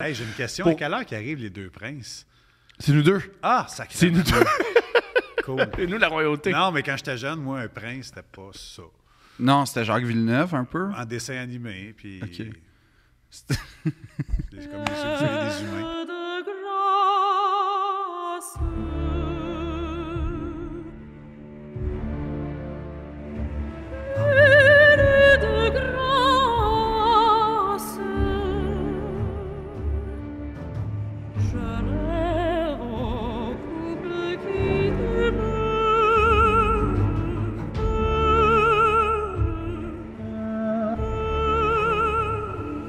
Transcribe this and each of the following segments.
Hey, j'ai une question. Pour- À quelle heure qu'arrivent les deux princes? C'est nous deux. Ah, ça C'est nous deux. Cool. C'est nous la royauté. Non, Non, mais quand j'étais jeune, moi, un prince, c'était pas ça. c'était Jacques Villeneuve un peu. En dessin animé, puis. Ok. C'était- C'est comme des, des humains. de grâce. Père de grâce, je rêve au couple qui demeure.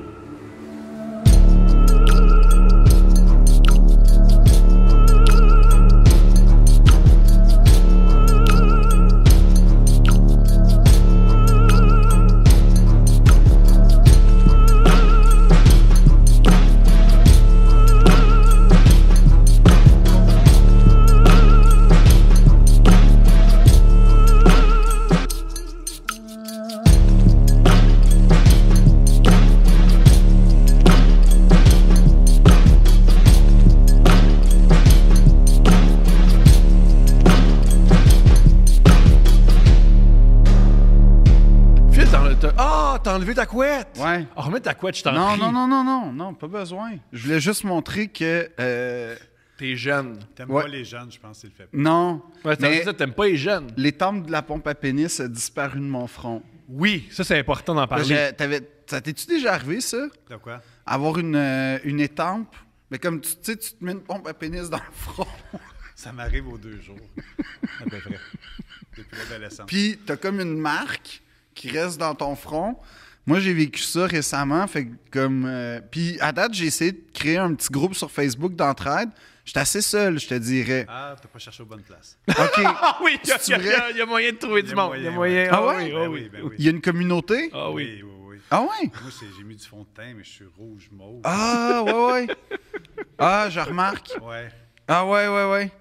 Phil, t'en- t'as- Ah, t'as enlevé ta couette! Ouais. Ah, remets ta couette, je t'en Non, prie. non, non, non, non, non, pas besoin. Je voulais juste montrer que. euh, T'es jeune. T'aimes Ouais. pas les jeunes, je pense, c'est le fait. non. Ouais, t'as mais dit ça, t'aimes pas les jeunes. les tempes de la pompe à pénis a disparu de mon front. Oui, ça, c'est important d'en parler. J'ai- t'avais- Ça t'es-tu déjà arrivé, ça? De quoi? Avoir une, euh, une étampe? Mais comme tu tu sais, tu te mets une pompe à pénis dans le front. Ça m'arrive aux deux jours, à peu près. Depuis l'adolescence. Puis t'as comme une marque qui reste dans ton front. Moi, j'ai vécu ça récemment. Fait que comme. euh, Puis à date, j'ai essayé de créer un petit groupe sur Facebook d'entraide. J'étais assez seul, je te dirais. Ah, t'as pas cherché aux bonnes places. OK. Ah oui, il y, a- C'est-tu y a- y a- y a moyen de trouver du monde. Il y a moyen. ouais. Ah ouais? oui, Ben oui, ben oui. Il y a une communauté? Ah oui. oui, oui. Ah ouais? Moi, c'est- j'ai mis du fond de teint, mais je suis rouge, mauve. Ah ouais, ouais. Ah, je remarque. Ouais. Ah ouais, ouais, ouais.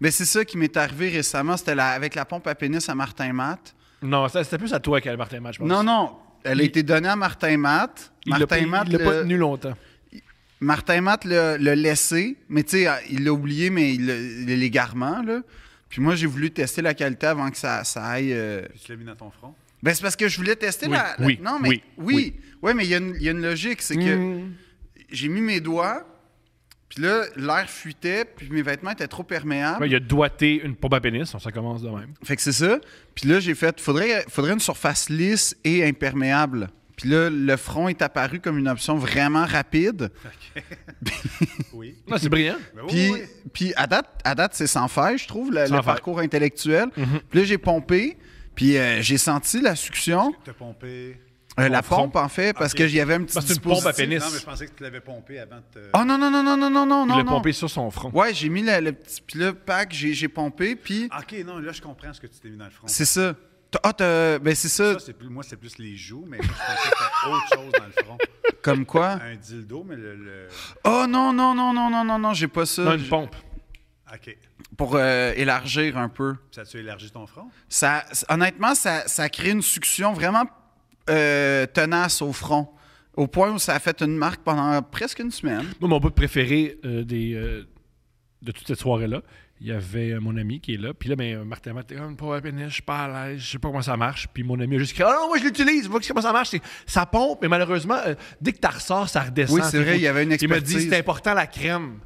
Mais c'est ça qui m'est arrivé récemment. C'était la- avec la pompe à pénis à Martin Matt. Non, ça, c'était plus à toi qu'à Martin Match, je pense. Non, non. Elle a été donnée à Martin Matt. Il l'a pas- Martin Matt euh, il l'a pas l'a tenu longtemps. Martin Matt l'a l'a laissé. Mais tu sais, ah, il l'a oublié, mais il l'a- il- l'égarement, là. Puis moi, j'ai voulu tester la qualité avant que ça, ça aille. euh, Puis tu l'as mis dans ton front. Ben, c'est parce que je voulais tester Oui, la, la- oui, Non, mais. oui, Mmh. Oui. Ouais, mais il y, a une- il y a une logique. C'est que j'ai mis mes doigts, puis là, l'air fuitait, puis mes vêtements étaient trop perméables. Ouais, il a doigté une pompe à pénis, on- ça commence de même. Fait que c'est ça. Puis là, j'ai fait. Faudrait, faudrait une surface lisse et imperméable. Puis là, le front est apparu comme une option vraiment rapide. Oui. Non, c'est brillant. Ben oui, Puis, oui. puis à date, à date c'est sans faire, je trouve, le, Oh Sans le faille. Mm-hmm. parcours intellectuel. Puis là, j'ai pompé, puis euh, j'ai senti la succion, T'as pompé. euh, Ton la front. pompe, en fait, parce Ok. que j'y avais un petit Parce que c'est une pompe à dispositif. Pénis. Non, mais je pensais que tu l'avais pompé avant de te. Oh non, non, non, non, non, non, non, Il non. l'a pompé sur son front. Ouais, j'ai mis le, le petit. Puis là, pack, j'ai j'ai pompé, puis Ok, non, là, je comprends ce que tu t'es mis dans le front. c'est ça. T'as- Ah, t'as- ben c'est ça, Ça, c'est plus, moi, c'est plus les joues, mais moi, je pensais que c'était autre chose dans le front. comme quoi. Un dildo, mais le. le- Oh non, non, non, non, non, non, non, j'ai pas ça. Non, une pompe. Ok. Pour euh, élargir un peu. Ça tu élargi ton front? Ça, c- honnêtement, ça, ça crée une succion vraiment euh, tenace au front. Au point où ça a fait une marque pendant presque une semaine. Moi, mon bout préféré euh, des, euh, de toute cette soirée-là, il y avait euh, mon ami qui est là. Puis là, ben, euh, Martin Matt, comme pour la pénis, je suis pas à l'aise, je sais pas comment ça marche. Puis mon ami a juste dit Ah non, moi je l'utilise, vois comment ça marche. C'est- Ça pompe, mais malheureusement, euh, dès que tu ressors, ça redescend. Oui, c'est vrai, il y avait une Il m'a dit expertise. C'est important la crème.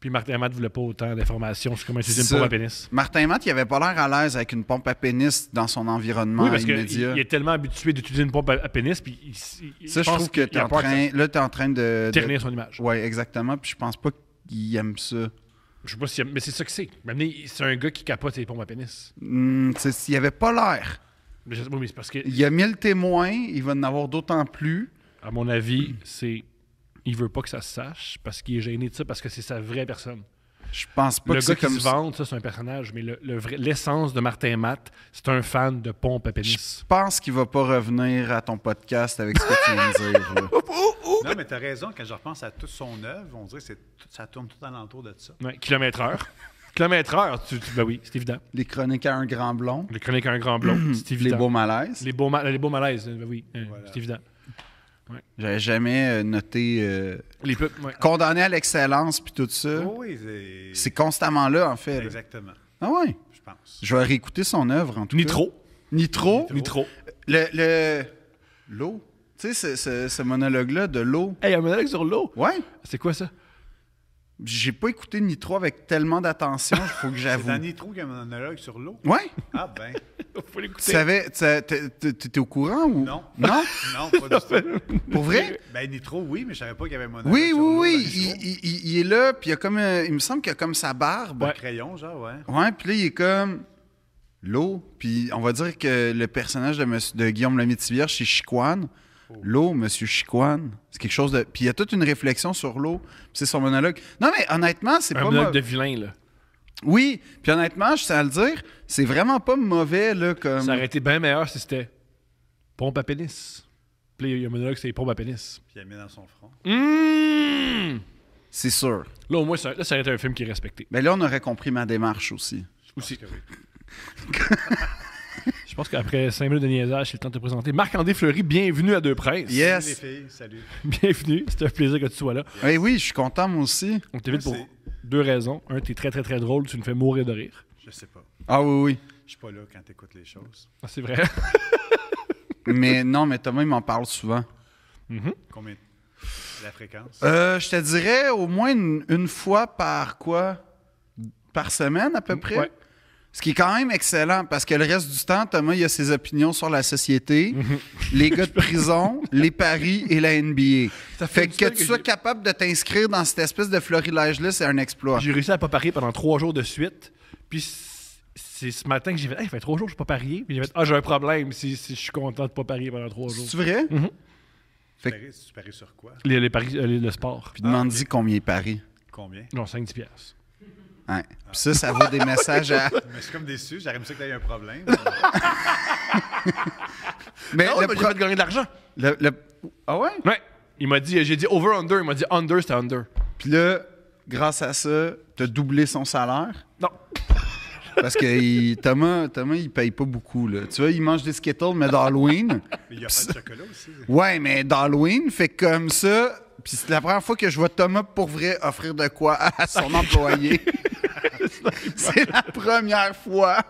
Puis Martin Matt voulait pas autant d'informations sur comment utiliser une Ça. pompe à pénis. Martin Matt, il avait pas l'air à l'aise avec une pompe à pénis dans son environnement Oui, parce qu'il immédiat. il est tellement habitué d'utiliser une pompe à, à pénis. Puis il- il- ça, je, pense trouve que qu'il t'es a en peur que ça train, là, t'es en train de, de- ternir son image. Ouais, exactement. Puis je pense pas qu'il aime ça. Je sais pas si. Mais c'est ça que c'est. Mais amenez, c'est un gars qui capote ses pompes à pénis. Hmm, c'est- il avait pas l'air. Mais je- oui, mais c'est parce que. Il y a mille témoins, il va en avoir d'autant plus. À mon avis, c'est. Il veut pas que ça se sache parce qu'il est gêné de ça, parce que c'est sa vraie personne. Je pense pas le que c'est gars qui comme se vante, ça, c'est un personnage, mais le- le vrai- l'essence de Martin Matt, c'est un fan de pompe à pénis. Je pense qu'il va pas revenir à ton podcast avec ce que tu viens de dire. là. Oh, Non, mais t'as raison, quand je repense à toute son œuvre, on dirait que c'est tout- ça tourne tout alentour de ça. Ouais, kilomètre heure. kilomètre heure, tu, tu- ben oui, c'est évident. Les chroniques à un grand blond, Le chronique à un grand blond, c'est les évident. beaux malaises. Les beaux, ma- les beaux malaises, ben oui, euh, c'est hein, évident. Ouais. J'avais jamais euh, noté euh, Les Oh. peuples, ouais. condamné à l'excellence puis tout ça. Oui, oui, Euh, C'est constamment là, en fait. là. Exactement, Ah ouais. je pense. Je vais réécouter son œuvre, en tout cas. Nitro. Nitro. Nitro. Le. le- L'eau. Tu sais, ce, ce- ce monologue-là de l'eau. Hey, un monologue sur l'eau. Ouais. C'est quoi ça? J'ai pas écouté Nitro avec tellement d'attention, il faut que C'est j'avoue. dans Nitro qu'il y a un monologue sur l'eau. Ouais. Ah ben, Faut Tu l'écouter. savais. tu savais- t'es- t'es- T'étais au courant ou. non. Non? Non, pas du tout. Pour vrai? Ben, Nitro, oui, mais je savais pas qu'il y avait un monologue Oui, sur oui, l'eau dans oui. Nitro. Il, il- il- il est là, puis il, y a comme, euh, il me semble qu'il y a comme sa barbe. Un Ouais. crayon, genre, ouais. Ouais, puis là, il est comme l'eau. Puis on va dire que le personnage de, monsieur- de Guillaume Lemaitre-Vierge, c'est Chiquan. Oh. L'eau, Monsieur Chiquan. C'est quelque chose de. Puis il y a toute une réflexion sur l'eau. Puis c'est son monologue. Non, mais honnêtement, c'est Un pas. monologue mo- de vilain, là. Oui, puis honnêtement, je tiens à le dire, c'est vraiment pas mauvais, là, comme. Ça aurait été bien meilleur si c'était pompe à pénis. Puis là, il y a un monologue, c'est pompe à pénis. Puis il a mis dans son front. Mmh! C'est sûr. Là, au moins, ça, là, ça aurait été un film qui est respecté. Mais là, on aurait compris ma démarche aussi. Aussi. que oui. Je pense qu'après 5 minutes de niaisage, c'est le temps de te présenter. Marc-André Fleury, bienvenue à Deux Presses. Salut Yes. les filles, salut. Bienvenue. C'est un plaisir que tu sois là. Eh oui, je suis content, moi aussi. On t'évite pour Merci. deux raisons. Un, t'es très, très, très drôle. Tu nous fais mourir de rire. Je sais pas. Ah oui, Je suis pas là quand t'écoutes les choses. Ah, c'est vrai. oui. mais non, mais Thomas, il m'en parle souvent. Combien? La fréquence? Euh, je te dirais au moins une, une fois par quoi? Par semaine, à peu près? Mm, Ouais. Ce qui est quand même excellent, parce que le reste du temps, Thomas, il a ses opinions sur la société, Mm-hmm. les gars de prison, les paris et la NBA. Ça fait fait une que semaine tu que sois j'ai- capable de t'inscrire dans cette espèce de florilège-là, c'est un exploit. J'ai réussi à pas parier pendant trois jours de suite. Puis c- c'est ce matin que j'ai fait, hey, ça fait trois jours que je ne pas parié. Puis j'ai fait, ah, j'ai un problème si, si je suis content de ne pas parier pendant trois jours. C'est vrai? Mm-hmm. Tu fait- paries- Tu paries sur quoi? Les, les paris, euh, les- le sport. Puis demande-y combien il parie. Combien? Euh, Non, 5-10 piastres. Ouais. Puis ça, ça vaut des messages à... Mais je suis comme déçu, j'aurais aimé ça que t'aies un problème. Mais le Non, Ah mais j'ai Eh, pro- fait de gagner de l'argent. le- le- Ah ouais? Ouais. Il m'a dit, j'ai dit over-under. Il m'a dit under, c'était under. Puis là, grâce à ça, t'as doublé son salaire. Non. Parce que il- Thomas, Thomas, il paye pas beaucoup. Là. Tu vois, il mange des Skittles, mais d'Halloween. Mais il y a pas de chocolat aussi. Ouais, mais d'Halloween, fait que comme ça. Puis c'est la première fois que je vois Thomas pour vrai offrir de quoi à son employé. c'est la première fois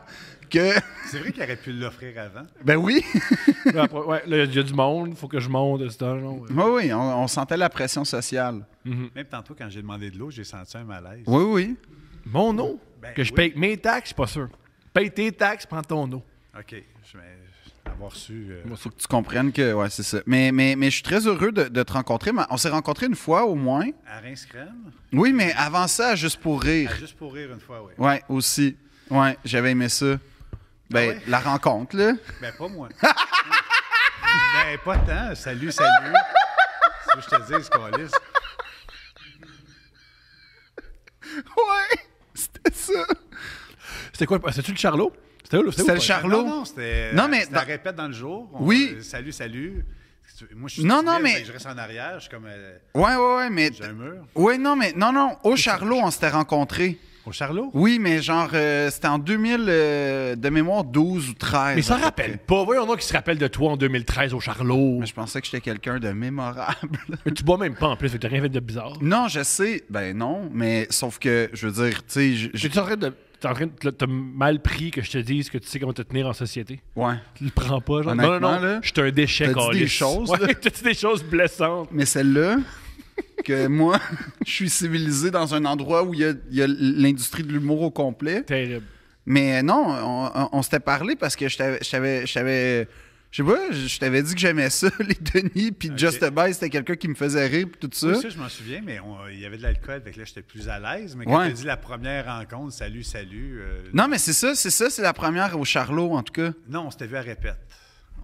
que. C'est vrai qu'il aurait pu l'offrir avant. Ben oui! Là, après, ouais, là, il y a du monde, faut que je monte. C'est un long. oui, oui, on, on sentait la pression sociale. Même tantôt, quand j'ai demandé de l'eau, j'ai senti un malaise. Oui, oui. Mon eau. Ben que je oui. paye mes taxes, pas sûr. Paye tes taxes, prends ton eau. OK. Je vais avoir su. euh, Faut que tu comprennes que. Ouais, c'est ça. Mais, mais, mais je suis très heureux de, de te rencontrer. Mais On s'est rencontrés une fois au moins. à Reims-Crème, Oui, mais avant ça, juste pour rire. à juste pour rire une fois, oui. Ouais, aussi. Ouais, j'avais aimé ça. Ben, Ah ouais? la rencontre, là. Ben, pas moi. ben, pas tant. Salut, salut. C'est ce que je te dis, ce qu'on lisse. Ouais, c'était ça. C'était quoi? C'était-tu le Charlot? C'était où, là? C'était où, le pas? Charlot. Arlo? Non, non, c'était. euh, Non, mais c'était dans- la répète dans le jour. On- Oui. euh, salut, salut. Moi, je suis. Non, non, timide, mais- fait que Je reste en arrière. Je suis comme. euh, Ouais, ouais, ouais, mais. J'ai un mur. Ouais, non, mais. Non, non, au Charlot, on s'était rencontrés. Au Charlot? Oui, mais genre, euh, c'était en 2000, euh, de mémoire, 12 ou 13. Mais ça à peu rappelle près. pas. Voyons donc qu'il se rappelle de toi en 2013 au Charlot. Mais je pensais que j'étais quelqu'un de mémorable. Mais tu bois même pas en plus, fait que t'as rien fait de bizarre. non, je sais. Ben non, mais sauf que, je veux dire, tu sais, je- je- J'étais en train de. T'es en train de te- t'as mal pris que je te dise que tu sais comment te tenir en société. Ouais. Tu le prends pas, genre. Non, non, Honnêtement, non. là, je suis un t'as déchet, dit des câlisse. choses, là. Ouais, t'as dit des choses blessantes. Mais celle-là, que moi, je suis civilisé dans un endroit où il y a- il y a l'industrie de l'humour au complet. Terrible. Mais non, on, on- on s'était parlé parce que je t'avais. Je t'avais- je t'avais- je sais pas, je je t'avais dit que j'aimais ça, les Denis, puis Just a Buzz, c'était quelqu'un qui me faisait rire, puis tout ça. Oui, ça, je m'en souviens, mais on- il y avait de l'alcool, fait que là, j'étais plus à l'aise. Mais quand Ouais. tu dit la première rencontre, salut, salut. euh, Non, mais c'est ça, c'est ça, c'est la première au Charlot, en tout cas. Non, on s'était vu à répète.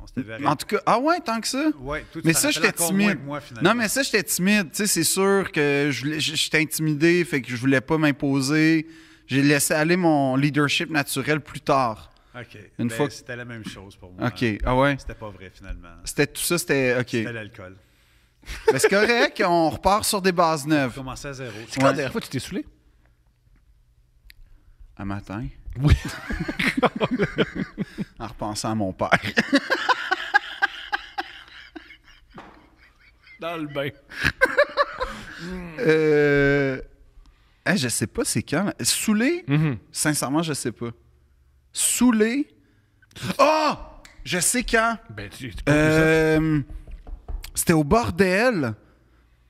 On s'était vu à En répète. tout cas, ah ouais, tant que ça. Ouais, toi, tu Mais t'en ça, rappelles j'étais encore moins timide. que moi, finalement. non, mais ça, j'étais timide. Tu sais, c'est sûr que je voulais- j- j'étais intimidé, fait que je voulais pas m'imposer. J'ai laissé aller mon leadership naturel plus tard. OK. Une Une fois fois. que- C'était la même chose pour moi. OK, ah ouais. C'était pas vrai, finalement. C'était tout ça, c'était OK. C'était l'alcool. Mais c'est correct, on repart sur des bases Je neuves. commençais à zéro. C'est quand la dernière fois que tu t'es saoulé? Un matin. Oui. en repensant à mon père. dans le bain. Euh... hey, je sais pas c'est quand. là. Soulé, Mm-hmm. sincèrement, je sais pas. Soulé. Ah! Je sais quand. Ben, tu, tu Euh, C'était au bordel.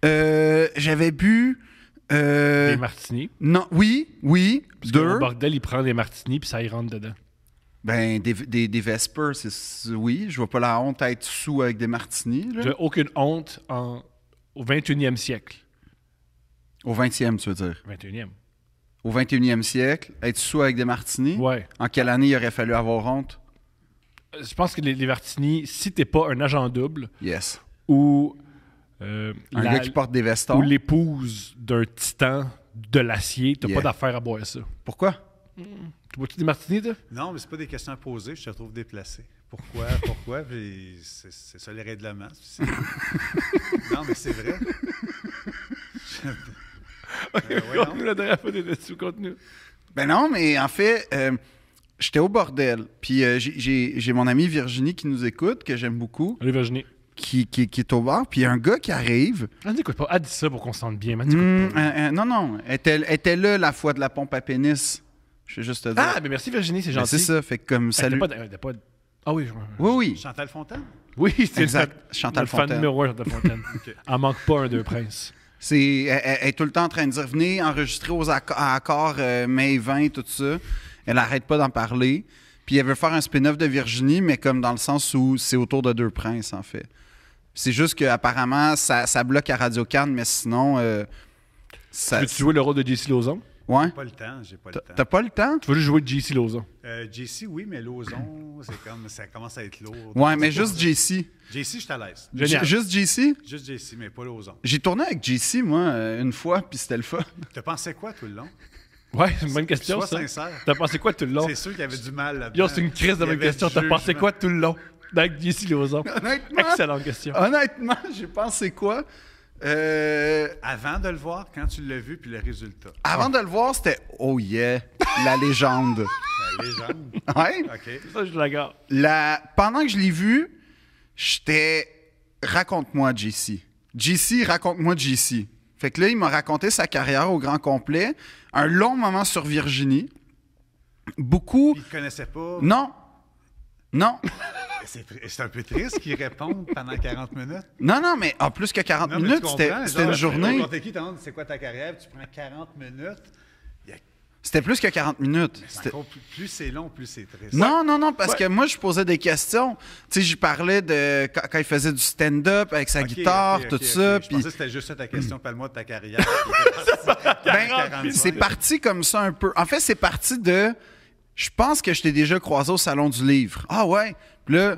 Euh, J'avais bu. euh, des martinis. non, oui, oui, Le deux. bordel, il prend des martinis, puis ça y rentre dedans. Ben, des, des, des Vespers, c'est- c'est- oui. Je vois pas la honte à être sous avec des martinis. là. J'ai aucune honte en, au 21e siècle. Au 20e, tu veux dire. 21e. Au 21e siècle, être sous avec des martinis. Ouais. En quelle année il aurait fallu avoir honte? Euh, Je pense que les, les martinis, si t'es pas un agent double Yes. ou euh, Un la- gars qui porte des vestons. ou l'épouse d'un titan de l'acier, t'as Yeah. pas d'affaire à boire ça. Pourquoi? Tu bois-tu des martinis, toi? Non, mais c'est pas des questions à poser, je te trouve déplacé. Pourquoi, pourquoi, puis c'est c'est ça les règlements. puis c'est- non, mais c'est vrai. Euh, voyons. Continue, la dernière fois, t'es là-dessus, continue. Ben non, mais en fait, euh, j'étais au bordel. Puis euh, j'ai- j'ai j'ai mon amie Virginie qui nous écoute, que j'aime beaucoup, Allez, Virginie. qui, qui- qui est au bar. Puis il y a un gars qui arrive. Ah, n'écoute pas. Ah, dis ça pour qu'on se sente bien, man. Hum, euh, euh, non, non, était, était là la fois de la pompe à pénis. Je vais juste te dire. Ah, mais merci, Virginie, c'est Ben, gentil. c'est ça, fait que comme Ah, t'as salut. pas de- t'as pas de- Ah oui, je- Oui, oui. Chantal Fontaine? oui, c'est Exact. notre- Chantal notre Fontaine. fan numéro un, Chantal Fontaine. Elle manque pas un deux princes. C'est, elle, elle- elle est tout le temps en train de dire venez enregistrer aux acco- à accords euh, mai 20, tout ça. Elle arrête pas d'en parler. Puis elle veut faire un spin-off de Virginie, mais comme dans le sens où c'est autour de deux princes, en fait. C'est juste qu'apparemment, ça, ça bloque à radio cannes mais sinon. euh, ça, Veux-tu jouer le rôle de JC Lauzon? ouais. Pas le temps, j'ai pas le T'as- temps. T'as pas le temps? Tu veux juste jouer JC Lauzon. Euh, JC, oui, mais Lozon, c'est comme, ça commence à être lourd. Ouais, mais juste JC. JC, je suis à l'aise. J- Génial. Juste JC? Juste JC, mais pas Lozon. J'ai tourné avec JC, moi, euh, une fois, puis c'était le fun. T'as pensé quoi tout le long? Ouais, c'est une bonne question, Sois ça. sincère. T'as pensé quoi tout le long? C'est sûr qu'il y avait du mal là-dedans. Yo, c'est une crise de Il y bonne avait question. du T'as pensé jugement. quoi tout le long? Avec JC Lauzon. Honnêtement? Euh, Excellente question. Honnêtement, j'ai pensé quoi? Euh, Avant de le voir, quand tu l'as vu, puis le résultat. Avant de le voir, c'était Oh yeah, la légende. La légende. Ouais. OK. Ça, je la garde. La... Pendant que je l'ai vu, j'étais Raconte-moi, JC. JC, raconte-moi, JC. Fait que là, il m'a raconté sa carrière au grand complet. Un long moment sur Virginie. Beaucoup. Il te connaissait pas. Non. Non. C'est tr- c'est un peu triste qu'il réponde pendant 40 minutes. Non, non, mais en plus que 40 Non, mais tu minutes, comprends, c'était genre, c'était une tu journée. rencontres qui, t'en demandes, c'est quoi ta carrière, puis tu prends 40 minutes. C'était plus que 40 minutes. C'était- Encore plus, plus c'est long, plus c'est triste. Non, non, non, parce que moi, je posais des questions. Tu sais, j'y parlais de quand, quand il faisait du stand-up avec sa Ok, guitare, ok, tout ok, ça. ok. Je puis- Mm. pensais que c'était juste ça ta question, parle-moi de ta carrière. Puis t'es parti. Ben, 40, c'est ouais. parti comme ça un peu. En fait, c'est parti de. Je pense que je t'ai déjà croisé au Salon du Livre. Ah ouais. Puis là,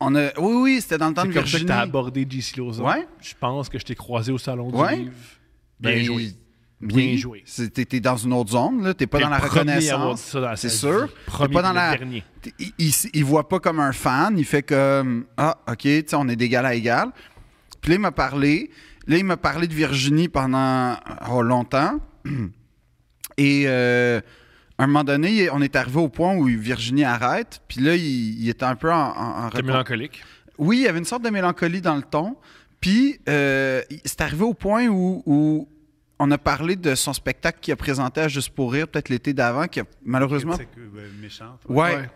on a. Oui, oui, c'était dans le temps de C'est comme ça que Virginie. t'as abordé JC Lauzon. Ouais. Je pense que je t'ai croisé au salon du Ouais. livre. Ben, Bien joué. oui, Bien joué. c'est- T'es t'es dans une autre zone, là. T'es pas T'es dans la le premier à avoir reconnaissance. dit ça dans sa C'est vie. sûr. Premier T'es pas puis dans le la. dernier. T'es- Il, il s- il voit pas comme un fan. Il fait comme Ah, OK, tu sais, on est d'égal à égal. Puis là, il m'a parlé. Là, il m'a parlé de Virginie pendant oh, longtemps. Et euh, à un moment donné, on est arrivé au point où Virginie arrête. Puis là, il, il était un peu en, en, en T'es recon- mélancolique. oui, il y avait une sorte de mélancolie dans le ton. Puis, euh, il- c'est arrivé au point où, où on a parlé de son spectacle qu'il a présenté à Juste pour rire, peut-être l'été d'avant, qui a malheureusement. Critique, euh, méchante. Ouais. Ouais.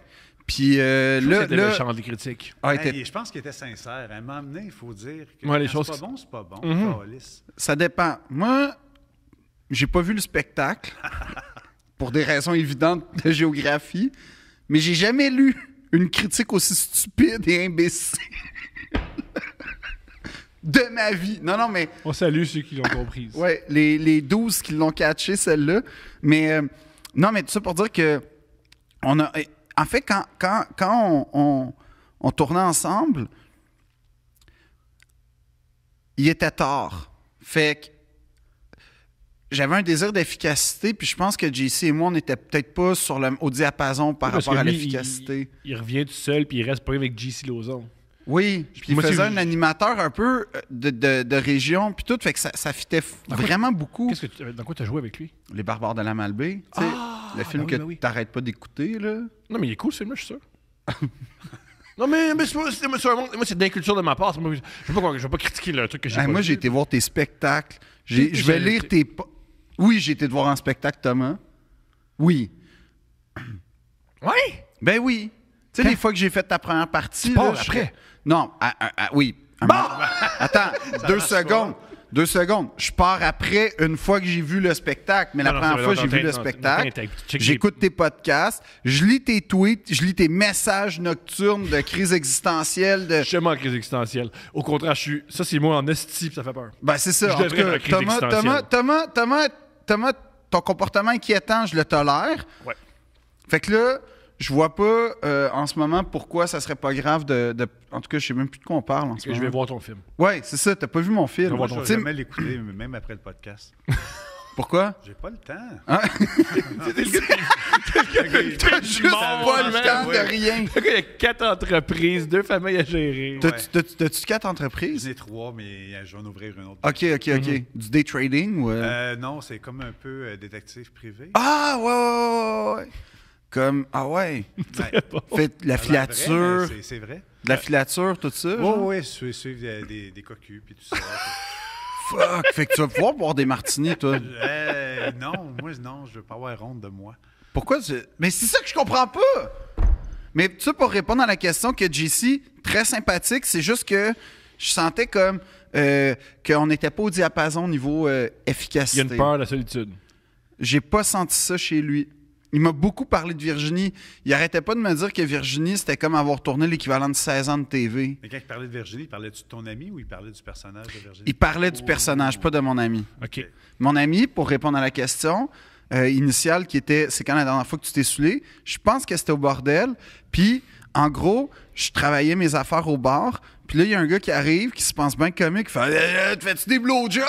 Puis euh, là. C'était là- méchant, les critiques. Ah, Hey, était- je pense qu'il était sincère. Elle m'a amené, il faut dire que Ouais, les quand choses Mm-hmm. c'est qui- pas bon, c'est pas bon. câlisse. Ça dépend. Moi, j'ai pas vu le spectacle pour des raisons évidentes de géographie, mais j'ai jamais lu une critique aussi stupide et imbécile de ma vie. Non, non, mais On salue ceux qui l'ont comprise. Ouais, les, les 12 qui l'ont catché, celle-là. Mais euh, non, mais tout ça pour dire que on a. eh, En fait, quand, quand, quand on, on- on tournait ensemble, il était tard. Fait que j'avais un désir d'efficacité, puis je pense que JC et moi, on n'était peut-être pas sur le, au diapason par Parce rapport que à lui, l'efficacité. Il, il revient tout seul, puis il reste pas avec JC Lauzon. Oui, puis il Moi, c'est- faisait un animateur un peu euh, de, de- de région, puis tout, fait que ça, ça fitait vraiment beaucoup. Qu'est-ce que tu- euh, dans quoi t'as joué avec lui? Les barbares de la Malbaie. tu sais, Ah, le film ben oui, que ben oui. t'arrêtes pas d'écouter, là. Non, mais il est cool, celui-là, je suis sûr. Non, mais, mais c'est pas- c'est- c'est un monde- moi, c'est de l'inculture de ma part. C'est moi, Je ne vais, pas- je vais pas critiquer le truc que Ben, j'ai Hey, pas moi, vu. j'ai été voir tes spectacles. J'ai- T'es- Je vais j'ai- lire tes. po- Oui, j'ai été te voir en spectacle, Thomas. Oui. Ouais! Ben oui. Tu sais, les fois que j'ai fait ta première partie. pars là, je- après. Non, à- à- à- oui. À un moment- Attends, deux secondes. Deux secondes. Je pars après une fois que j'ai vu le spectacle. Mais la Non, non, première c'est fois vrai, que j'ai non, vu t'as- le non, t'as- spectacle, t'as- check j'écoute tes podcasts, je lis tes tweets, je lis tes messages nocturnes de crise existentielle. De... Je suis jamais en crise existentielle. Au contraire, je suis. Ça, c'est moi en esti, puis ça fait peur. Ben, c'est ça. Je en tout devrais cas, avoir une crise Thomas, Thomas, existentielle. Thomas, Thomas, Thomas, ton comportement inquiétant, je le tolère. Ouais. Fait que là, je vois pas euh, en ce moment pourquoi ça serait pas grave de. de- En tout cas, je sais même plus de quoi on parle en ce Que je moment. vais voir ton film. Ouais, c'est ça, t'as pas vu mon film. Moi, voir je ton vais Tu sais, jamais l'écouter, mais même après le podcast. Pourquoi? J'ai pas le temps. Hein? T'as Juste pas le temps de rien. Le gars, il y a quatre entreprises, deux familles à gérer. T'as- T'as-tu t'as-tu quatre entreprises? J'en ai trois, mais je vais en ouvrir une autre. Ok, ok, ok. Mhm. Du day trading ou. euh? Euh, non, c'est comme un peu euh, détective privé. Ah, ouais, ouais, ouais, ouais, ouais. Comme. Ah, ouais. Ouais. Faites Ça a Ah, la l'air vrai, filature. mais c'est- C'est vrai. de la filature, tout ça. Oui, genre? oui, suivre, suivre des, euh, des, des cocus puis tout ça. puis- Fuck. Fait que tu vas pouvoir boire des martinis, toi. Euh, non, moi, non, je veux pas avoir honte de moi. Pourquoi tu- Mais c'est ça que je comprends pas! Mais tu sais, pour répondre à la question que JC, très sympathique, c'est juste que je sentais comme euh, qu'on n'était pas au diapason au niveau euh, Il y a efficacité. une peur de la solitude. J'ai pas senti ça chez lui. Il m'a beaucoup parlé de Virginie. Il arrêtait pas de me dire que Virginie, c'était comme avoir tourné l'équivalent de 16 ans de TV. Mais quand il parlait de Virginie, il parlait de ton ami ou il parlait du personnage de Virginie? Oh. Il parlait du personnage, pas de mon ami. OK. Mon ami, pour répondre à la question euh, initiale qui était c'est quand la dernière fois que tu t'es saoulé, je pense que c'était au bordel. Puis, en gros, je travaillais mes affaires au bar. Puis là, il y a un gars qui arrive, qui se pense bien comique, qui fait Euh, euh, te Fais-tu des blowjobs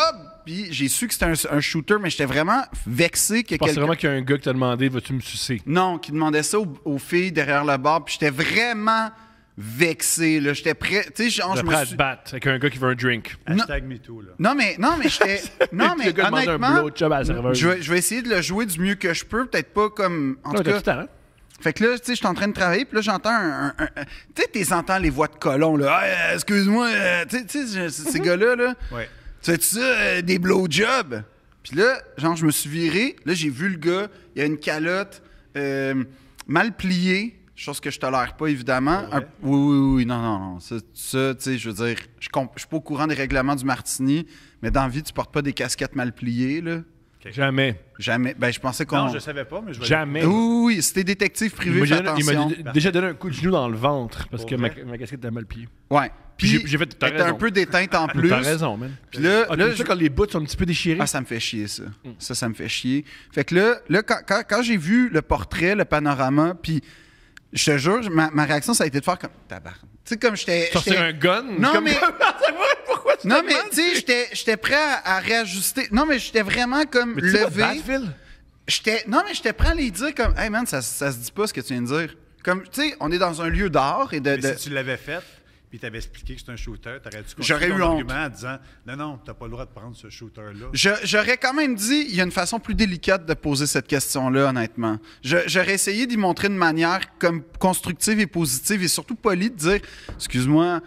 Puis j'ai su que c'était un, un shooter, mais j'étais vraiment vexé que Je pense quelqu'un. vraiment qu'il y a un gars qui t'a demandé Vas-tu me sucer Non, qui demandait ça aux, aux filles derrière le bar. Puis j'étais vraiment vexé. là. J'étais prêt. Tu sais, genre, je T'es me prêt à suis- te battre avec un gars qui veut un drink. Hashtag MeToo, là. Non, mais, non, mais j'étais. non, le mais gars demande un honnêtement. blowjob à la serveuse. Je vais, je vais essayer de le jouer du mieux que je peux, peut-être pas comme. En Non, tout t'as cas, du talent. fait que là, tu sais, je suis en train de travailler, puis là, j'entends un. un- un- un- tu sais, t'es entends les voix de colons, là. Hey, euh, excuse-moi, euh, tu sais, tu sais, je- Mm-hmm. ces gars-là, là. Ouais. Tu fais-tu ça, euh, des blowjobs? Puis là, genre, je me suis viré. Là, j'ai vu le gars, il a une calotte euh, mal pliée, chose que je tolère pas, évidemment. Pour Ah vrai? Un- oui, oui, oui, non, non, non. Ça, ça, tu sais, je veux dire, je comp- je suis pas au courant des règlements du martini, mais dans la vie, tu portes pas des casquettes mal pliées, là. Jamais. Jamais. Ben, je pensais qu'on. Non, je savais pas, mais je vais Jamais. Oui, oui, oui, c'était détective privé, Il m'a fais donné- il m'a attention. d- déjà donné un coup de genou dans le ventre parce Pour que ma, vrai? ma casquette était mal pliée. Ouais. Puis, J'ai- j'ai fait- t'as elle était raison. un peu déteinte en plus. T'as raison, man. Puis là, Ah, là là, je- ça, quand les bouts sont un petit peu déchirés. Ah, ça me fait chier, ça. Hmm. Ça, ça me fait chier. Fait que là, là quand, quand- quand j'ai vu le portrait, le panorama, puis je te jure, ma, ma réaction, ça a été de faire comme tabarnak. Tu sais, comme j'étais. Sortir j'étais- un gun. Non, comme- mais- Pourquoi tu Non, te mais demandes? tu sais, j'étais- j'étais prêt à, à réajuster. Non, mais j'étais vraiment comme Mais tu sais pas, levé. Battlefield? J'étais- Non, mais j'étais prêt à les dire comme, hey man, ça, ça se dit pas ce que tu viens de dire. Comme, tu sais, on est dans un lieu d'art et de. Mais de- si tu l'avais fait, puis t'avais expliqué que c'est un shooter, t'aurais dû continuer J'aurais ton eu honte. argument en disant Non, non, t'as pas le droit de prendre ce shooter-là. Je- J'aurais quand même dit, il y a une façon plus délicate de poser cette question-là, honnêtement. Je- J'aurais essayé d'y montrer de manière comme constructive et positive et surtout polie de dire, excuse-moi,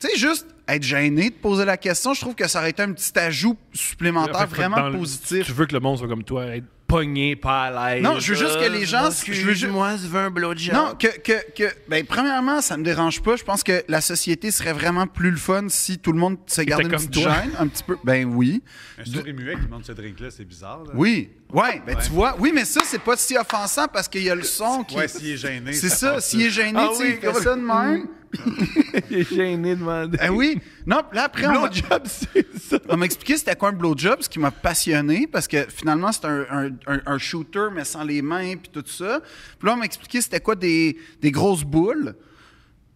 tu sais, juste être gêné de poser la question, je trouve que ça aurait été un petit ajout supplémentaire Fait que dans vraiment le- positif. Tu veux que le monde soit comme toi, être pogné, pas à l'aise. Euh, Non, je veux juste que les gens- je veux ju- moi, je veux un blowjob. Non, que, que, que, ben, premièrement, ça me dérange pas. Je pense que la société serait vraiment plus le fun si tout le monde se gardait une comme petite toi. gêne, un petit peu. Ben oui. Un souris muet qui demande ce drink-là, c'est bizarre. Là. Oui. Ouais, ben Ouais. tu vois. Oui, mais ça, c'est pas si offensant parce qu'il y a le son qui. Ouais, s'il est gêné. C'est fait ça, s'il est gêné, Ah tu sais, oui, il fait comment- ça de même. Il est gêné de demander. Ah oui. Non, puis là, après, on m'a- Blowjob, c'est ça. on m'a expliqué c'était quoi un blowjob, ce qui m'a passionné, parce que finalement, c'est un, un- un- un shooter, mais sans les mains, puis tout ça. Puis là, on m'a expliqué c'était quoi des, des grosses boules.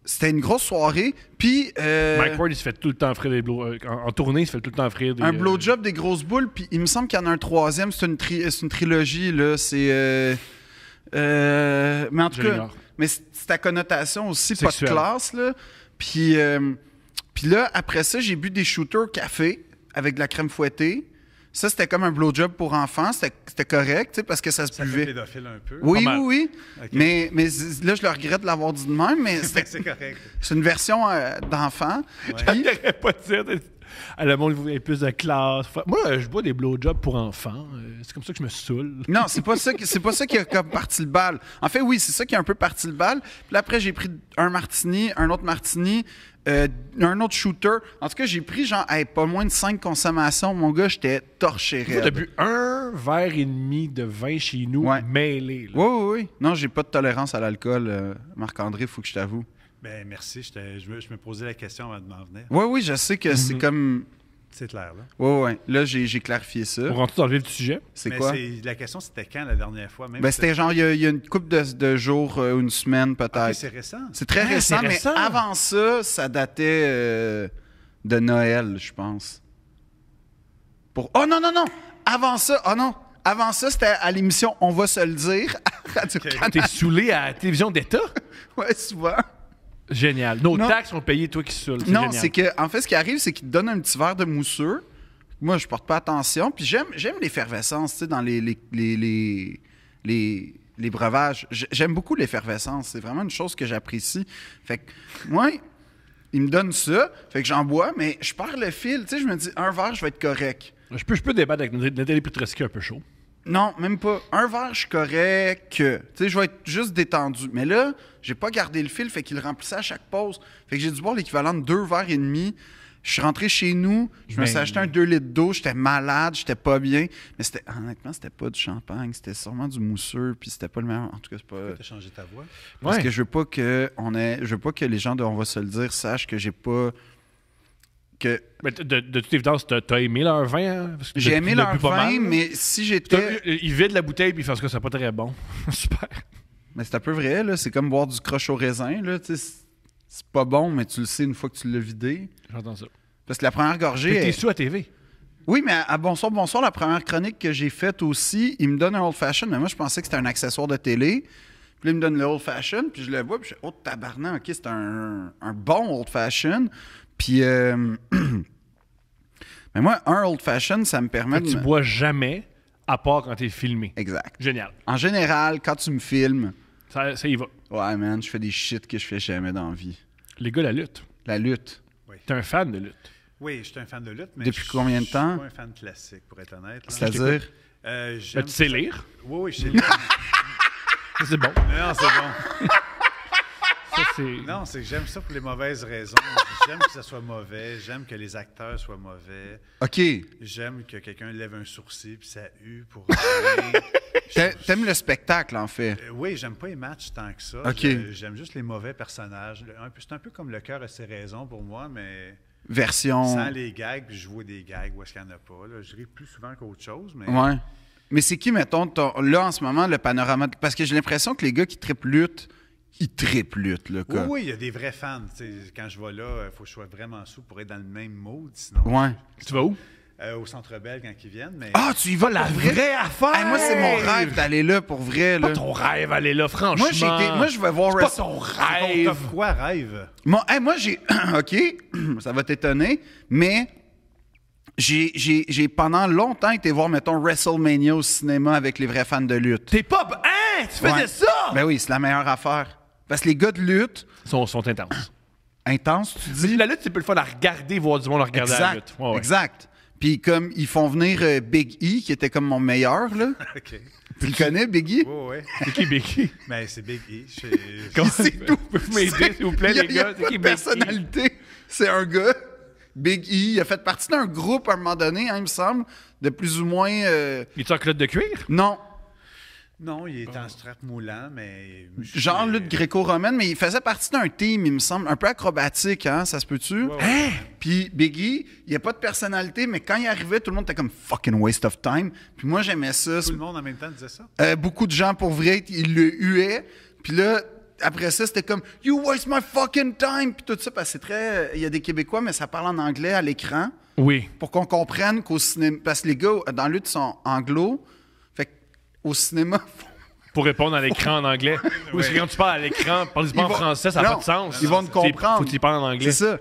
C'était une grosse soirée, puis... euh, Mike Ward, il se fait tout le temps offrir des blow... euh, en, en tournée, il se fait tout le temps offrir des. un euh, blowjob, des grosses boules, puis il me semble qu'il y en a un troisième, c'est une, tri- c'est une trilogie, là, c'est... euh, euh, mais en tout Je cas, l'ignore. mais c'est c'est ta connotation aussi, Sexuelle. pas de classe, là. Puis, euh, puis là, après ça, j'ai bu des shooters au café avec de la crème fouettée. Ça, c'était comme un blowjob pour enfants. C'était c'était correct, tu sais, parce que ça se Ça fait buvait. pédophile un peu. Oui, Pas oui, oui. mal. Ok. Mais, mais z- là, je le regrette de l'avoir dit de même, mais Mais c'était- c'est correct. c'est une version euh, d'enfant. Il n'aurait pas de dire. À le monde, vous avez plus de classe. Fa- Moi, euh, je bois des blowjobs pour enfants. Euh, C'est comme ça que je me saoule. Non, c'est pas ça qui, c'est pas ça qui a comme parti le bal. En fait, oui, c'est ça qui a un peu parti le bal. Puis là, après, j'ai pris un martini, un autre martini, euh, un autre shooter. En tout cas, j'ai pris genre hey, pas moins de cinq consommations. Mon gars, j'étais torché Toi, raide. T'as bu un verre et demi de vin chez nous Ouais. mêlé. là. Oui, oui, oui. Non, j'ai pas de tolérance à l'alcool, euh, Marc-André, faut que je t'avoue. Ben, merci. j'étais- Je me, je me posais la question avant de m'en venir. Oui, oui, je sais que c'est comme. C'est clair, là. Oui, oui. Là, j'ai, j'ai clarifié ça. On rentre dans le vif du sujet. C'est Mais quoi? c'est- la question, c'était quand la dernière fois? Même Ben, si- c'était genre, il y, a- il y a une couple de, de jours, euh, une semaine Ah, peut-être. ok, c'est récent. C'est très Ah, récent, c'est mais récent. avant ça, ça datait euh, de Noël, je pense. Pour Oh non non non, avant ça, oh non, avant ça, c'était à l'émission On va se le dire à Radio Canada. Ah, T'es saoulé à la télévision d'État? Ouais, souvent. Génial. Nos Non. taxes sont payées, toi qui saoules. Non, génial. c'est que en fait ce qui arrive, c'est qu'ils te donnent un petit verre de mousseux. Moi, je porte pas attention, puis j'aime j'aime l'effervescence, tu sais dans les les les les, les- les breuvages. J- J'aime beaucoup l'effervescence, c'est vraiment une chose que j'apprécie. Fait que moi, ils me donnent ça, fait que j'en bois, mais je perds le fil, tu sais, je me dis un verre, je vais être correct. Je peux, je peux débattre avec Nathalie Petreski un peu chaud. Non, même pas. Un verre, je suis correct. que. Tu sais, je vais être juste détendu. Mais là, j'ai pas gardé le fil, fait qu'il le remplissait à chaque pause. Fait que j'ai dû boire l'équivalent de deux verres et demi. Je suis rentré chez nous, je me suis Ben. acheté un 2 litres d'eau, j'étais malade, j'étais pas bien. Mais c'était honnêtement, c'était pas du champagne, c'était sûrement du mousseux, puis c'était pas le meilleur. En tout cas, c'est pas. T'as changé ta voix. Parce Ouais. que je veux pas que on ait- je veux pas que les gens de On va se le dire sachent que j'ai pas. que Mais t- de, de toute évidence, t'as as aimé leur vin. hein? Parce que j'ai t'as- aimé t'as leur bu pas vin, mal. mais si T'as j'étais. bu- Ils vident la bouteille puis ils font ce que c'est pas très bon. Super. Mais c'est un peu vrai, là. C'est comme boire du croche au raisin, là. Tu sais, C'est c'est pas bon, mais tu le sais une fois que tu l'as vidé. J'entends ça. Parce que la première gorgée. T'es elle- sous à TV. Oui, mais à, à Bonsoir, Bonsoir, la première chronique que j'ai faite aussi, il me donne un old fashion, mais moi, je pensais que c'était un accessoire de télé. Puis là, il me donne le old fashion, puis je le vois, puis je fais, oh, tabarnak, OK, c'est un, un bon old fashion. Puis. euh, mais moi, un old fashion, ça me permet Tu de. me- bois jamais, à part quand t'es filmé. Exact. Génial. En général, quand tu me filmes, Ça, ça y va. ouais, man, je fais des shit que je fais jamais dans la vie. Les gars, la lutte. La lutte. T'es un fan de lutte. Oui, je suis un fan de lutte, mais Depuis je- combien de temps? Je suis pas un fan classique, pour être honnête. là. C'est-à-dire? Euh, Ben, j'aime- tu sais lire. Oui, oui, je sais lire. Ça, C'est bon. Non, c'est bon. Ça, Ah! c'est- Non, c'est que j'aime ça pour les mauvaises raisons. J'aime que ça soit mauvais. J'aime que les acteurs soient mauvais. OK. J'aime que quelqu'un lève un sourcil puis ça hue pour rien. T'a- T'aimes le spectacle, en fait. Euh, Oui, j'aime pas les matchs tant que ça. Ok. Je- J'aime juste les mauvais personnages. Le- un peu- C'est un peu comme le cœur a ses raisons pour moi, mais Version. sans les gags, puis je vois des gags où est-ce qu'il n'y en a pas. là. Je ris plus souvent qu'autre chose, mais Ouais. Mais c'est qui, mettons, ton- là, en ce moment, le panorama? de- Parce que j'ai l'impression que les gars qui trippent lutte, ils trippent lutte, là, Oui, quoi. oui, il y a des vrais fans. tu sais, Quand je vais là, il faut que je sois vraiment sous pour être dans le même mode, sinon. Ouais. Tu vas où? Euh, au Centre Bell quand ils viennent, mais Ah, tu y vas la vraie? affaire! Hey, moi, c'est mon rêve d'aller là, pour vrai, là. Pas ton rêve, allez là, franchement. Moi, j'ai été- moi, je vais voir C'est pas Wrestle- ton Ton top rêve. quoi rêve? Mon- hey, moi, j'ai. OK, ça va t'étonner, mais j'ai- j'ai j'ai pendant longtemps été voir, mettons, WrestleMania au cinéma avec les vrais fans de lutte. T'es pas. Hein? Tu faisais Ouais. ça? Ben oui, c'est la meilleure affaire. Parce que les gars de lutte, Ils sont, sont intenses. intense, tu dis. La lutte, c'est plus le fun à regarder, voir du monde à regarder la lutte. Exact. Ouais, ouais. Exact. Puis comme ils font venir euh, Big E, qui était comme mon meilleur, là. OK. tu le connais, Big E? Oui, oui. C'est qui, Becky? Mais c'est Big E. je- Comment- C'est tout. Pouvez-vous m'aider, s'il vous plaît, Il y a- les il y a gars? C'est pas de qui, Big E? personnalité. C'est un gars. Big E, il a fait partie d'un groupe à un moment donné, hein, il me semble, de plus ou moins... euh, Il est en culotte de cuir? Non, Non, il est en strap moulant, mais. Oh. genre lutte gréco-romaine, mais il faisait partie d'un team, il me semble, un peu acrobatique, hein, ça se peut-tu? ouais. Hein? Puis Biggie, il n'y a pas de personnalité, mais quand il arrivait, tout le monde était comme fucking waste of time. Puis moi, j'aimais ça. Tout le monde en même temps disait ça. Euh, beaucoup de gens, pour vrai, ils le huaient. Puis là, après ça, c'était comme « You waste my fucking time ». Puis tout ça, parce que c'est très... Il y a des Québécois, mais ça parle en anglais à l'écran Oui. pour qu'on comprenne qu'au cinéma... Parce que les gars, euh, dans la lutte, sont anglo. Fait qu'au cinéma... faut- Pour répondre à l'écran en anglais. Parce que quand tu parles à l'écran, parle pas en ils vont- français, ça n'a Non, pas de sens. Ils vont te C'est- comprendre. Faut que tu parles en anglais. C'est ça.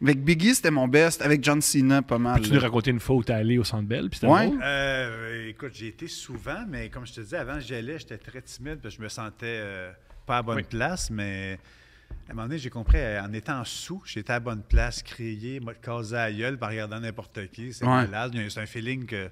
Avec Biggie, c'était mon best. Avec John Cena, pas mal. Tu là. nous racontais une fois où t'es allé au Centre Bell, puis c'était Ouais. drôle. Euh, écoute, j'y étais souvent, mais comme je te disais, avant, j'y allais, j'étais très timide, parce que je me sentais euh, pas à la bonne Oui. place, mais à un moment donné, j'ai compris, euh, en étant sous, j'étais à la bonne place, crier, moi, de caser à la gueule par regardant n'importe qui, c'est Ouais. malade, Il y a- c'est un feeling que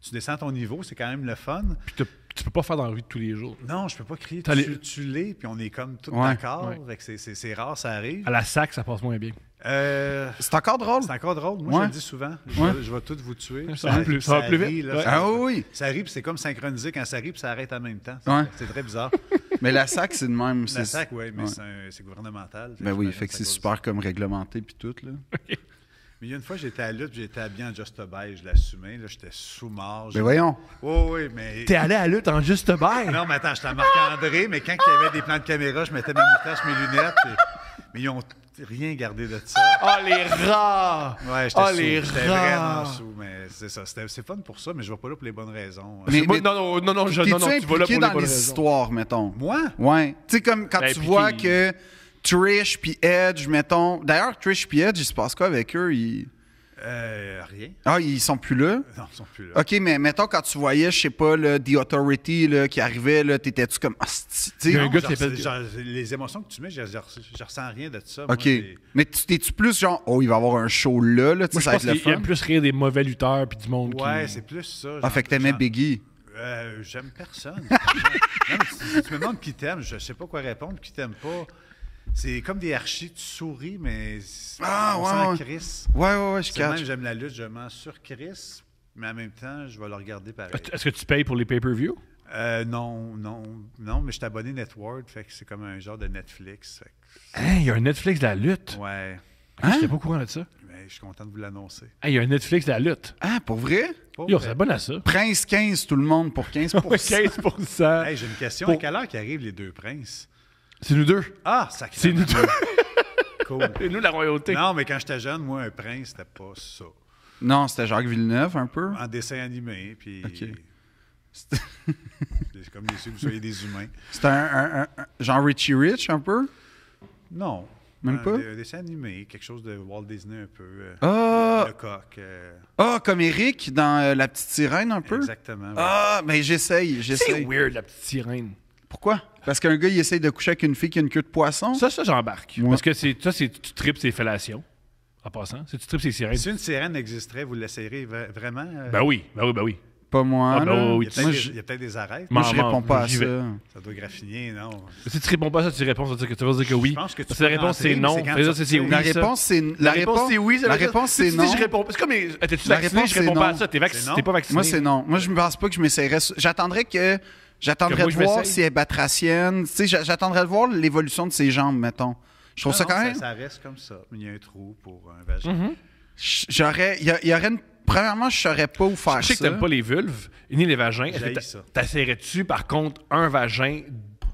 tu descends ton niveau, c'est quand même le fun. Puis t'as- tu peux pas faire dans la rue de tous les jours. Non, je peux pas crier, T'as les- tu, tu l'es, puis on est comme tout Ouais. d'accord, Ouais. fait que c'est- c'est c'est rare, ça arrive. À la sac, ça passe moins bien. Euh, C'est encore drôle. c'est encore drôle, moi Ouais. je le dis souvent, je, Ouais. vais, je vais tout vous tuer. Ça va plus- ça va plus vite. rit, là, Ouais. ça- Ah oui. Ça arrive, c'est comme synchronisé. Quand ça arrive, ça arrête en même temps. C'est- Ouais. C'est très bizarre. Mais la SAC, c'est de même. c'est- La SAC, oui, mais ouais. c'est un- c'est gouvernemental. Ben oui, j'imagine fait que c'est cause- super comme réglementé puis tout, là. Mais il y a une fois, j'étais à la lutte, puis j'étais habillé en Just a Buy, je l'assumais. là, J'étais sous mort. Ben voyons. Oui, oui, mais. allé à la lutte en juste bail. Non, mais attends, j'étais à Marc-André, mais quand il y avait des plans de caméra, je mettais ma moustache, mes lunettes. et- Mais ils ont rien gardé de ça. Ah, Oh, les rats! Ouais, j'étais oh, sous, les J'étais vraiment rats! sous, mais c'est ça. c'était- C'est fun pour ça, mais je vais pas là pour les bonnes raisons. Mais- Moi, non, non, non, non, je, T'es-tu non, non, tu vas là impliqué pour dans les les bonnes raisons. histoires, mettons? Moi? Ouais. Tu sais, comme quand Ben, tu puis vois qui- que Trish puis Edge, mettons. D'ailleurs, Trish puis Edge, il se passe quoi avec eux? Ils... Euh, rien. Ah, ils sont plus là? Non, ils sont plus là. OK, mais mettons, quand tu voyais, je sais pas, le The Authority là, qui arrivait, là, t'étais-tu comme. Ah, c'ti, tu sais? Il y a un Non, gars je qui s'appelle- ressens- genre, les émotions que tu mets, je, je ressens- je ressens rien de ça. moi, OK. c'est- Mais tu- t'es-tu plus genre, oh, il va y avoir un show là, là, tu sais, Moi, je ça va pense être le qu'il fun? aime plus rire des mauvais lutteurs puis du monde Ouais, qui... c'est plus ça. Ah, genre, fait que t'aimais genre, Biggie. Euh, J'aime personne. Non, mais tu, tu me demandes qui t'aime, je sais pas quoi répondre, qui t'aime pas. C'est comme des archis, tu souris, mais c'est- Ah, on ouais, s'en ouais. crisse. Ouais, ouais, ouais, je C'est le même, catch. j'aime la lutte, je m'en surcrisse, mais en même temps, je vais le regarder pareil. Ah, Est-ce que tu payes pour les pay-per-view? Euh, non, non, non, mais je suis abonné Network, fait que c'est comme un genre de Netflix. fait Hein, il y a un Netflix de la que- lutte. ouais, Je Hein? J'étais pas au courant de ça. mais je suis content de vous l'annoncer. Hey, il y a un Netflix de la lutte. Ah, pour vrai? Pour Yo, vrai. c'est bon à ça. Prince 15, tout le monde pour 15 15%. Hey, j'ai une question. Pour- À quelle heure qu'ils arrivent les deux princes? C'est nous deux. Ah, sacré. C'est nous deux. Cool. C'est nous la royauté. Non, mais quand j'étais jeune, moi, un prince, c'était pas ça. Non, c'était Jacques Villeneuve, un peu. En dessin animé, puis... Ok. C'est comme si vous soyez des humains. C'était un, un- un- un- genre Richie Rich, un peu. Non. Même Un pas? de- Un dessin animé, quelque chose de Walt Disney un peu. euh, Ah, Le coq. euh, ah, comme Eric dans euh, La Petite Sirène, un peu. exactement. ouais. Ah, ben j'essaye, C'est j'essaye. weird, la petite sirène. Pourquoi? Parce qu'un gars, il essaye de coucher avec une fille qui a une queue de poisson. Ça, ça, j'embarque. Ouais. Parce que c'est, ça, c'est, tu tripes ses fellations. En passant, c'est tu tripes ses sirènes. Si une sirène existerait, vous l'essayeriez vra- vraiment? euh? Ben oui, ben oui, ben oui. Pas moi. Ah, ben là. Il oui, y a tu- peut-être moi, des- je, il y a peut-être des arêtes. moi, M'en- je m'en- réponds pas à j'y ça. vais. Ça doit graffiner, non? Mais si tu réponds pas à ça, tu réponds, ça veut dire que tu vas dire que oui. Je pense que tu Parce la peux réponse, rentrer, c'est non. mais c'est quand Fais ça, tu- c'est oui, La ça. réponse, c'est La réponse, c'est oui. ça La veut dire- réponse, si c'est tu non. dis, je réponds. pas. C'est comme les. T'es-tu La vacciné? réponse, Je réponds c'est pas à non. ça. T'es C'est vacciné. non. T'es pas vacciné. Moi, c'est non. Moi, je me pense pas que je m'essayerais. sur- J'attendrais que. Que J'attendrais moi, de je voir m'essaye. si elle est batracienne. Tu sais, j'a- j'attendrais de voir l'évolution de ses jambes, mettons. Je trouve Ah Non, ça non, quand même. Ça reste comme ça. Il y a un trou pour un vagin. J- J'aurais. Il y, a- il y aurait une. Premièrement, je saurais pas où faire Je sais que ça. t'aimes pas les vulves, ni les vagins. Est-ce que J'haïs t'a- ça. T'essaierais-tu, par contre, un vagin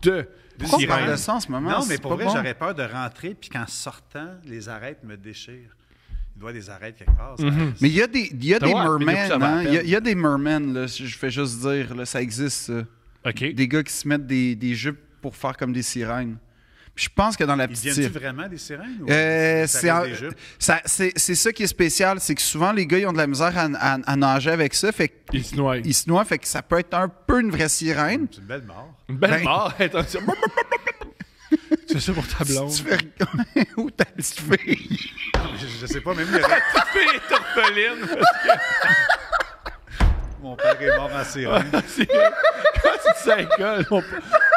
de Pourquoi on parle sirène? de ça en ce moment? Non, mais C'est pour pas vrai, bon. j'aurais peur de rentrer, puis qu'en sortant, les arêtes me déchirent. Il doit des arêtes quelque part. ça- Mais il y a des, il y a T'as des voir, mais du coup, mermen, ça va à hein. peine. Il y a- il y, a des mermen, là, si je fais juste dire, là, ça existe, ça. OK. Des gars qui se mettent des, des jupes pour faire comme des sirènes. Puis je pense que dans la Ils petite... viennent-tu vraiment des sirènes? ou Euh, ça c'est reste en- des jupes? ça- c'est- c'est ça qui est spécial, c'est que souvent les gars ils ont de la misère à, à- à nager avec ça, fait qu'ils Ils se noient. ils se noient, fait que ça peut être un peu une vraie sirène. C'est une belle mort. Une belle Ben- mort. ah, attention. C'est ça pour ta blonde. Tu fais Oh. où t'as le fille? je, je sais pas, même il y aurait- Tu fais les torpelines. mon père est mort en sirène. C'est- Quand tu dis ça à l'école, mon,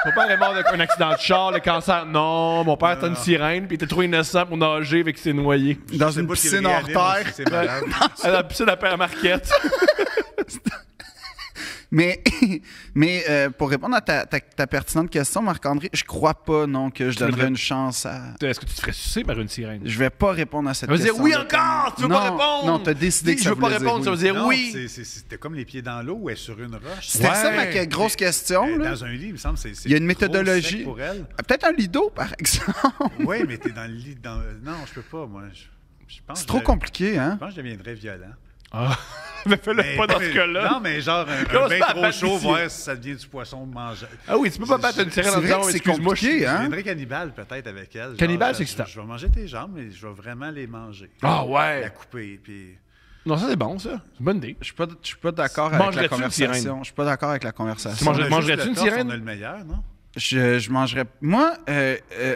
mon père est mort d'un accident de char, le cancer. Non, mon père était une sirène, puis il était trop innocent pour nager, avec ses noyés. Dans Je sais une pas s'il piscine hors réanime, terre. si C'est malade. Elle a pissé la paire à Marquette. Mais, mais euh, pour répondre à ta, ta- ta pertinente question, Marc-André, je crois pas, non, que je donnerais voudrais- une chance à. Est-ce que tu te ferais sucer par une sirène? Je vais pas répondre à cette Elle va question. dire oui là. encore! Tu veux Non, pas répondre! Non, t'as décidé Dis, que Je ça veux pas voulait dire répondre, ça veut oui. dire Non, oui! c'est- c'est- C'était comme les pieds dans l'eau ou elle est sur une roche. C'était ça ma Ouais. que- grosse question. Euh, là. Dans un lit, il me semble. c'est- c'est Il y a une trop sec méthodologie. Pour elle. Ah, Peut-être un lido, par exemple. Oui, mais t'es dans le lit. Dans... Non, je peux pas, moi. Je, je pense C'est que trop je- compliqué, hein? Je pense que je deviendrais violent. Ah. avait fait le Mais- pas dans mais- ce cas-là. Ben, Non, mais genre, un, Commence un bien pas à trop battre chaud, ici. voir si ça devient du poisson mangé. Ah oui, tu peux pas Je- battre une sirène C'est en vrai disant oh, que c'est excuse-moi, je suis- compliqué, Je hein? deviendrais cannibale peut-être avec elle. genre, Cannibale, je- c'est excitant. Je, je vais manger tes jambes, mais je vais vraiment les manger. La Ah ouais. couper, puis... Non, ça c'est bon, ça. C'est une bonne idée. Je suis pas, je suis pas d'accord avec Mangerais-tu la une sirène? conversation. Je suis pas d'accord avec la Tu conversation. mangerais- On a mangerais-tu juste le une torse, sirène? On a le meilleur, non? Je, je mangerais. Moi, euh, euh,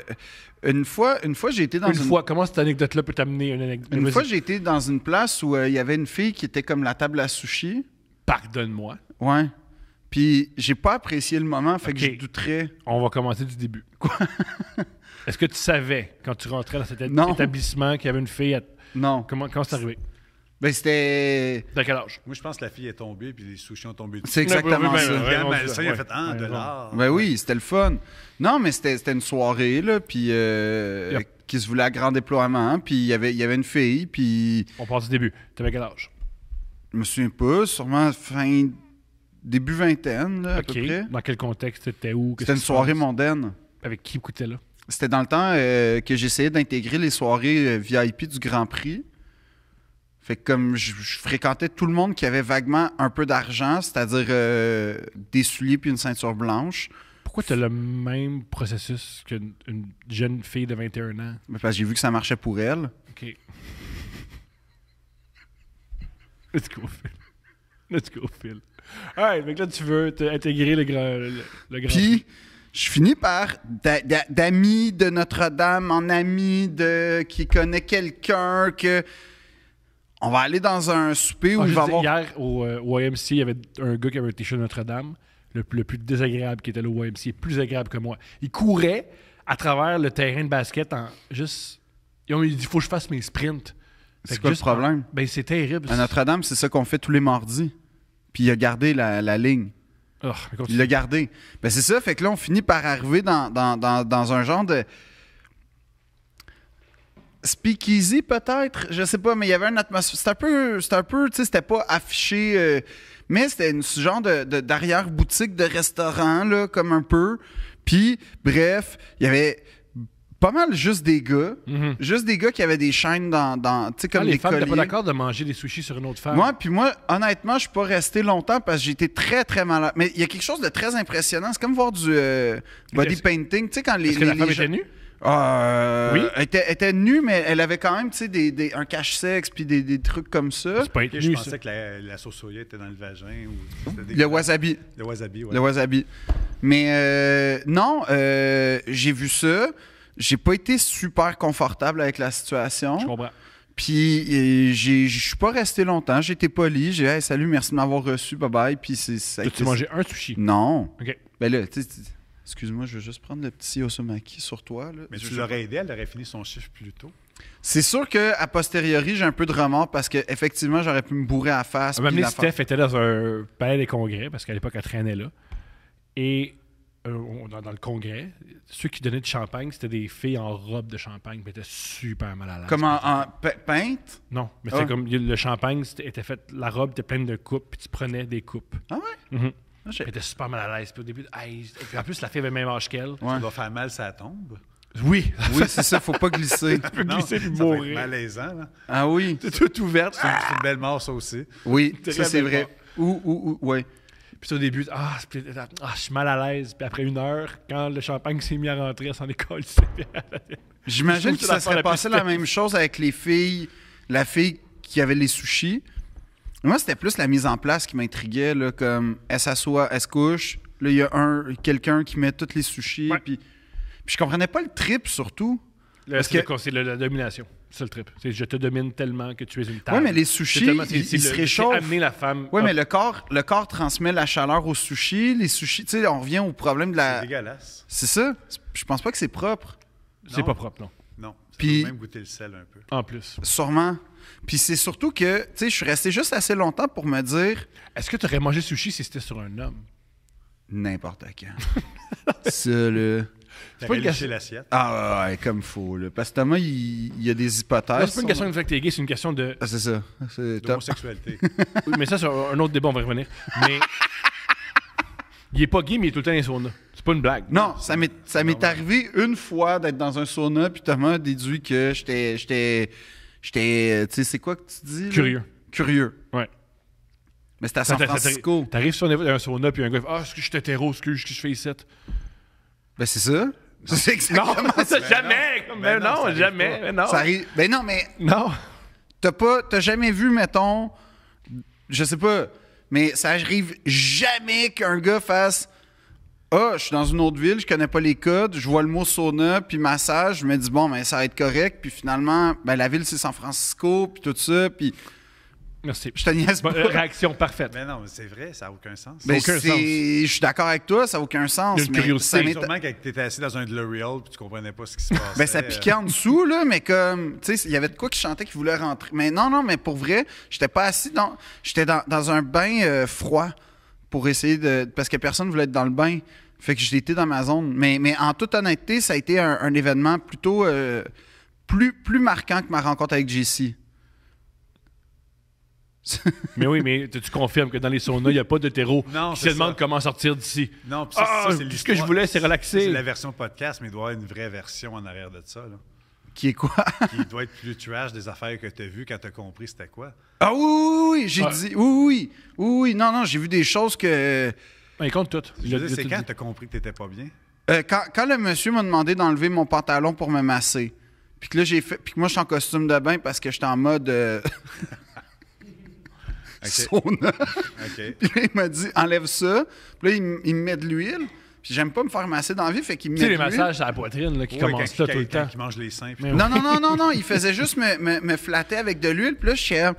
une fois, une fois, j'ai été dans une fois, comment cette anecdote-là peut t'amener une anecdote? Une Vas-y. fois, j'ai été dans une place où euh, il y avait une fille qui était comme la table à sushi. Pardonne-moi. Ouais. Puis j'ai pas apprécié le moment, fait Ok. que je douterais. On va commencer du début. Quoi? Est-ce que tu savais, quand tu rentrais dans cet é- Non. établissement, qu'il y avait une fille à... Non. Comment, comment c'est arrivé? Ben c'était. Dans quel âge? Moi, je pense que la fille est tombée, puis les sushis ont tombé dessus. C'est exactement Ben, ben, ça. ben, Le ouais, gars, non, ben, c'est- ça, il a ouais. fait un Ouais, dollar. Ben oui, c'était le fun. Non, mais c'était c'était une soirée, là, puis euh, Yep. qui se voulait à grand déploiement. Puis il y avait- il y avait une fille, puis On part du début. T'avais quel âge? je me souviens pas, sûrement fin. début vingtaine, là, à peu près. Dans quel contexte? C'était où? Qu'est-ce C'était une qui se soirée passe? mondaine. Avec qui écoutais là? C'était dans le temps euh, que j'essayais d'intégrer les soirées euh, VIP du Grand Prix. Fait que comme je, je fréquentais tout le monde qui avait vaguement un peu d'argent, c'est-à-dire euh, des souliers puis une ceinture blanche, Pourquoi t'as le même processus qu'une une jeune fille de 21 ans? Mais ben, parce que j'ai vu que ça marchait pour elle. OK. Let's go, Phil. Let's go, Phil. Alright, donc là, tu veux te- intégrer le grand... Le, le grand Puis je finis par d'a- d'a- d'amis de Notre-Dame en ami de qui connaît quelqu'un que on va aller dans un souper où Ah, il je va dis, avoir Hier, au, euh, au YMC, il y avait un gars qui avait un t-shirt Notre-Dame, le, le plus désagréable qui était là au YMC, plus agréable que moi. Il courait à travers le terrain de basket en juste. Ils ont- Il dit faut que je fasse mes sprints. Fait C'est que quoi le juste- problème? Ben, c'est terrible. à Notre-Dame, c'est ça qu'on fait tous les mardis. Puis il a gardé la- la ligne. Ah, mais continue. Il l'a gardé. Ben c'est ça, fait que là, on finit par arriver dans, dans, dans, dans un genre de. Speakeasy, peut-être, je sais pas, mais il y avait une atmosphère. C'était un peu, c'était un peu, tu sais, c'était pas affiché, euh, mais c'était une ce genre de, de- d'arrière-boutique de restaurant, là, comme un peu. Puis, bref, il y avait pas mal juste des gars, Mhm. juste des gars qui avaient des chaînes dans, dans tu sais, Ah, comme les des femmes t'es pas colliers. d'accord de manger des sushis sur une autre femme. Moi, puis moi, honnêtement, je suis pas resté longtemps parce que j'étais très, très malade. Mais il y a quelque chose de très impressionnant. C'est comme voir du euh, body Est-ce- painting. Tu sais, quand les. Est-ce que la les- femme les était gens- nue? Euh, Oui. Elle était, elle était nue, mais elle avait quand même, tu sais, des, des- un cache-sexe puis des, des trucs comme ça. C'est Hmm? pas être Ok, je nue, ça. pensais que la, la sauce soya était dans le vagin. Ou, c'était des- Le wasabi. Le wasabi, ouais. Le wasabi. Mais euh, non, euh, j'ai vu ça. J'ai pas été super confortable avec la situation. Je comprends. Puis euh, j'ai- je suis pas resté longtemps. J'étais poli. J'ai dit hey, salut, merci de m'avoir reçu. Bye bye. Puis Ben, c'est. Mm. ça a Tu été- mangeais un sushi. Non. OK. Ben là, tu sais, tu- excuse-moi, je veux juste prendre le petit Osomaki sur toi. là. Mais Je- tu l'aurais aidé, elle aurait fini son chiffre plus tôt. C'est sûr que a posteriori, j'ai un peu de remords parce que effectivement, j'aurais pu me bourrer à la face. À un moment puis donné, la fa- Ah, ben, Steph était dans un palais des congrès, parce qu'à l'époque, elle traînait là. Et euh, on- dans, dans le congrès, ceux qui donnaient du champagne, c'était des filles en robe de champagne, mais étaient super mal à l'aise. Comme en, en pe- peinte. Non, mais c'était Ah. comme il- le champagne, c'était- était fait, la robe était pleine de coupes, puis tu prenais des coupes. Ah ouais? Mhm. Ah, j'ai- Elle était super mal à l'aise. Puis au début, Aïe. Et puis en plus, la fille avait le même âge qu'elle. Ouais. Ça doit faire mal, ça tombe. Oui, Oui, c'est ça, faut pas glisser. tu peux Non, glisser puis ça va être mourir. Ah. malaisant. là. Ah oui, T'es toute ouverte. C'est une- c'est une belle mort, ça aussi. oui, Très ça c'est belle vrai. Ou, ou, ou, ouais. Puis au début, ah, c'est- puis, ah, je suis mal à l'aise. Puis après une heure, quand le champagne s'est mis à rentrer, elle s'en est collée. J'imagine Je trouve que que ça l'affaire la serait plus passé la stupide. même chose avec les filles, la fille qui avait les sushis. Moi, c'était plus la mise en place qui m'intriguait, là, comme elle s'assoit, elle se couche, là, il y a un, quelqu'un qui met tous les sushis, Ouais. puis, puis je comprenais pas le trip, surtout. Là, Parce c'est que- le- c'est le- la domination. C'est ça le trip. C'est je te domine tellement que tu es une table. Ouais, mais les C'est sushis, tellement- c'est- ils, c'est ils le- se c'est réchauffent. amener la femme. Ouais, mais le corps, le corps transmet la chaleur aux sushis, les sushis, tu sais, on revient au problème de C'est la... dégueulasse. C'est ça? C'est- Je pense pas que c'est propre. C'est Non. pas propre, non. Non. Ça Puis- peut même goûter le sel un peu. En plus. Sûrement. Puis c'est surtout que, tu sais, je suis resté juste assez longtemps pour me dire... Est-ce que tu aurais mangé sushi si c'était sur un homme? N'importe quand. ça, là. C'est pas pas une question- l'assiette. Ah, ouais, comme faux, là. Parce que Thomas, il, il y a des hypothèses. Non, c'est pas une question sur- de fait que t'es gay, c'est une question de. Ah, c'est ça. C'est top. L'homosexualité. Oui, mais ça, c'est un autre débat, on va y revenir. Mais. il est pas gay, mais il est tout le temps dans les saunas. C'est pas une blague. Non, ça m'est, ça m'est arrivé une fois d'être dans un sauna, puis Thomas a déduit que j'étais. J'étais. J'étais. euh, Tu sais, c'est quoi que tu dis? là? Curieux. Curieux. Ouais. Mais c'était à San T'arrives- Francisco. T'arrives sur un, un sauna, puis un gars fait, Ah, est-ce que je suis hétéro, est-ce que je, que je fais ici? Ben, c'est ça. C'est exactement Non, ça, non. jamais! Ben Mais non, ça non, arrive jamais! pas. mais non! Ça arrive. Ben non, mais Non! t'as pas, t'as jamais vu, mettons, je sais pas, mais ça arrive jamais qu'un gars fasse. Ah, je suis dans une autre ville, je connais pas les codes, je vois le mot sauna, puis massage, je me dis bon, ben ça va être correct, puis finalement, ben la ville c'est San Francisco, puis tout ça, puis Merci. je te niaise Bon, pas. euh, réaction parfaite. Mais non, mais c'est vrai, ça n'a aucun sens. Ben, aucun c'est- sens. je suis d'accord avec toi, ça n'a aucun sens. Il y a une mais curiosité, ça m'étonne- Sûrement quand tu étais assis dans un DeLorean puis tu comprenais pas ce qui se passait. euh, Ben, ça piquait en dessous, là, mais comme, tu sais, il y avait de quoi qui chantait qui voulait rentrer. Mais non, non, mais pour vrai, j'étais pas assis dans. J'étais dans, dans un bain euh, froid pour essayer de. Parce que personne voulait être dans le bain. Fait que j'étais dans ma zone. Mais, mais en toute honnêteté, ça a été un, un événement plutôt. euh, plus, plus marquant que ma rencontre avec JC. mais oui, mais tu, tu confirmes que dans les saunas, il n'y a pas d'hétéro Non, qui se c'est demande ça. comment sortir d'ici. Non, puis ça, Ah, ça, c'est tout ce l'histoire. que je voulais, c'est C'est relaxer. la version podcast, mais il doit y avoir une vraie version en arrière de ça. Là, Qui est quoi? qui doit être plus trash des affaires que tu as vues quand tu as compris c'était quoi. ah oui, oui, oui, j'ai Ah. dit. Oui, oui, oui, oui, non, non, j'ai vu des choses que. Ben, il compte tout. Il Je a- veux il a dire, c'est tout quand dit. tu as compris que tu n'étais pas bien. Euh, quand, quand le monsieur m'a demandé d'enlever mon pantalon pour me masser, puis que là j'ai fait, puis que moi je suis en costume de bain parce que j'étais en mode euh, sauna. OK. Puis là, il m'a dit enlève ça. Puis là il, m- il me met de l'huile. Puis j'aime pas me faire masser dans la vie, fait qu'il me Tu met sais, de les l'huile. massages à la poitrine là, qui Ouais, commencent quand- là tout le quand- quand temps. Qui mange les seins. puis Mais tout. Non non non non non, il faisait juste me, me, me flatter avec de l'huile. Puis là je suis euh,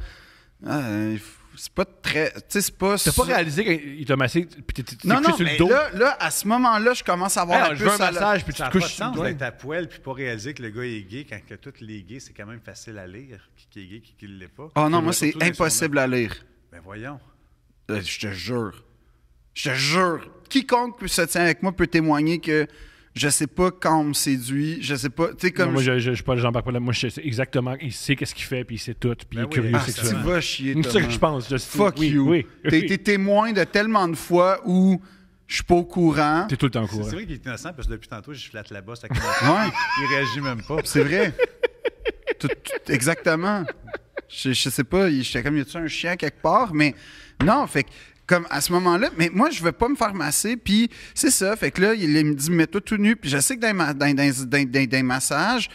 euh, c'est pas très, tu sais c'est pas. T'as pas réalisé qu'il t'a massé, puis t'es t'es Non couché non, sur mais le dos. là, là à ce moment-là je commence à avoir Ah, la je veux un puce à la- massage, puis tu Ça te n'a pas de couches sur sens le d'être dos. à poil puis pas réaliser que le gars est gay quand que tous les gays, c'est quand même facile à lire, qui, qui est gay, qui ne l'est pas. Oh non Surtout moi c'est les impossible à lire. surnoms. Ben voyons. Euh, Je te jure. Je te jure. Quiconque se tient avec moi peut témoigner que je sais pas quand on me séduit. Je sais pas. Tu sais, Non, comme. moi, je- je, je, je suis pas le genre par là. Moi, je sais exactement, il sait qu'est-ce qu'il fait, puis il sait tout, puis il est oui, curieux ah, Ah, tu sexuellement. vas chier. C'est ça Thomas. que je pense. je- Fuck oui, you. Oui. T'as Oui. été témoin de tellement de fois où je suis pas au courant. T'es tout le temps au C'est courant. c'est vrai qu'il est innocent parce que depuis tantôt, je flatte la bosse. avec mon- Ouais, Il réagit même pas. c'est vrai. Tout- tout- exactement. Je, je sais pas. il- J'étais comme, y a-tu un chien quelque part? Mais non, fait que. Comme à ce moment-là, mais moi, je veux pas me faire masser, puis c'est ça. Fait que là, il il me dit, mets-toi tout nu, puis je sais que dans les ma- dans- dans- dans- dans- dans les massages,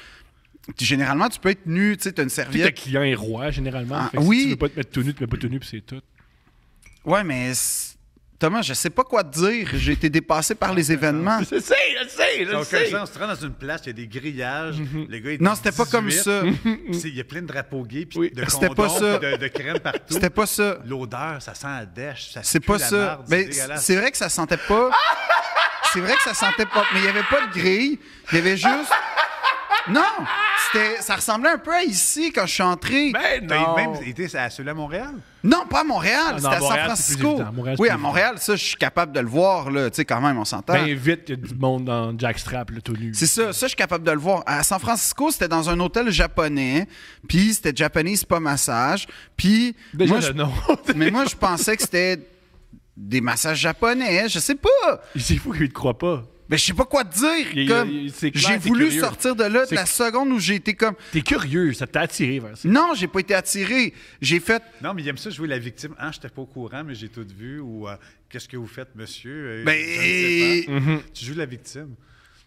Puis Généralement, tu peux être nu, tu sais, t'as une Puis le serviette. client est roi, généralement. Ah, Fait que si oui. tu veux pas te mettre tout nu, tu te mets pas tout nu, puis c'est tout. Ouais, mais c'est- Thomas, je sais pas quoi te dire. J'ai été dépassé par les événements. Je sais, je sais, Ça n'a aucun sens. Tu rentres dans une place, il y a des grillages. Mm-hmm. Le gars, il Non, dit c'était pas comme 18, ça. puis c'est- Il y a plein de drapeaux gays, puis Oui. de C'était condoms, pas ça. puis de, de crème partout. C'était pas ça. L'odeur, ça sent la dèche. ça C'est pue pas la ça. marde, Mais c'est dégueulasse. c'est vrai que ça sentait pas. C'est vrai que ça sentait pas. Mais il y avait pas de grille. Il y avait juste. Non! C'était, ça ressemblait un peu à ici quand je suis entré. Ben T'as non! même été à celui à Montréal? Non, pas à Montréal, Ah, non, c'était à San Montréal, c'est plus Francisco. évident. Montréal, c'est oui, plus à Montréal, ça, je suis capable de le voir, là. Tu sais, quand même, on s'entend. Ben vite, il y a du monde dans Jackstrap, là, tout nu. C'est ça, ça, je suis capable de le voir. À San Francisco, c'était dans un hôtel japonais, puis c'était Japanese pas massage, puis... Déjà, moi, le je- nom. mais moi, je pensais que c'était des massages japonais, je sais pas. C'est fou qu'il te croit pas. Mais Ben, je sais pas quoi te Il- il- dire. Comme, il- c'est clair, j'ai t'es voulu curieux. sortir de là de C'est- la seconde où j'ai été comme... T'es curieux, ça t'a attiré vers ça. Non, j'ai pas été attiré. J'ai fait... Non, mais il aime ça jouer la victime. Ah, j'étais pas au courant, mais j'ai tout vu. Ou euh, qu'est-ce que vous faites, monsieur? Euh, Ben, mm-hmm. je ne sais pas. Tu joues la victime.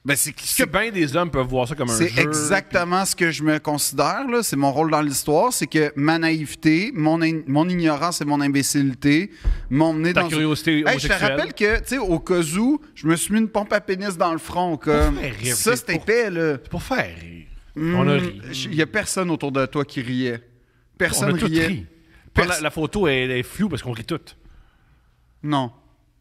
Ben, c'est... Que bien des hommes peuvent voir ça comme un jeu. C'est exactement ce que je me considère. là. C'est mon rôle dans l'histoire. C'est que ma naïveté, mon, in- mon ignorance et mon imbécilité m'ont mené Ta dans... curiosité Hey, je te homosexuelle. rappelle que, tu sais, au cas où, je me suis mis une pompe à pénis dans le front. Comme... Pour faire rire, Ça, c'est c'était pour- épais, là. C'est pour faire rire. On a ri. Il y a personne autour de toi qui riait. On Personne a tout riait. ri. Pers- La, la photo elle, elle est floue parce qu'on rit toutes. Non.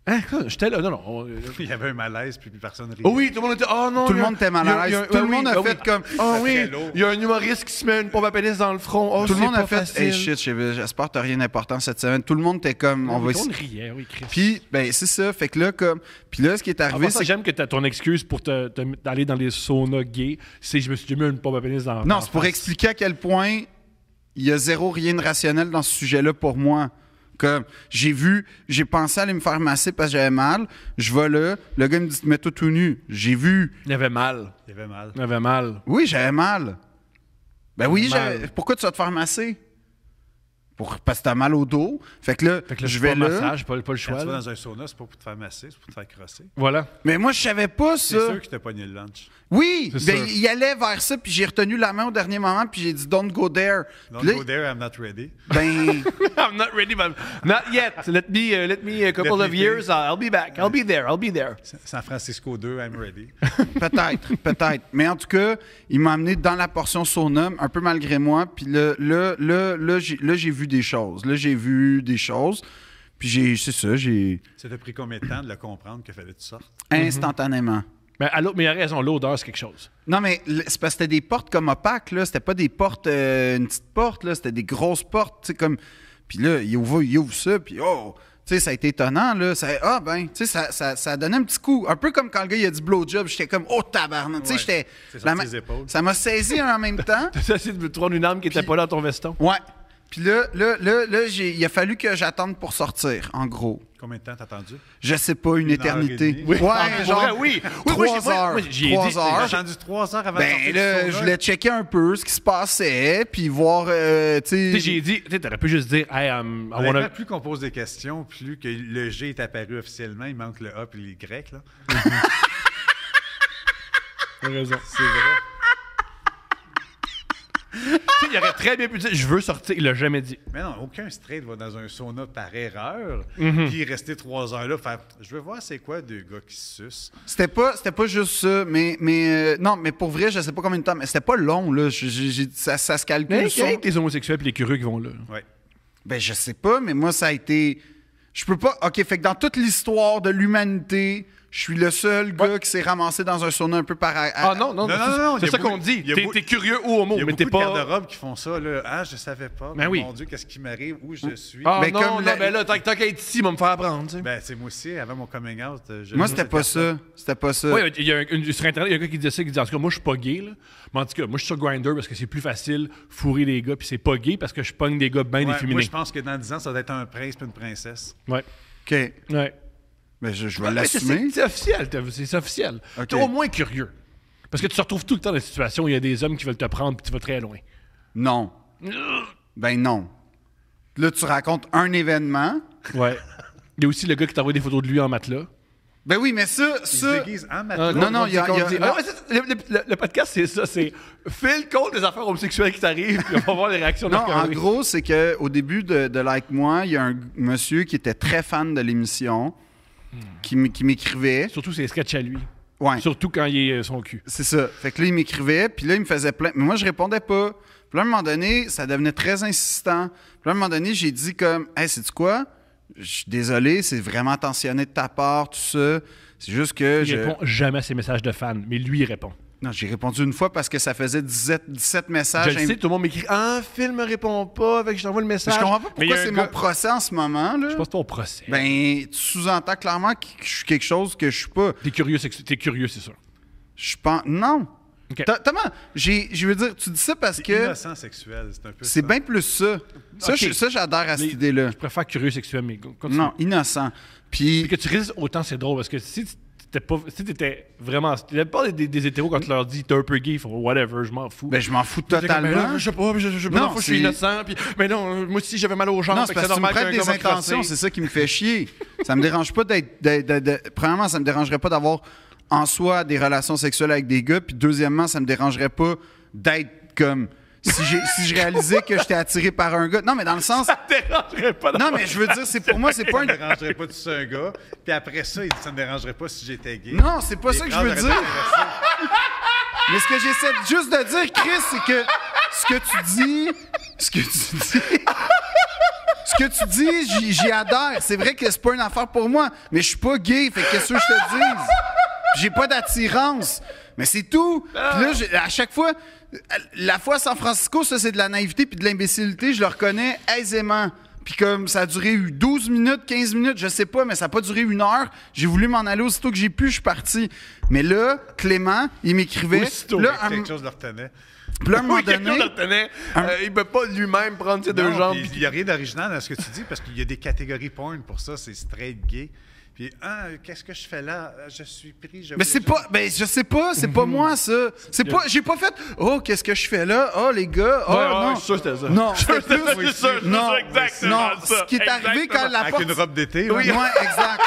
Hein, quoi? J'étais là, non, non. on- euh, Il y avait un malaise, puis plus personne riait. Oh oui, tout le monde était. Oh non. Tout il y le a- monde était mal il y a- à il y l'aise. a- Tout le oui, monde a oui. fait comme... Oh C'est oui, très lourd. il y a un humoriste qui se met une pompe à pénis dans le front. Oh, Tout le c'est monde a pas fait... facile. Hey, shit, j'ai- j'espère que t'as rien d'important cette semaine. Tout le monde était comme... Non, on va Tout essayer- le monde riait, oui, Chris. Puis, ben, c'est ça. Fait que là, comme... Puis là, ce qui est En arrivé, passant, c'est j'aime que t'as ton excuse pour te, te mettre- aller dans les saunas gays, c'est je me suis mis une pompe à pénis dans Non, dans c'est pour la face. expliquer à quel point il y a zéro rien de rationnel dans ce sujet-là pour moi. Comme j'ai vu, j'ai pensé aller me faire masser parce que j'avais mal. Je vais là, le gars me dit mets-toi tout nu. J'ai vu. Il avait mal. Il y avait mal. Il avait mal. Oui, j'avais mal. Ben oui, Mal. j'avais- pourquoi tu vas te faire masser? pour, parce que t'as mal au dos. Fait que là, Fait que là, je vais là. massage, pas, pas le Quand choix. tu vas là. dans un sauna, c'est pas pour te faire masser, c'est pour te faire crosser. Voilà. Mais moi, je savais pas ça. C'est sûr que t'a pogné le lunch. Oui, C'est ben, sûr. il allait vers ça, puis j'ai retenu la main au dernier moment, puis j'ai dit Don't go there. Don't Puis là, go there, I'm not ready. ben, I'm not ready, but not yet. Let me, uh, let me a couple Let of me years. I'll be back. I'll be there. I'll be there. San Francisco 2, I'm ready. peut-être, peut-être. Mais en tout cas, il m'a amené dans la portion sauna, un peu malgré moi, puis là, là, là, là, j'ai, là, j'ai vu des choses. Là, j'ai vu des choses, puis j'ai, c'est ça, j'ai. Ça t'a pris combien de temps de le comprendre qu'il fallait que tu sortes? instantanément. Mais à l'autre, mais il a raison. L'odeur, c'est quelque chose. Non, mais l- c'est parce que c'était des portes comme opaques, là. C'était pas des portes, euh, une petite porte, là. C'était des grosses portes, tu sais, comme. Puis là, il ouvre, il ouvre ça, puis oh! Tu sais, ça a été étonnant, là. Ça, ah, ben, tu sais, ça, ça, ça a donné un petit coup. Un peu comme quand le gars, il a dit blowjob, j'étais comme, oh, tabarnak! Tu sais, Ouais. j'étais. C'est la sorti ma- les épaules. Ça m'a saisi en même temps. Ça, c'est de prendre une arme qui n'était pas là dans ton veston. Ouais. Puis là, là, là, là, j'ai- il a fallu que j'attende pour sortir, en gros. Combien de temps t'as attendu? Je sais pas, une, heure et éternité. demie. Ouais, Ah, pour genre. vrai, oui. Oui, oui, trois j'ai- moi, heures. moi, j'y ai trois dit, J'ai heures. attendu trois heures avant de Ah, Ben sortir là, du je sauna. voulais checker un peu ce qui se passait, puis voir, euh, tu Tu sais, sais... j'ai dit, tu sais, t'aurais pu juste dire, hey, um, I Ah, Honnêtement, wanna. Plus qu'on pose des questions, plus que le G est apparu officiellement, il manque le A puis les Y. Là. raison. C'est vrai. Tu sais, il aurait très bien pu dire, je veux sortir. Il l'a jamais dit. Mais non, aucun straight va dans un sauna par erreur, Mhm. puis rester trois heures là, faire « Je veux voir c'est quoi deux gars qui se sucent. C'était pas, c'était pas juste ça, mais, mais euh, non, mais pour vrai, je sais pas combien de temps, mais c'était pas long, là. Je- je- j'ai- ça, ça se calcule. Mais sur- c'est que les homosexuels et les curieux qui vont là. » Ouais. Ben, je sais pas, mais moi, ça a été. Je peux pas. OK, fait que dans toute l'histoire de l'humanité, je suis le seul gars qui s'est ramassé dans un sauna un peu par. à- Ah non, Non, non, non, non, non, c'est il y a ça qu'on beaucoup- dit. il y a T'es beaucoup- t'es curieux ou homo, Il y a mais t'es beaucoup de pas. garde-robes qui font ça. Là. Ah, je savais pas. Ben oui. Mon Dieu, qu'est-ce qui m'arrive? Où je suis? Ah Ben, non, comme non, la- ben là, tant que tant qu'à être ici, il va me faire apprendre. tu sais. Ben, c'est moi aussi, avant mon coming out. je- Moi, c'était pas ça. C'était pas ça. Oui, il y a un- une- sur Internet, il y a un gars qui disait ça, qui disait en tout cas, moi, je suis pas gay, là. Mais en tout cas, moi, je suis sur Grindr parce que c'est plus facile fourrer des gars, puis c'est pas gay parce que je pogne des gars bien Ouais, moi, déféminés. je pense que dans 10 ans, ça doit être un prince puis une princesse. Ouais. OK. Ouais. Ben, je, je vais Mais c'est- l'assumer. C'est c'est officiel, t'as vu, c'est c'est officiel. Ok. T'es au moins curieux. Parce que tu te retrouves tout le temps dans des situations où il y a des hommes qui veulent te prendre, puis tu vas très loin. Non. Ben, non. Là, tu racontes un événement. Ouais. Il y a aussi le gars qui t'a envoyé des photos de lui en matelas. Ben oui, mais ça, Ils ça. se déguisent en matelas. euh, non, non, il y a- qu'on il y a- Euh, dit- non. Ah, mais c'est- le, le- le podcast, c'est ça, c'est Phil contre les affaires homosexuelles qui t'arrivent, puis on va voir les réactions de Non, en Marc-André. gros, c'est que au début de, de Like Moi, il y a un monsieur qui était très fan de l'émission, Hmm. qui m- qui m'écrivait. Surtout ses sketchs à lui. Ouais, Surtout quand il est euh, son cul. c'est ça. Fait que là, il m'écrivait, puis là, il me faisait plein. Mais moi, je répondais pas. Puis là, à un moment donné, ça devenait très insistant. Puis là, à un moment donné, j'ai dit comme, « Hey, sais-tu quoi? Je suis désolé, c'est vraiment tensionné de ta part, tout ça. C'est juste que... Il je... répond jamais à ses messages de fans, mais lui, il répond. Non, j'ai répondu une fois parce que ça faisait 17, 17 messages. je le sais, tout le monde m'écrit Ah, Phil me répond pas, fait que je t'envoie le Je message. comprends pas Mais il y pourquoi a un c'est gars- mon procès en ce moment, là. Je pense que c'est ton procès. Ben, tu sous-entends clairement que je suis quelque chose que je suis pas. T'es curieux, c'est que- t'es curieux, c'est sûr. Je pense. Non. Ok. Ta- Thomas, j'ai- je veux dire, tu dis ça parce C'est que innocent sexuel, c'est un peu c'est ça. bien plus ça. Ça, Ok. je- ça, j'adhère à cette Mais- idée-là. Je préfère curieux sexuel, mais go- continue. Non, innocent. Puis. Puis que tu résistes autant, c'est drôle, parce que si t'étais pas. Si t'étais vraiment. La plupart des, des, des hétéros, quand tu leur dis t'es un peu gay, ils font whatever, je m'en fous. Ben, je m'en fous T'es comme, Ben totalement. là, je sais pas, je, je, je, Non, m'en fous, je suis c'est- innocent. Puis, mais non, euh, moi aussi, j'avais mal aux jambes. Non, c'est fait parce que que tu me normal prêtes qu'un gars des m'a crassé. intentions, c'est ça qui me fait chier. ça me dérange pas d'être. d'être- d'être- d'être- Premièrement, ça me dérangerait pas d'avoir en soi des relations sexuelles avec des gars. Puis deuxièmement, ça me dérangerait pas d'être comme. Si, j'ai- si je réalisais que j'étais attiré par un gars. Non, mais dans le sens. Ça te dérangerait pas Non, mais je veux dire, c'est pour moi, c'est pas Ça une. me dérangerait pas de sucer un gars. Puis après ça, il dit ça me dérangerait pas si j'étais gay. Non, c'est pas ça que je veux phrases dire. auraient dû Mais ce que j'essaie juste de dire, Chris, c'est que ce que tu dis, ce que tu dis, ce que tu dis, j'y- j'y adhère. C'est vrai que c'est pas une affaire pour moi, mais je suis pas gay, fait que qu'est-ce que je te dis? J'ai pas d'attirance, mais c'est tout. Puis là, j'ai- à chaque fois, la fois à San Francisco, ça c'est de la naïveté puis de l'imbécilité, je le reconnais aisément. Puis comme ça a duré eu 12 minutes, 15 minutes, je sais pas, mais ça a pas duré une heure. J'ai voulu m'en aller aussitôt que j'ai pu, je suis parti. Mais là, Clément, il m'écrivait. Aussitôt, Là, faire ça. un- Quelque chose le retenait. puis là, à un moment Oui, quelqu'un donné, le retenait. Euh, il peut pas lui-même prendre ses deux Non, jambes. puis puis- Il n'y a rien d'original dans ce que tu dis parce qu'il y a des catégories porn pour ça. C'est straight, gay. Puis, ah, qu'est-ce que je fais là? Ah, Je suis pris. Je Mais c'est pas, ben je sais pas, c'est Mhm. pas moi ça. C'est pas, j'ai pas fait. Oh, qu'est-ce que je fais là Oh les gars, oh Ouais, ouais, non. je suis sûr que c'était ça. Non, Je suis c'était sûr que plus- c'était ça, je suis non, sûr exactement non. ça, Ce qui est arrivé exactement. quand la Avec porte. une robe d'été. Oui, là. exact.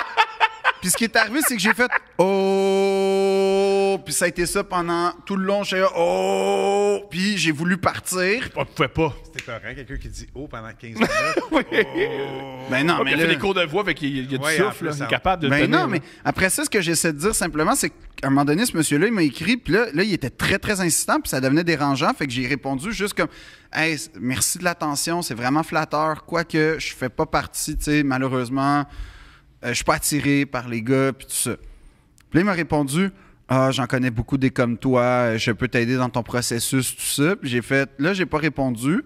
Puis ce qui est arrivé, c'est que j'ai fait oh, puis ça a été ça pendant tout le long. J'ai oh, puis j'ai voulu partir. On pouvait pas. Oh, C'était correct, quelqu'un qui dit oh pendant 15 minutes. Ben non, mais Ouais, Ah, il a fait là- des cours de voix, fait qu'il y a- il y a du Ouais, en souffle, plus, là, il est en- capable de le Ben tenir, non, là. mais après ça, ce que j'essaie de dire simplement, c'est qu'à un moment donné, ce monsieur-là, il m'a écrit, puis là, là, il était très, très insistant, puis ça devenait dérangeant, fait que j'ai répondu juste comme Hey, c- merci de l'attention, c'est vraiment flatteur, quoique je fais pas partie, tu sais, malheureusement, euh, je suis pas attiré par les gars, puis tout ça. Puis là, il m'a répondu Ah, j'en connais beaucoup des comme toi, euh, je peux t'aider dans ton processus, tout ça. Puis j'ai fait Là, j'ai pas répondu.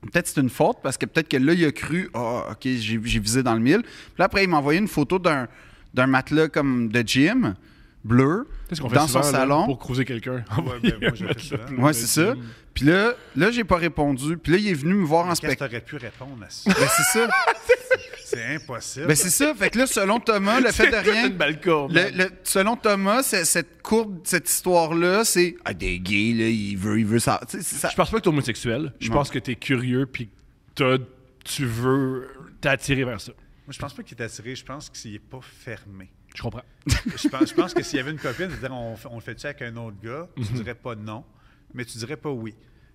Peut-être c'est une faute parce que peut-être que là, il a cru Ah, ok, j'ai j'ai visé dans le mille. Puis là, après, il m'a envoyé une photo d'un d'un matelas comme de gym, bleu, C'est ce qu'on fait dans son souvent, là, salon. pour croiser quelqu'un. Ouais, ben, moi, je le fais souvent. Ouais, c'est ça. Puis là, là, j'ai pas répondu. Puis là, il est venu me voir en Qu'est-ce que spectacle. t'aurais pu répondre à ça? Ben, c'est ça. C'est impossible. Ben, c'est ça. Fait que là, selon Thomas, le fait de rien. une belle courbe. Le- le- selon Thomas, c'est- cette courbe, cette histoire-là, c'est ah, des gays, là, il veut, il veut ça. Tu sais, c'est ça. Je pense pas que t'es homosexuel. Je Non. pense que t'es curieux, puis t'as- tu veux t'attirer vers ça. Moi, je pense pas qu'il est attiré, je pense qu'il est pas fermé. Je comprends. Je pense, je pense que s'il y avait une copine, je dirais, on, fait- on le fait-tu avec un autre gars? Tu dirais pas non, mais tu dirais pas oui.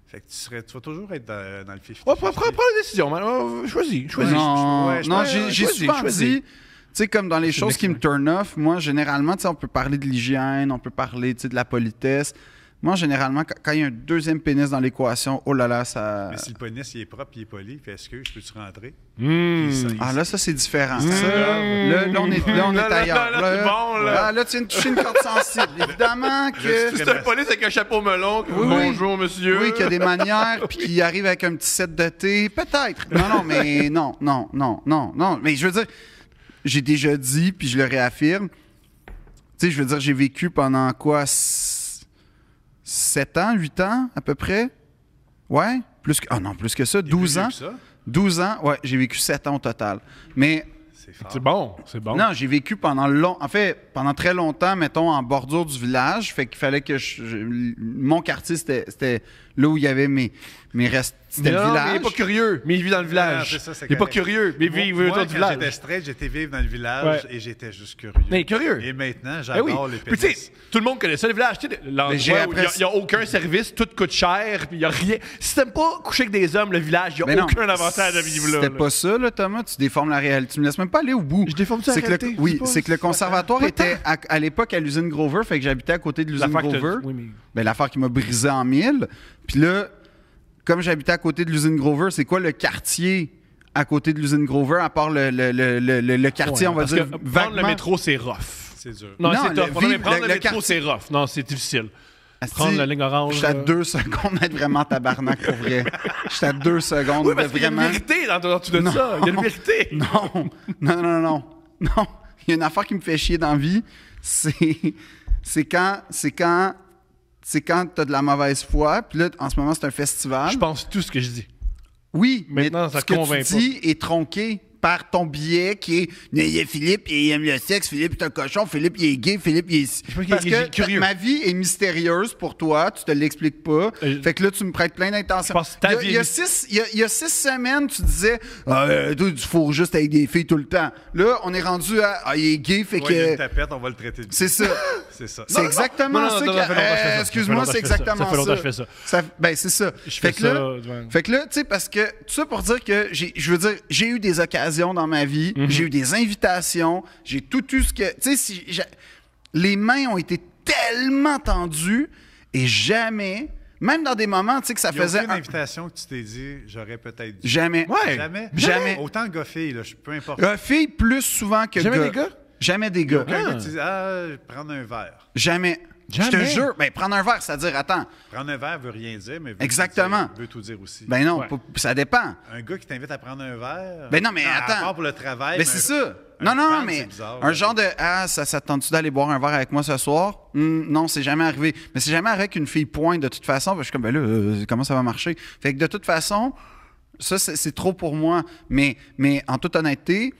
Fait que tu, serais, tu vas toujours être dans, dans le fifi. Ouais, prends, prends- prends la décision, man. Ouais, Choisis, choisis. Non, ouais, je- non, ouais, j'ai ouais, j'ai choisis, souvent choisis. dit, tu sais, comme dans les C'est choses qui me excellent. turn off, moi, généralement, tu sais, on peut parler de l'hygiène, on peut parler, tu sais, de la politesse. Moi, généralement, quand quand il y a un deuxième pénis dans l'équation, oh là là, ça... Mais si le pénis, il est propre, il est poli, puis est-ce que je peux-tu rentrer? Hmm. Puis ça, il- Ah là, ça, c'est différent. Mmh. Ça, là, là, on est, là, on Là, est là, ailleurs. là, là, c'est bon, là. Ah, là, tu viens de toucher une corde sensible. Évidemment que... suis C'est un police avec un chapeau melon. oui. Bonjour, monsieur. Oui, qui a des manières, puis qui arrive avec un petit set de thé, peut-être. Non, non, mais non, non, non, non, non. Mais je veux dire, j'ai déjà dit, puis je le réaffirme. Tu sais, je veux dire, j'ai vécu pendant quoi 7 ans, 8 ans, à peu près Ouais plus que, Ah non, plus que il ça, est plus 12 vieux ans. que ça. 12 ans, ouais, j'ai vécu 7 ans au total. Mais C'est fort. C'est bon, c'est bon. non, j'ai vécu pendant long, en fait, pendant très longtemps, mettons, en bordure du village. Fait qu'il fallait que je- je- mon quartier, c'était c'était là où il y avait mes, mes restes. C'était le Non, mais village. il est pas curieux, mais il vit dans le Ah, village. c'est ça, c'est il est pas correct. curieux, mais il vit, il vit Moi, autour du quand j'étais village. straight, j'étais vivre dans le village Ouais. et j'étais juste curieux. Mais curieux. Et maintenant, Ben oui. j'adore les Puis tu pénis. sais, tout le monde connaît ça, le village. Tu sais, Mais j'ai L'endroit où il appris- n'y a, aucun service, tout coûte cher, puis il n'y a rien. Si t'aimes pas coucher avec des hommes, le village, il Mais n'y a non, aucun avantage à vivre là. C'était là. pas ça, là, Thomas. Tu déformes la réalité. Tu me laisses même pas aller au bout. Je déforme ça, C'est que arrêtez, le, Oui, c'est pas- c'est que le c'est pas- conservatoire pas était à, à l'époque à l'usine Grover. Fait que j'habitais à côté de l'usine L'affaire que t'as- Grover. oui, mais- Ben, l'affaire qui m'a brisé en mille. Puis là, comme j'habitais à côté de l'usine Grover, c'est quoi le quartier à côté de l'usine Grover, à part le, le- le- le- le- le quartier, Ouais, on va parce dire, que prendre vaguement? le métro, c'est rough. C'est dur. Non, Non, c'est le tough. Non, mais vivre- prendre le- le, le métro, quartier- c'est rough. Non, c'est difficile. Asti, prendre la ligne orange, Ah, J'étais euh. à là. deux secondes d'être vraiment tabarnak, pour vrai. J'étais à deux secondes Oui, de parce qu'il y a une vraiment... vérité dans, dans tout de Non. ça. Il y a une vérité. Non, non, non, non. Non, il y a une affaire qui me fait chier dans la vie, c'est c'est quand c'est quand c'est quand t'as de la mauvaise foi, puis là en ce moment c'est un festival. Je pense tout ce que je dis. Oui, mais Maintenant, ça ce que convainc tu dis est tronqué par ton biais qui est il y a Philippe, il aime le sexe, Philippe est un cochon, Philippe il est gay, Philippe il est pense qu'il parce est que curieux. ma vie est mystérieuse pour toi, tu te l'expliques pas. Euh, fait que là tu me prêtes plein d'intentions. Je pense que ta Il y a- vie il y a est- six- Il y, a- il y a six semaines, tu disais, Ah, euh, toi, tu fourres juste avec des filles tout le temps. Là, on est rendu à, ah, il est gay, fait Ouais, il y a une euh, que. tapette, on va le traiter de C'est ça. C'est ça. C'est Non, exactement non, non, ça. non, qui- ça fait longtemps que je fais ça. Euh, Ça Excuse-moi, fait c'est longtemps que je fais ça. exactement ça. Ça fait longtemps que je fais ça. ben, c'est ça. Je fait fais que ça, là, ouais. fait que là, tu sais, parce que, tout ça pour dire que, j'ai- je veux dire, j'ai eu des occasions dans ma vie, Mm-hmm. j'ai eu des invitations, j'ai tout eu ce que, tu sais, si j'a- les mains ont été tellement tendues et jamais, même dans des moments, tu sais, que ça Il y a faisait. aucune un- invitation que tu t'es dit, j'aurais peut-être dû. Jamais. Jamais. Jamais. Autant de gars-filles, là, je- peu importe. Euh, filles plus souvent que Jamais gars. des gars? Jamais des gars. Quelqu'un qui dit, ah, prendre un verre. Jamais. Je te Jamais. jure, ben, prendre un verre, c'est-à-dire, attends, Prendre un verre veut rien dire, mais veut tout Exactement. dire, veut tout dire aussi. ben non, Ouais. pas- ça dépend. un gars qui t'invite à prendre un verre. Ben non, mais à attends. part pour le travail. Ben c'est ça. un Non, non, fan, c'est mais bizarre, un là. genre de Ah, ça, ça te tente-tu d'aller boire un verre avec moi ce soir? Hum, non, c'est jamais arrivé. Mais c'est jamais arrivé qu'une fille pointe de toute façon. parce que Je suis comme, ben là, euh, comment ça va marcher? Fait que de toute façon, ça, c'est c'est trop pour moi. Mais, mais en toute honnêteté,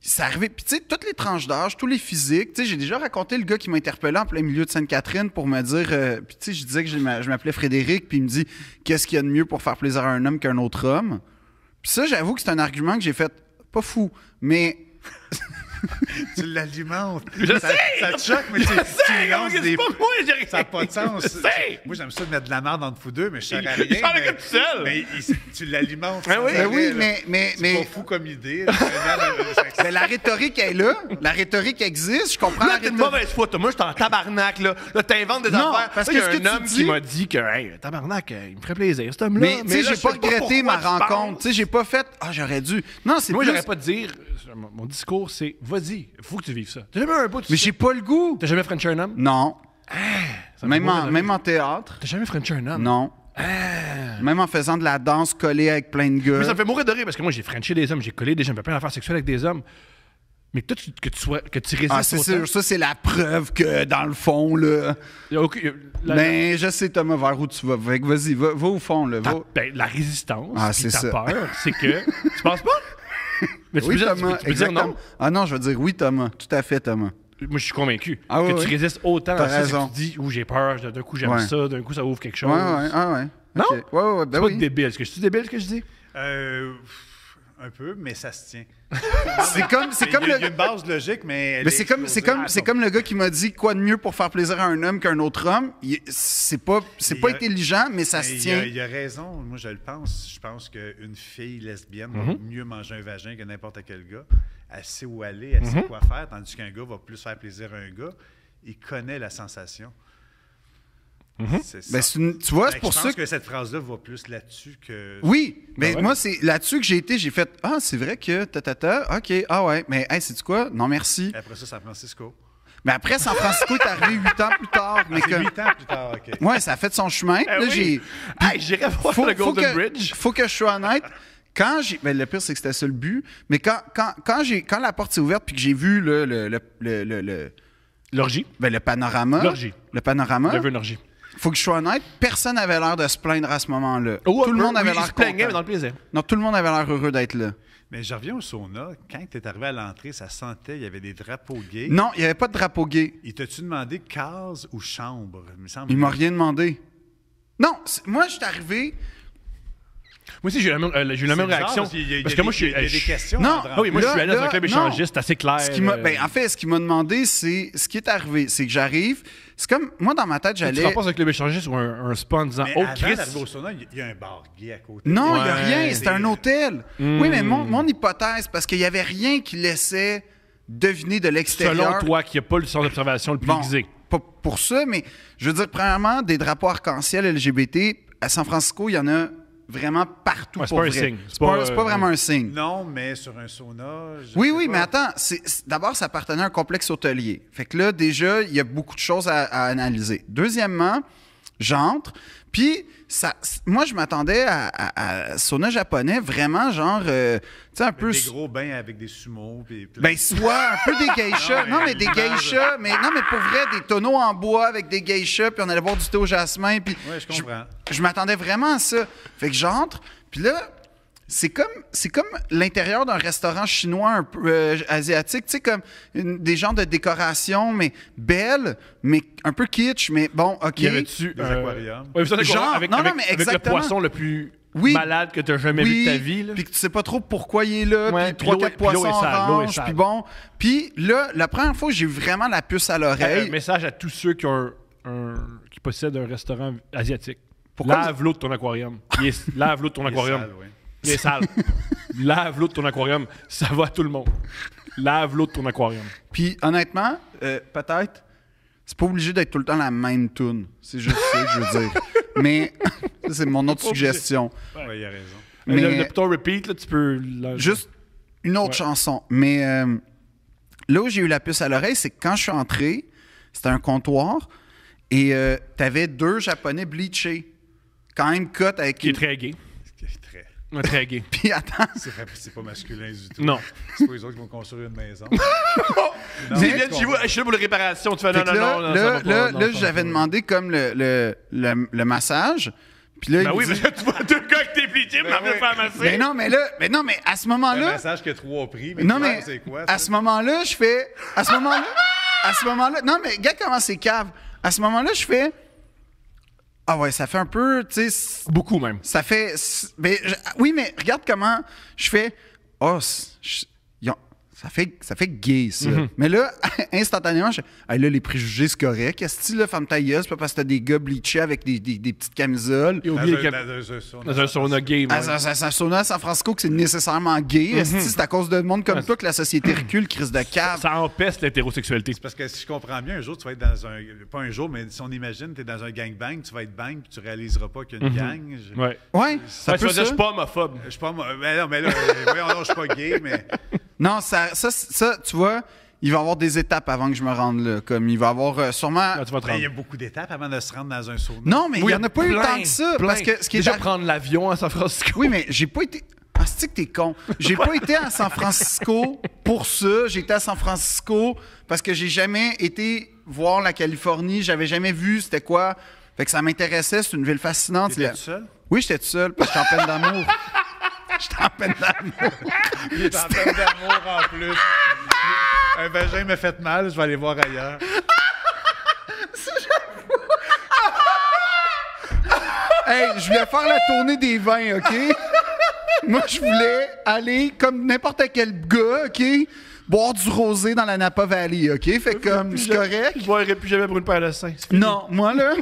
c'est arrivé. Puis, tu sais, toutes les tranches d'âge, tous les physiques. Tu sais, j'ai déjà raconté le gars qui m'a interpellé en plein milieu de Sainte-Catherine pour me dire. euh, puis, tu sais, je disais que j'ai ma- je m'appelais Frédéric, puis il me dit Qu'est-ce qu'il y a de mieux pour faire plaisir à un homme qu'un autre homme Puis, ça, j'avoue que c'est un argument que j'ai fait pas fou, mais. Tu l'alimentes. Je ça, sais! ça te choque, mais tu, tu C'est lances c'est des. pas moi, j'ai Ça n'a pas de sens. Je sais! Moi, j'aime ça de mettre de la merde entre vous deux, mais je sers à Il- rien. il parle mais- comme tout seul. Mais il- tu l'alimentes. Ah oui? sans Ben oui, arrêt, là. mais. mais, C'est mais pas fou comme idée. là. Non, mais- ben, la rhétorique est là. La rhétorique existe. Je comprends Là, la t'es de rhétorique. mauvaise foi, toi. Moi, j'étais en tabarnak, là. Là, t'inventes des Non, affaires. parce Là, il y que a ce un que tu homme dis- qui m'a dit que, hey, tabarnak, euh, il me ferait plaisir, cet homme-là. Mais, tu sais, là, j'ai je pas sais pourquoi regretté ma tu parles. rencontre. Tu sais, j'ai pas fait. Ah, j'aurais dû. Non, c'est Moi, plus- j'aurais pas de dire. euh, mon- Mon discours, c'est vas-y, faut que tu vives ça. T'as jamais eu un bout de. Mais j'ai pas le goût. T'as jamais frenché un homme? Non. Ça me fait Même mourir en, de même rire. en théâtre. T'as jamais frenché un homme? Non. Même en faisant de la danse collée avec plein de Ah. Mais ça gars. me fait mourir de rire parce que moi, j'ai frenché des hommes, j'ai collé des gens, j'ai fait plein d'affaires sexuelles avec des hommes. Mais que toi, tu, que tu sois. que tu résistes Ah, c'est autant. sûr. Ça, c'est la preuve que, dans le fond, là. Il y a aucune- la, Ben, je sais, Thomas, vers où tu vas. Fait que Vas-y, va, va au fond, là. ta- Va. ben, la résistance, Ah, puis c'est ta ça. peur, c'est que. tu penses pas? Mais tu Oui, peux dire- tu Thomas. peux- tu peux dire non. exactement. Ah non, je veux dire oui, Thomas. Tout à fait, Thomas. Moi, je suis convaincu Ah oui, que tu oui. résistes autant T'as à ça. c'est que raison. Tu dis, ou j'ai peur, d'un coup, j'aime Ouais. ça, d'un coup, ça ouvre quelque chose. Ouais, ouais, ah ouais. Non? Ok. Ouais, ouais, ouais, ben c'est pas oui. débile. Est-ce que je suis débile, ce que je dis? Euh, pff, un peu, mais ça se tient. C'est comme, c'est Il y a- comme il y, le. a une base logique, mais. elle Mais est Ah, c'est comme, c'est explosée. comme, c'est comme le gars qui m'a dit quoi de mieux pour faire plaisir à un homme qu'un autre homme. Il- C'est pas, c'est Mais pas il y a- intelligent, mais ça Mais se il y a- tient. Il y a, raison. Moi, je le pense. Je pense qu'une fille lesbienne va mieux manger un vagin que n'importe quel gars. Elle sait où aller, elle sait quoi faire, tandis qu'un gars va plus faire plaisir à un gars. Il connaît la sensation. C'est ça. Ben, c'est une- tu vois, Fait c'est que pour je ça pense que. que cette phrase-là va plus là-dessus que. Oui, mais Ben ouais. moi, c'est là-dessus que j'ai été. J'ai fait Ah, c'est vrai que ta ta ta. OK, ah ouais, mais hey, c'est-tu quoi Non, merci. Après ça, San Francisco. Mais après, San Francisco est arrivé huit ans plus tard. Ah, Mais C'est que. huit ans plus tard, OK. Ouais, ça a fait son chemin. Eh là, oui. j'ai. Hey, j'irais voir le Golden que, Bridge. Faut que je sois honnête. Quand j'ai. Ben, le pire, c'est que c'était ça le but. Mais quand, quand, quand, j'ai, quand la porte s'est ouverte puis que j'ai vu là, le- le- le- le- le L'orgie. Ben, le panorama. L'orgie. Le panorama. J'avais une orgie. Faut que je sois honnête, personne n'avait l'air de se plaindre à ce moment-là. Oh, tout le un peu. monde avait Oui, il se l'air plaignait, mais dans content. le plaisir. Non, tout le monde avait l'air heureux d'être là. Mais je reviens au sauna. Quand tu es arrivé à l'entrée, ça sentait, il y avait des drapeaux gays. Non, il n'y avait pas de drapeau gay. Il t'a-tu demandé case ou chambre? Il me semble. Il m'a rien demandé. Non, c'est- moi, je suis arrivé. Moi aussi, j'ai eu la même, euh, j'ai eu la C'est bizarre, même réaction. parce qu'il y a- il y a parce que des- moi, je suis. Il y a euh, des je- questions. Non, en Ah oui, moi, je suis Là, allé dans un là, club non. échangiste, c'est assez clair. Ce qui m'a- euh, ben, en fait, ce qu'il m'a demandé, c'est. Ce qui est arrivé, c'est que j'arrive. C'est comme. Moi, dans ma tête, Tu j'allais. rapportes un club échangiste ou un, un spa en disant Mais Oh avant Chris. d'arriver au sauna, il y- il y a un bar gay à côté. Non, il n'y a Ouais, Hmm. rien. C'était un hôtel. Oui, mais mon, mon hypothèse, parce qu'il n'y avait rien qui laissait deviner de l'extérieur. Selon toi, qui n'a pas le sens d'observation le plus Bon, aiguisé. pas pour ça, mais je veux dire, premièrement, des drapeaux arc-en-ciel LGBT, à San Francisco, il y en a vraiment partout Ouais, c'est pour pas un vrai. signe. C'est pas, euh, c'est pas vraiment un signe. Non, mais sur un sauna. je Oui, sais oui, pas. mais attends, c'est- c'est- d'abord, ça appartenait à un complexe hôtelier. Fait que là, déjà, il y a beaucoup de choses à, à analyser. Deuxièmement, j'entre, puis ça, c- moi, je m'attendais à, à- à sauna japonais, vraiment, genre, euh, tu sais, un peu... Des gros bains avec des sumos. Puis plein- Ben, soit un peu des geishas. Non, non, mais mais des une base. geishas. Mais, non, mais pour vrai, des tonneaux en bois avec des geishas, puis on allait boire du thé au jasmin. Puis Ouais, je comprends. Je, je m'attendais vraiment à ça. Fait que j'entre, puis là, c'est comme, c'est comme l'intérieur d'un restaurant chinois un peu euh, asiatique, tu sais, comme une- des genres de décoration, mais belles, mais un peu kitsch, mais bon, OK. Il y avait-tu. Des euh, aquariums. Ouais, vous savez, Genre, avec, non, non, avec- mais avec le exactement. poisson le plus Oui. malade que tu as jamais vu de ta vie. là. Puis que tu sais pas trop pourquoi il est là, Ouais, puis puis trois l'eau est- quatre puis l'eau poissons est sale, l'eau est orange, sale. puis bon. Puis là, la première fois, j'ai eu vraiment la puce à Euh, l'oreille. message à tous ceux qui, ont un, un- qui possèdent un restaurant asiatique. Pourquoi Lave l'eau de ton aquarium. Il est- lave l'eau de ton des aquarium. salles, ouais. Il est sale. lave l'eau de ton aquarium. Ça va à tout le monde. Lave l'eau de ton aquarium. Puis honnêtement, euh, peut-être, c'est pas obligé d'être tout le temps la même tune. C'est juste ça que je veux dire. Mais ça, c'est mon autre pas obligé. suggestion. Ouais, il a raison. Mais Mais- le, le piton repeat, là, tu peux. la- Juste une autre Ouais. chanson. Mais euh, là où j'ai eu la puce à l'oreille, c'est que quand je suis entré, c'était un comptoir et euh, t'avais deux Japonais bleachés. Quand même cut avec Qui est une... très gay. C'est très- Ouais, Très gay. Puis attends, C'est vrai, c'est pas masculin du tout. Non. C'est pas les autres qui vont construire une maison. Non, Ils mais viennent je chez vous, comprends. je suis là pour les réparations. Tu fais Fait non, que non, là, non, non, ça là, va pas, là, non, là, ça va j'avais pas. demandé comme le, le, le- le massage. Puis là, Ben il oui, dit- parce que tu vois deux gars avec des pliés, Ben mais oui. faire masser. Mais non, mais là, mais non, mais à Ben, ce Un moment-là. massage qui a trois prix, mais, Non, tu mais sais, c'est quoi? à ça? ce moment-là, je fais. À ce moment-là. à ce moment-là. Non, mais regarde comment c'est cave. À ce moment-là, je fais. Ah ouais, ça fait un peu. Tu sais, Beaucoup même. ça fait. Mais, je- oui, mais regarde comment je fais. Oh, c'est- je- ils ont- ça fait, ça fait gay, ça. Mm-hmm. Mais là, instantanément, je Ah, là, les préjugés, c'est correct. Est-ce que là, femme tailleuse, c'est pas parce que t'as des gars bleachés avec des, des- des petites camisoles. Et Dans oublier un- qu'il y a- dans un- un sauna. dans un sauna gay. Ah, ouais. ça, ça, ça sonne à San Francisco que c'est nécessairement gay. Est-ce Mm-hmm. que c'est à cause de monde comme toi que la société recule, crise de cave? Ça empeste l'hétérosexualité. Parce que si je comprends bien, un jour, tu vas être dans un. Pas un jour, mais si on imagine, tu es dans un gangbang, tu vas être bang, puis tu réaliseras pas qu'il y a une gang. Je... Mhm. Ouais. Ouais, ça Ouais, tu peut vas dire, ça. je suis pas homophobe. Je suis pas. mo- Mais non, mais là, euh, voyons, non, je suis pas gay, mais. Non, ça, ça, ça, tu vois, il va y avoir des étapes avant que je me rende là. Comme il va y avoir euh, sûrement. Là, Ah, tu vas te Ben, il y a rendre. beaucoup d'étapes avant de se rendre dans un sauna. Non, mais il Oui, n'y en a pas eu plein, tant que ça. plein. Parce que ce qui est Déjà arri- prendre l'avion à San Francisco. Oui, mais j'ai pas été. Ah, c'est que t'es con. J'ai pas été à San Francisco pour ça. J'ai été à San Francisco parce que j'ai jamais été voir la Californie. J'avais jamais vu c'était quoi. Fait que ça m'intéressait. C'est une ville fascinante. T'étais La- tout seul? Oui, j'étais tout seul parce que j'étais en peine d'amour. j'étais en peine d'amour. T'es en peine d'amour en plus. Un vagin me fait mal, je vais aller voir ailleurs. Hey, je voulais faire la tournée des vins, OK? Moi, je voulais aller comme n'importe quel gars, OK? Boire du rosé dans la Napa Valley, OK? Fait que, comme, c'est correct. Je boirai plus jamais pour une paire de seins. C'est fini. Non, moi, là,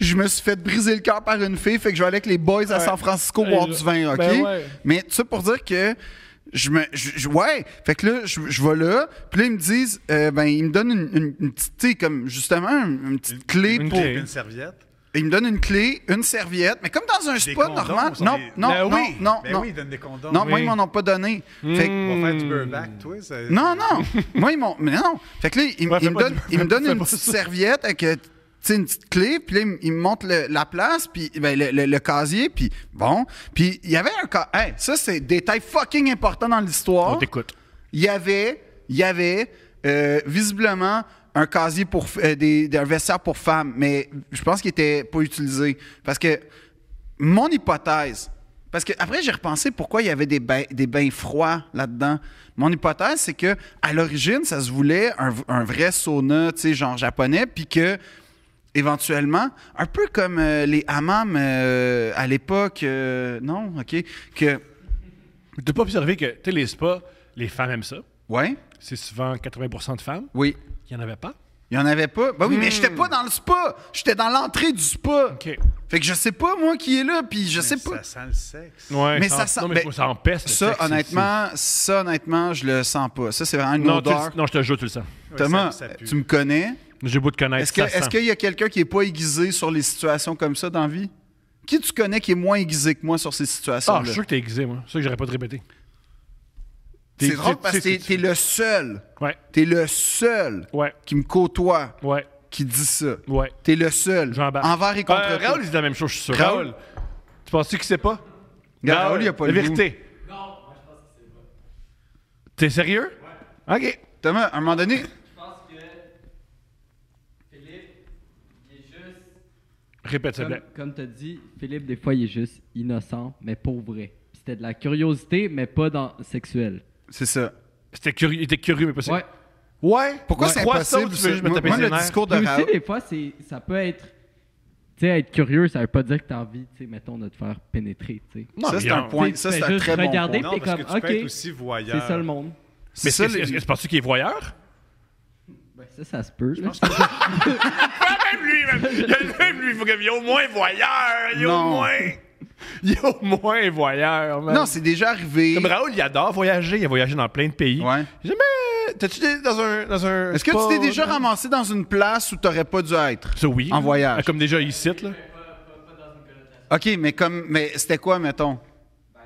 je me suis fait briser le cœur par une fille, fait que je vais aller avec les boys à San Francisco boire Hey, du vin, OK? ben ouais. Mais ça pour dire que. Je me. je- je- ouais! Fait que là, je, je vais là, puis là, ils me disent, euh, ben, ils me donnent une, une- une petite, tu sais, comme, justement, une, une petite clé une pour. clé. Une serviette. Il me donne une clé, une serviette, mais comme dans un Des spa condoms, normal. ça, Non, des- non, Ben non, oui, Hmm. non, Ben non. oui, ils donnent des condoms. non, Oui. moi, ils m'en ont pas donné. Fait que- On va faire du burback, toi. Ça... non, non. moi, ils m'ont. Mais non. Fait que là, ils, Ouais, ils fais me pas donnent du- ils me donnent fais une pas petite ça. serviette avec euh, tu sais, une petite clé, puis là, ils me- ils me montrent le- la place, puis ben, le, le- le casier, puis bon. Puis il y avait un. ca- Hey, ça, c'est détail fucking important dans l'histoire. On t'écoute. Il y avait, il y avait euh, visiblement un casier pour f- euh, des, des- un vestiaire pour femmes, mais je pense qu'il était pas utilisé parce que mon hypothèse. Parce que après j'ai repensé pourquoi il y avait des bains, des bains froids là-dedans. Mon hypothèse c'est que à l'origine ça se voulait un, v- un vrai sauna, tu sais genre japonais, puis que éventuellement un peu comme euh, les hammams euh, à l'époque, euh, non, ok, que Mais T'as pas observé que, tu sais, les spas, les femmes aiment ça. ouais, C'est souvent 80 de femmes. oui. Il y en avait pas. Il n'y en avait pas. Ben oui, mais j'étais pas dans le spa. J'étais dans l'entrée du spa. Hmm. OK. Fait que je sais pas, moi, qui est là, puis je sais Ça pas. sent le sexe. Ouais, Mais en- ça sent- Non, mais ben, faut- ça empeste. le Ça, sexe, c'est- honnêtement, ça, honnêtement, je le sens pas. Ça, c'est vraiment une Non, tu le- odeur. non, je te jure, tu le sens. Ouais, Thomas, ça- ça pue. tu me connais. J'ai beau te connaître. Est-ce que- ça sent. est-ce qu'il y a quelqu'un qui est pas aiguisé sur les situations comme ça dans la vie? Qui tu connais qui est moins aiguisé que moi sur ces Ah, situations-là? je suis sûr que t'es aiguisé, moi. C'est sûr que j'aurais pas te répéter. c'est T'es- drôle t'es- parce que t'es- t'es t'es le seul. Ouais, T'es le seul ouais, qui me côtoie ouais, qui dit ça. ouais. T'es le seul. Jean-Baptiste. Envers et contre Euh, toi. Raoul, il dit la même chose, je suis sûr. Raoul. Raoul. Tu penses-tu qu'il sait pas? Raoul, il a pas La le goût. vérité. Non, moi, je pense qu'il sait pas. T'es sérieux? Ouais. OK. Thomas, à un moment donné, Je pense que Philippe, il est juste. Répète, s'il te Comme, plaît. comme t'as dit, Philippe, des fois, il est juste innocent, mais pour vrai. Puis C'était de la curiosité, mais pas dans sexuelle. c'est ça. C'était curieux, il était curieux, mais pas sûr. Ouais. Ouais. Pourquoi Ouais. c'est Crois ça ou impossible? Tu ça? veux juste me Moi, taper moi, ses le nerfs? discours de Mais aussi, Raoul. des fois, c'est, ça peut être. Tu sais, être curieux, ça veut pas dire que t'as envie, tu sais, mettons, de te faire pénétrer, tu sais. Non, Ça, mais c'est un non. point. Tu Ça, fais c'est un juste très bon point. regarder, Non, t'es parce que comme, tu peux être OK, aussi C'est voyeur. ça le monde. Mais C'est est-ce ça, que- les- est-ce que tu penses qu'il est voyeur? Ben, ça, ça se peut. là. Même lui, même. Il y a même lui, il faut qu'il y ait au moins voyeur. Il est au Non. moins. Il est au moins voyeur, man. Non, c'est déjà arrivé. Comme Raoul, il adore voyager. Il a voyagé dans plein de pays. Ouais. Jamais. T'as-tu été dans un. Dans un Est-ce que spa- tu t'es déjà ramassé dans une place où t'aurais pas dû être? Ça, oui. En voyage. Ah, Comme déjà ici, là. OK, mais comme mais c'était quoi, mettons? Ben,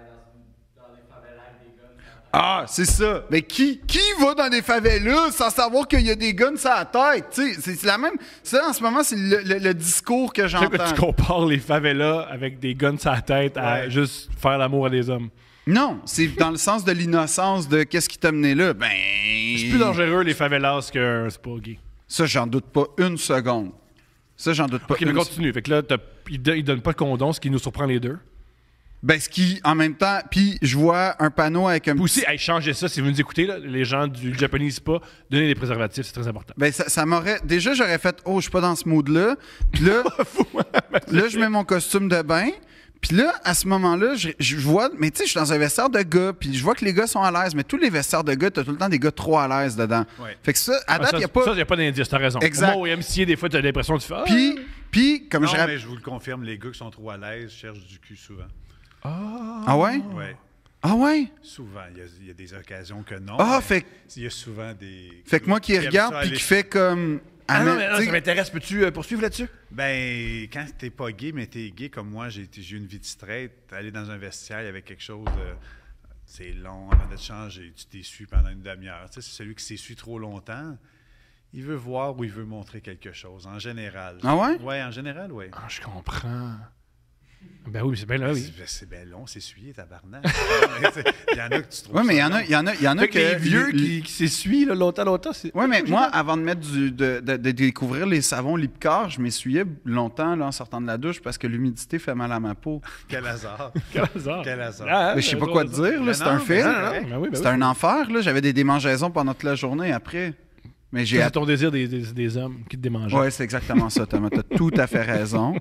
Ah, c'est ça. Mais qui, qui va dans des favelas sans savoir qu'il y a des guns à la tête? Tu sais, c'est c'est la même. Ça, en ce moment, c'est le, le- le discours que Tu sais que tu j'entends. compares les favelas avec des guns sur la tête à Ouais. juste faire l'amour à des hommes. Non, c'est dans le sens de l'innocence de qu'est-ce qui t'a mené là. Ben. C'est plus dangereux, les favelas, qu'un spa gay. Ça, j'en doute pas une seconde. Ça, j'en doute pas Ok, une mais continue. Fait que là, t'as Puis il, don- il donne pas de condom, ce qui nous surprend les deux. Ben, ce qui, en même temps, puis je vois un panneau avec un Puis aussi, hey, changez ça si vous nous écoutez, là, les gens du Japanese pas, donnez des préservatifs, c'est très important. Ben, ça, ça m'aurait. Déjà, j'aurais fait Oh, je suis pas dans ce mood-là. Puis là, là, je mets mon costume de bain. Puis là, à ce moment-là, je, je vois. Mais tu sais, je suis dans un vestiaire de gars. Puis je vois que les gars sont à l'aise. Mais tous les vestiaires de gars, t'as tout le temps des gars trop à l'aise dedans. Ouais. Fait que ça, à Ah, date, ça, il a pas. ça, y a pas d'indice, t'as raison. Exact. Moi, au MCA, des fois, t'as l'impression de faire. Ah, Puis, puis, comme Non, je mais rappelle. je vous le confirme, les gars qui sont trop à l'aise cherchent du cul souvent. Ah ouais? Ouais. Ah ouais? Souvent. Il y, a, il y a des occasions que non. Ah, mais fait- Il y a souvent des. Fait que moi qui Ils aiment regarde, ça puis aller- qui fait comme. Ah non, mais- mais non, tu sais, ça m'intéresse, peux-tu euh, poursuivre là-dessus? Ben, quand t'es pas gay, mais t'es gay comme moi, j'ai été- j'ai eu une vie de straight. Aller dans un vestiaire, il y avait quelque chose de. C'est long, avant de te changer, tu t'essuies pendant une demi-heure. Tu sais, c'est celui qui s'essuie trop longtemps, il veut voir ou il veut montrer quelque chose, en général. Ah ouais? Ouais, en général, ouais. Ah, je comprends. Ben oui, mais c'est bien Ah là, oui. C'est- C'est bien long, s'essuyer, tabarnak. il y en a que tu trouves. Ouais, mais il y ça en a, long. il y en a, il y en a Fait que que. les vieux qui, qui s'essuient là, longtemps, longtemps, c'est. Oui, mais moi, avant de mettre du, de, de- de découvrir les savons Lipcar, je m'essuyais longtemps là, en sortant de la douche parce que l'humidité fait mal à ma peau. Quel hasard. Quel hasard. Ah, Quel hasard. Mais je sais pas quoi te dire, là, Mais c'est non, un mais fait. non, non, non. Ben oui, ben C'est oui. un enfer, là. J'avais des démangeaisons pendant toute la journée après. Mais j'ai C'est ton désir des, des, des hommes qui te démangeaient. Ouais, c'est exactement ça, Thomas. T'as tout à fait raison.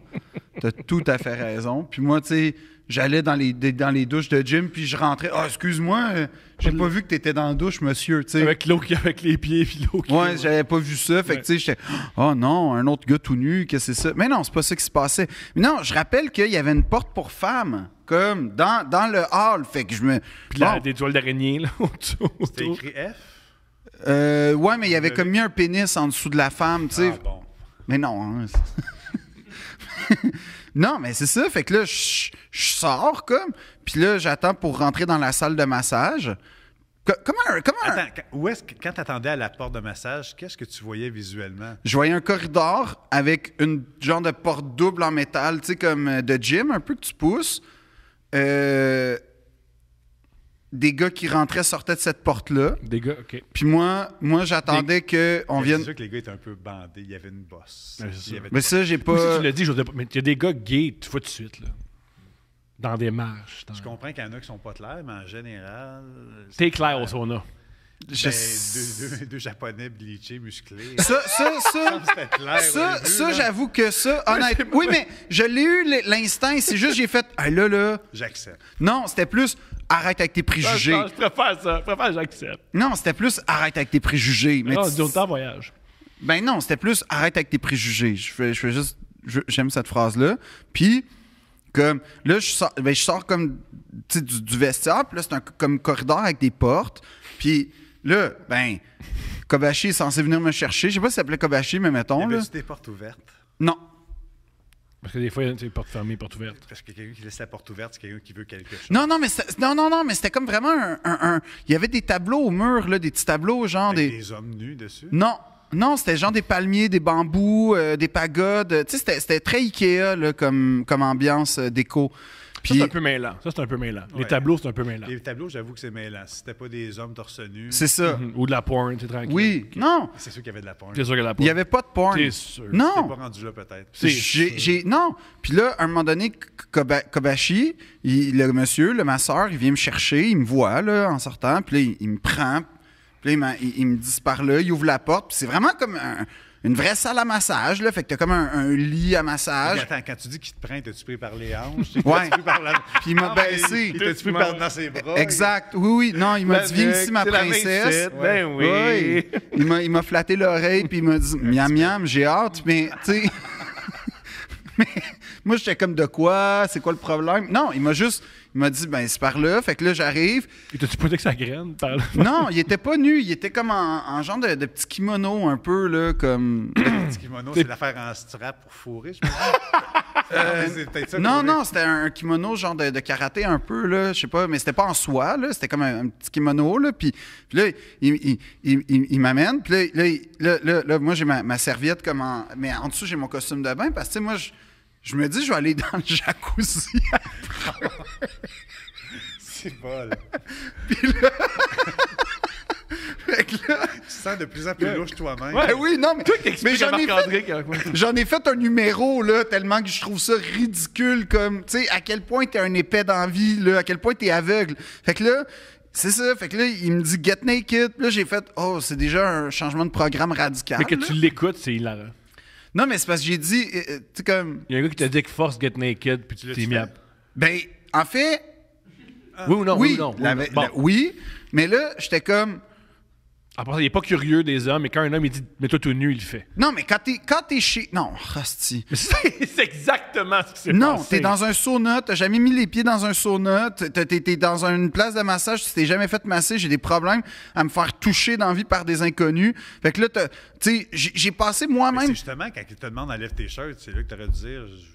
T'as tout à fait raison. Puis moi, tu sais, j'allais dans les, des- dans les douches de gym, puis je rentrais. Ah, excuse-moi, euh, j'ai pas vu que t'étais dans la douche, monsieur, tu sais. Avec l'eau qui avec les pieds puis l'eau qui. Ouais, j'avais pas vu ça. Fait que, tu sais, j'étais, oh non, un autre gars tout nu, qu'est-ce que c'est ça? Mais non, c'est pas ça qui se passait. Mais non, je rappelle qu'il y avait une porte pour femmes, comme dans, dans le hall. Fait que je me. Puis là, Bon, des toiles d'araignée là autour. T'as autour. écrit F? euh, ouais, mais il y avait Le- comme mis un pénis en dessous de la femme, tu sais. Ah bon. Mais non. hein. non, mais c'est ça. Fait que là, je je sors, comme. Puis là, j'attends pour rentrer dans la salle de massage. Co- Comment un. Comment un- Attends, quand- où est-ce que, quand t'attendais à la porte de massage, qu'est-ce que tu voyais visuellement? Je voyais un corridor avec une genre de porte double en métal, tu sais, comme euh, de gym, un peu que tu pousses. Euh, des gars qui rentraient, sortaient de cette porte-là. Des gars, ok. Puis moi, moi j'attendais qu'on C'est vienne. sûr que les gars étaient un peu bandés. Il y avait une bosse. Ouais, c'est ça. Il y avait- Mais ça, j'ai Moi, si pas. tu l'as dit, j'osais pas. Mais il y a des gars gays, tu vois tout de suite, là. Dans des marches. dans- Je comprends qu'il y en a qui sont pas clairs, mais en général. T'es clair au sauna. je- ben, deux, deux- deux Japonais bleachés, musclés. Ça, ça, ça. C'était clair. au Ça, début, ça là. j'avoue que ça, honnêtement. Oui, mais je l'ai eu l- l'instinct, c'est juste j'ai fait. Ah, là, là. J'accepte. Non, c'était plus arrête avec tes Ah, préjugés. Je, je préfère ça. Je préfère, j'accepte. Non, c'était plus arrête avec tes préjugés. Mais Ah, tu- du temps voyage. Ben non, c'était plus arrête avec tes préjugés. Je fais, je fais juste. je- J'aime cette phrase-là. Puis, comme. Là, je sors, ben, je sors comme. Tu sais, du, du vestiaire. Puis là, c'est un co- comme corridor avec des portes. Puis là, ben. Kobashi est censé venir me chercher. Je sais pas si ça s'appelait Kobashi, mais Il y mettons. Là. avait des portes ouvertes. Non. Parce que des fois, il y a des portes fermées, portes ouvertes. Parce que quelqu'un qui laisse la porte ouverte, c'est quelqu'un qui veut quelque chose. Non, non, mais c'était- non, non, non, mais c'était comme vraiment un, un- un- Il y avait des tableaux au mur, là, des petits tableaux, genre Avec des... des. hommes nus dessus. Non, non, c'était genre des palmiers, des bambous, euh, des pagodes. Tu sais, c'était- c'était très Ikea là, comme, comme ambiance euh, déco. Ça, Puis c'est un peu mêlant. Ça, c'est un peu mêlant. Les Ouais. tableaux, c'est un peu mêlant. Les tableaux, j'avoue que c'est mêlant. Si c'était pas des hommes torse nus, c'est ça. Mhm. Ou de la porn, c'est tranquille. Oui, non, c'est sûr qu'il y avait de la porn. T'es sûr que la il porn. n'y avait pas de porn. T'es sûr. T'es pas Non. rendu là, peut-être. C'est- J'ai, j'ai- non. Puis là, à un moment donné, Koba- Kobashi, il- le monsieur, le masseur, il vient me chercher, il me voit là, en sortant, puis là, il, il me prend, puis là, il m'a- il, il me dit par là, il ouvre la porte, puis c'est vraiment comme un- une vraie salle à massage, là, fait que t'as comme un, un lit à Mais massage. Attends, quand tu dis qu'il te prend, t'as-tu pris par les hanches? T'as-tu Ouais. pris par la- Puis il m'a Ah, mais baissé. Il t'a-tu pris par dans ses bras? Exact, oui, oui, non, il m'a dit, viens ici, ma C'est la princesse. 27, Ben oui. Ouais. Il m'a, il m'a flatté l'oreille, puis il m'a dit Miam, miam, j'ai hâte, mais tu sais. Mais moi, j'étais comme de quoi C'est quoi le problème Non, il m'a juste. Il m'a dit Ben, c'est par là. Fait que là, j'arrive. Et t'as-tu posé que sa graine par là? Non, il était pas nu. Il était comme en, en genre de, de petit kimono, un peu, là, comme. Le petit kimono, c'est l'affaire en strap pour fourrer, je pense. Euh, Ah, c'est peut-être ça Non, qu'on non, c'était un kimono genre de, de karaté un peu, là, je sais pas, mais c'était pas en soie, là, c'était comme un, un petit kimono, là, puis, puis là, il, il- il- il- il m'amène, puis là, là, il- là, là, là, moi, j'ai ma, ma serviette comme en... Mais en dessous, j'ai mon costume de bain, parce que, tu sais, moi, je, je me dis, je vais aller dans le jacuzzi. C'est bol. Fait que là, Tu te sens de plus en plus louche toi-même. ben oui, non, mais, mais Explique à j'en ai fait Marc-André que- J'en ai fait un numéro, là, tellement que je trouve ça ridicule, comme, tu sais, à quel point t'es un épais d'envie, là, à quel point t'es aveugle. Fait que là, c'est ça, fait que là, il me dit « get naked », Puis là, j'ai fait « oh, c'est déjà un changement de programme radical Mais que ». là. tu l'écoutes, c'est hilarant. Non, mais c'est parce que j'ai dit, euh, euh, tu sais, comme, Il y a un gars qui t'a dit que force get naked, puis tu l'as-tu t'es mis à. fait? ben, en fait, Oui ou non? oui, ou non? la- ou non. la- Bon. oui, mais là, j'étais comme... À part ça, il est pas curieux des hommes, mais quand un homme, il dit mets-toi tout nu, il le fait. Non, mais quand t'es, quand t'es chez... Non, hostie. C'est c'est exactement ce qui s'est Non, passé. t'es dans un sauna, t'as jamais mis les pieds dans un sauna, t'es, t'es- t'es dans une place de massage, tu t'es jamais fait masser, j'ai des problèmes à me faire toucher d'envie par des inconnus. Fait que là, t'as- tu sais, j'ai, j'ai passé Mais moi-même... C'est justement quand ils te demandent d'enlève tes shirts, c'est là que tu aurais dû dire je-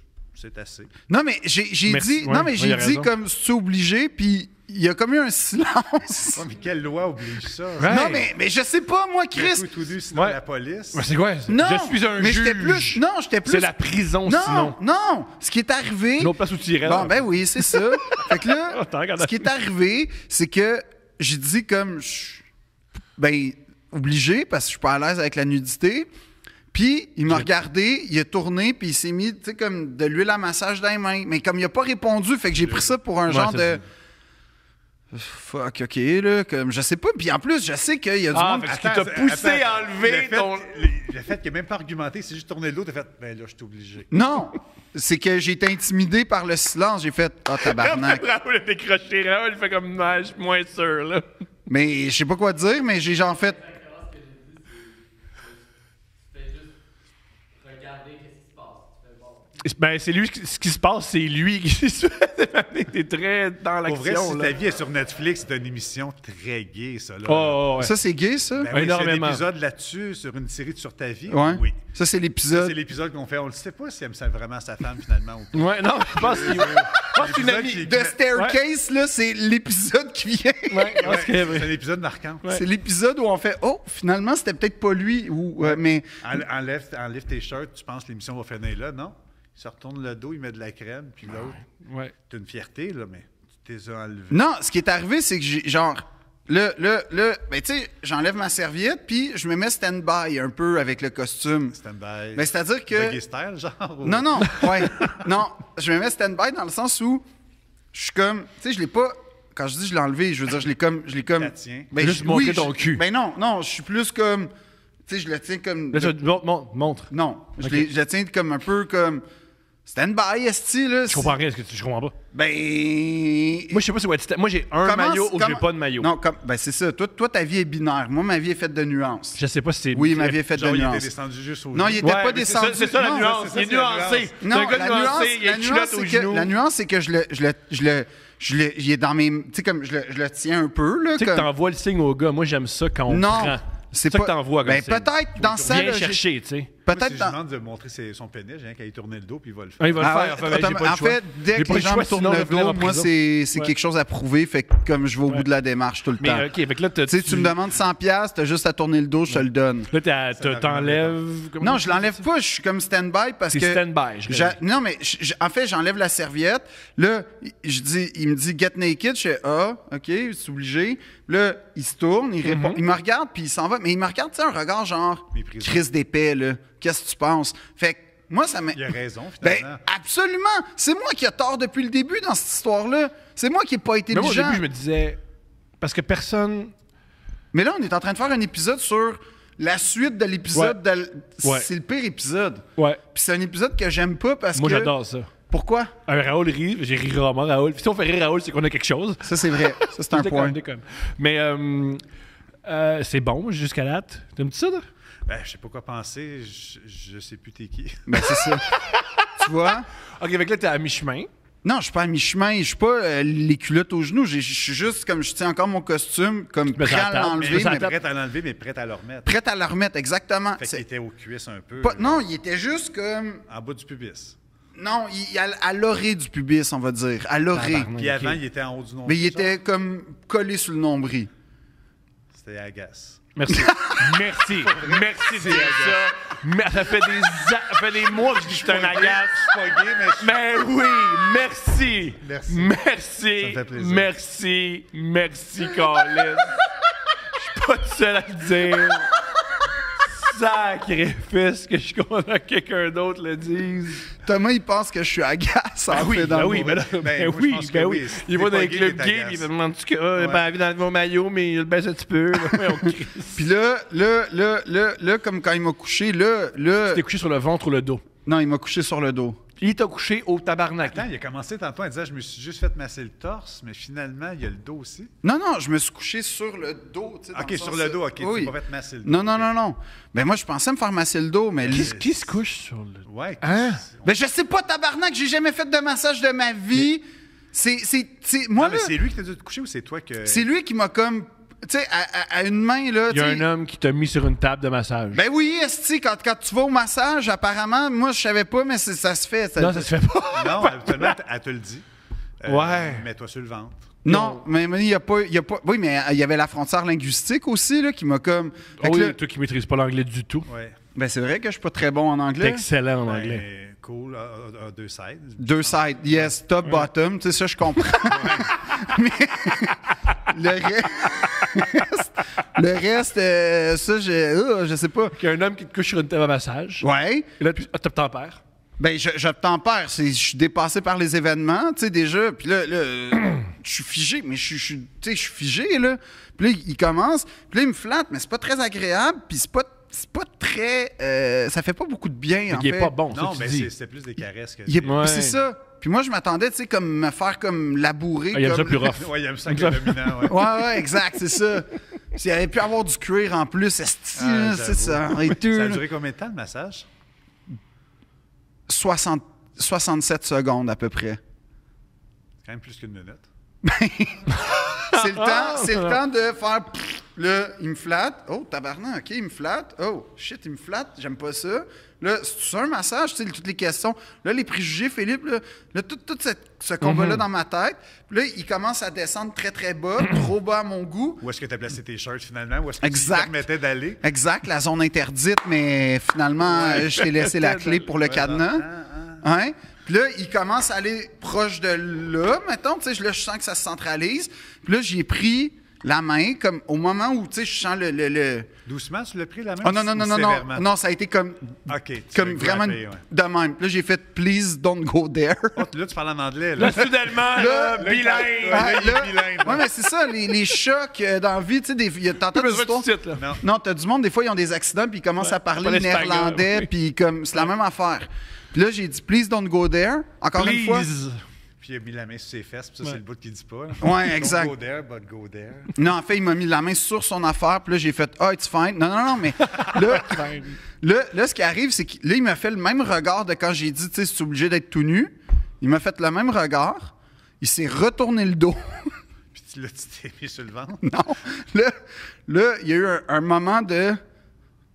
c'est assez. Non, mais j'ai, j'ai Merci, dit... ouais, non, mais ouais, j'ai il a dit raison. comme, c'est obligé, puis il y a comme eu un silence. Oh, mais quelle loi oblige ça? Ouais. Non, mais, mais je sais pas, moi, Tout Chris... Tout, tout nu, sinon Ouais. la police. Mais c'est quoi? ça? Non, Je suis un mais juge. j'étais plus... Non, j'étais plus... C'est la prison, Non, sinon. non, ce qui est arrivé... Une autre place où tu irais. Bon, là. ben oui, c'est ça. fait que là, Oh, t'en regardes ce qui est arrivé, c'est que j'ai dit comme, je- ben, obligé, parce que je suis pas à l'aise avec la nudité. Puis, il m'a regardé, il a tourné, puis il s'est mis, tu sais, comme de l'huile à massage dans les mains. Mais comme il a pas répondu, fait que j'ai pris ça pour un Ouais, genre c'est de... Fuck, OK, là, comme, je sais pas. Puis en plus, je sais qu'il y a du Ah, monde... fait que ce qui t'a poussé à enlever le fait, ton- le- Le fait qu'il n'ait même pas argumenté, c'est juste tourné de l'eau, t'as fait ben là, je suis obligé. Non, c'est que j'ai été intimidé par le silence. J'ai fait, ah, tabarnak. Bravo, le décroché, Raoul, il fait comme non, je suis moins sûr, là. Mais je sais pas quoi dire, mais j'ai genre fait... Ben, c'est lui, qui- ce qui se passe, c'est lui qui se fait. T'es très dans Pour vrai, l'action, si ta là. vie est sur Netflix, c'est une émission très gay, ça. Là. Oh, ouais. Ça, c'est gay, ça? Ben oui, Énormément. C'est un épisode là-dessus, sur une série de sur ta vie. Ouais. Oui. Ça, Ça, c'est C'est l'épisode. l'épisode qu'on fait. On ne sait pas s'il aime ça vraiment sa femme finalement ou pas. Ouais, non, je pense qu'il je pense qu'il y a une amie. L'épisode qui- The Staircase, là, c'est l'épisode qui vient. Ouais, je pense Ouais, qu'il y avait- C'est un épisode marquant. Ouais. C'est l'épisode où on fait Oh, finalement, c'était peut-être pas lui. Ou, euh, mais En- Enlève, enlève tes shirts, tu penses que l'émission va finir là, non? Il se retourne le dos, il met de la crème, puis l'autre, Ouais. t'as une fierté, là, mais tu t'es enlevé. non, ce qui est arrivé, c'est que j'ai genre. Là, là, là, ben, tu sais, j'enlève ma serviette, puis je me mets stand-by un peu avec le costume. Stand-by. Mais c'est-à-dire que. Doggy style, genre? ou- Non, non, ouais. non, je me mets stand-by dans le sens où je suis comme. Tu sais, je l'ai pas. Quand je dis je l'ai enlevé, je veux dire, je l'ai comme. Je l'ai comme. La tiens. Ben, Juste je- montrer oui, ton je- cul. Ben non, non, je suis plus comme. Tu sais, je le tiens comme. Là, ça, montre, montre, montre. Non, je, Ok. l'ai- je le tiens comme un peu comme. Stand-by, esti, là. Je comprends rien, ce que tu je comprends pas. Ben. Moi, je sais pas si ouais, tu- Moi, j'ai un Comment- maillot ou j'ai comment- pas de maillot. Non, comme, ben c'est ça. Toi, toi, ta vie est binaire. Moi, ma vie est faite de nuances. Je sais pas si c'est. Oui, ma vie est faite Genre, de il était nuances. descendu juste au Non, lit. il était Ouais, pas mais c'est ça- descendu. C'est ça la Non, c'est nuance. ça, Il est c'est la nuancé. nuance. C'est un gars nuancé. Il a la une nuance, culotte c'est au que- genou. la nuance, c'est que je le, je le, je le, je le, il est dans mes, tu sais comme je le, je le tiens un peu là. Tu sais que comme- t'envoies le signe au gars. Moi, j'aime ça quand on prend. non, C'est ça que t'envoies comme Ben signe. peut-être dans ça, Viens là, j'ai- chercher, tu sais. Moi, si peut-être je dans, demande de montrer ses- son pénis, j'ai rien qu'à y tourner le dos, puis il va le faire. Ah, il va Ah ouais, le faire. Enfin, ben, j'ai autom- pas le en choix. fait, dès J'ai que pas les le gens choix, me tournent sinon, le je vais en dos, moi, prison. c'est c'est Ouais. quelque chose à prouver. Fait que comme je vais au bout de la démarche tout le temps. Mais euh, OK, fait que là, t'as- tu sais, tu me demandes 100 pièces, t'as juste à tourner le dos, je te le donne. Là, t'as- t'as- m'arrive t'enlèves. comment Non, on je dit l'enlève ça? pas, je suis comme stand-by parce T'es que... stand-by, je J'a- réalise. Non, mais je- je- en fait, j'enlève la serviette. Là, il- je dis, il me dit « get naked », je fais « ah, ok, c'est obligé ». Là, il se tourne, il Mhm. répond, il me regarde, puis il s'en va. Mais il me regarde, tu sais, un regard genre « Méprisant. crise d'épais, là, qu'est-ce que tu penses ?» Fait que moi, ça m'a... Il a raison, finalement. Hein? Ben, absolument! C'est moi qui ai tort depuis le début dans cette histoire-là. C'est moi qui n'ai pas été Mais moi, au intelligent. début, je me disais. Parce que personne. Mais là, on est en train de faire un épisode sur la suite de l'épisode. de l- Ouais. C'est le pire épisode. Ouais. Puis c'est un épisode que j'aime pas parce Moi, que... j'adore ça. Pourquoi? Un Raoul rit, j'ai ri rarement Raoul. Si on fait rire Raoul, c'est qu'on a quelque chose. Ça, c'est vrai. Ça, c'est un Déconne, point. déconne. Mais euh, euh, c'est bon jusqu'à date. T'aimes-tu ça, toi? Ben, je sais pas quoi penser, je, je sais plus t'es qui. Ben, c'est ça. tu vois? OK, avec là, t'es à mi-chemin. Non, je suis pas à mi-chemin. Je suis pas euh, les culottes aux genoux. J'ai- Je suis juste comme je tiens encore mon costume, comme Mais prêt Ben, ça à tape, mais l'enlever, ça mais tape. Prête à l'enlever, mais prête à le remettre. prêt à le remettre. Exactement. Fait qu'il C'est était aux cuisses un peu. pas- là, Non, il était juste comme. En bas du pubis. Non, il, à, à l'orée du pubis, on va dire. À l'orée. Tabarnak. Puis Ok. avant, il était en haut du nombril. Mais il était comme collé sur le nombril. C'était agace. Merci. Merci. Merci de dire ça. Mais ça fait des, a- ça fait des mois que je dis que je suis un agace. Je suis pas gay, mais je suis- Mais oui, merci. Merci. Merci. Ça me fait plaisir. Merci. Merci, Carlis. pas tout seul à le dire. Sacrifice que je suis content que quelqu'un d'autre le dise. Thomas, il pense que je suis agace en Ah oui, fait, dans ben le oui, monde. ben, là, ben, Ben, moi, je oui, pense que ben oui. oui. Si t'es Il va dans pas les gay, clubs t'es gays, puis agace. il me demande que ah, j'ai Ouais. pas envie d'enlever mon maillot, mais il le baisse un petit peu. Là, voyons, Chris. Puis là, là, là, là, là, comme quand il m'a couché, là, là. Tu t'es couché sur le ventre ou le dos. Non, il m'a couché sur le dos. Il t'a couché au tabarnak. Attends, il a commencé tantôt en disant Je me suis juste fait masser le torse, mais finalement, il y a le dos aussi. Non, non, je me suis couché sur le dos. tu sais, dans Ok, sur sens- le dos, ok. Oui. Tu vas pas fait masser le dos. Non, non, ok. non, non. Ben moi, je pensais me faire masser le dos, mais. Qui, lui- se- qui se couche sur le dos? Ouais. Hein? Ben je sais pas, tabarnak, j'ai jamais fait de massage de ma vie. C'est, c'est, c'est- moi Non, mais là, c'est lui qui t'a dû te coucher ou c'est toi que. c'est lui qui m'a comme, tu sais, à, à- à une main là. Il tu y a sais, un homme qui t'a mis sur une table de massage. Ben oui, esti, quand, quand tu vas au massage, apparemment, moi je savais pas, mais c'est- ça se fait. ça- non, ça se fait pas. Non, habituellement, elle- elle te le dit. Euh, Ouais. Mets-toi sur le ventre. Non, mais mais il n'y a, pas- il y a pas. Oui, mais il y avait la frontière linguistique aussi, là, qui m'a comme. Fait Oh que oui, là- toi qui maîtrises pas l'anglais du tout. Ouais. ben, c'est vrai que je suis pas très bon en T'es anglais. excellent en anglais. Ben, cool, à, à- à deux sides. Deux sides, yes, top, bottom, tu sais, ça, je comprends. mais le reste. le reste, euh, ça, je, euh, je sais pas. Il y a un homme qui te couche sur une table de massage. Ouais. Et là, tu ah, t'as- t'en perds. Ben, je, je tempère. c'est- Je suis dépassé par les événements, tu sais, déjà. Puis là, là, je suis figé, mais je suis- je suis tu sais, je suis figé, là. Puis là, il commence. Puis là, il me flatte, mais c'est pas très agréable. Puis c'est pas, c'est pas très. euh, ça fait pas beaucoup de bien, en Il est fait. ben, pas bon, ça, Non, tu mais dis. c'est- c'était plus des caresses que. Il est- Ouais. C'est ça. Puis moi, je m'attendais, tu sais, comme me faire comme labourer. Ah, il aime ça comme- plus rough. Ouais, il aime ça que le dominant. Ouais. Ouais, ouais, exact, c'est ça. S'il avait pu avoir du cuir en plus, esti, Ah, là, j'avoue. c'est ça. aurait été, Ça a là, duré combien de temps le massage? 60 67 secondes à peu près. C'est quand même plus qu'une minute. C'est le temps, c'est le temps de faire. pfff, Là, il me flatte. Oh, tabarnak, OK, il me flatte. Oh, shit, il me flatte. J'aime pas ça. Là, c'est un massage, tu sais, toutes les questions. Là, les préjugés, Philippe, là, là, tout, tout cette- ce combat-là dans ma tête. Puis là, il commence à descendre très, très bas, trop bas à mon goût. Où est-ce que tu as placé tes shirts finalement? Où est-ce que Exact. tu te permettais d'aller? Exact, la zone interdite, mais finalement, euh, je t'ai laissé la clé pour le Ouais, cadenas. non. Ah, Hein? Puis là, il commence à aller proche de là, mettons. Tu sais, je- là, je sens que ça se centralise. Puis là, j'ai pris la main, comme au moment où, tu sais, je sens le... le, le- Doucement, tu l'as pris la main? Oh non, non, ou non, non, sévèrement? non. Non, ça a été comme, OK. tu comme l'as vraiment grappé, ouais. de même. Puis là, j'ai fait « Please don't go there Oh, là, tu parles en anglais. Là. Là, soudainement, Là, là, là, bilingue. Ah, il est là- bilingue, Ouais, mais c'est ça, les, les chocs euh, dans la vie, tu sais, des- il y a t'entends Plus des besoin de histoires- titre, là. Non. Non, t'as du monde, des fois, ils ont des accidents, puis ils commencent à parler pas l'espagnol, néerlandais, oui. puis comme, c'est la même affaire. Puis là, j'ai dit « Please don't go there », encore une fois. Please. Puis il a mis la main sur ses fesses, puis ça, Ouais. c'est le bout qui dit pas. Ouais, exact. Don't go there, but go there. Non, en fait, il m'a mis la main sur son affaire, puis là, j'ai fait Ah, it's fine. Non, non, non, mais là, là, là, ce qui arrive, c'est que là, il m'a fait le même regard de quand j'ai dit, tu sais, c'est obligé d'être tout nu. Il m'a fait le même regard. Il s'est retourné le dos. Puis tu l'as- tu t'es mis sur le ventre. non. Là, là, il y a eu un, un moment de,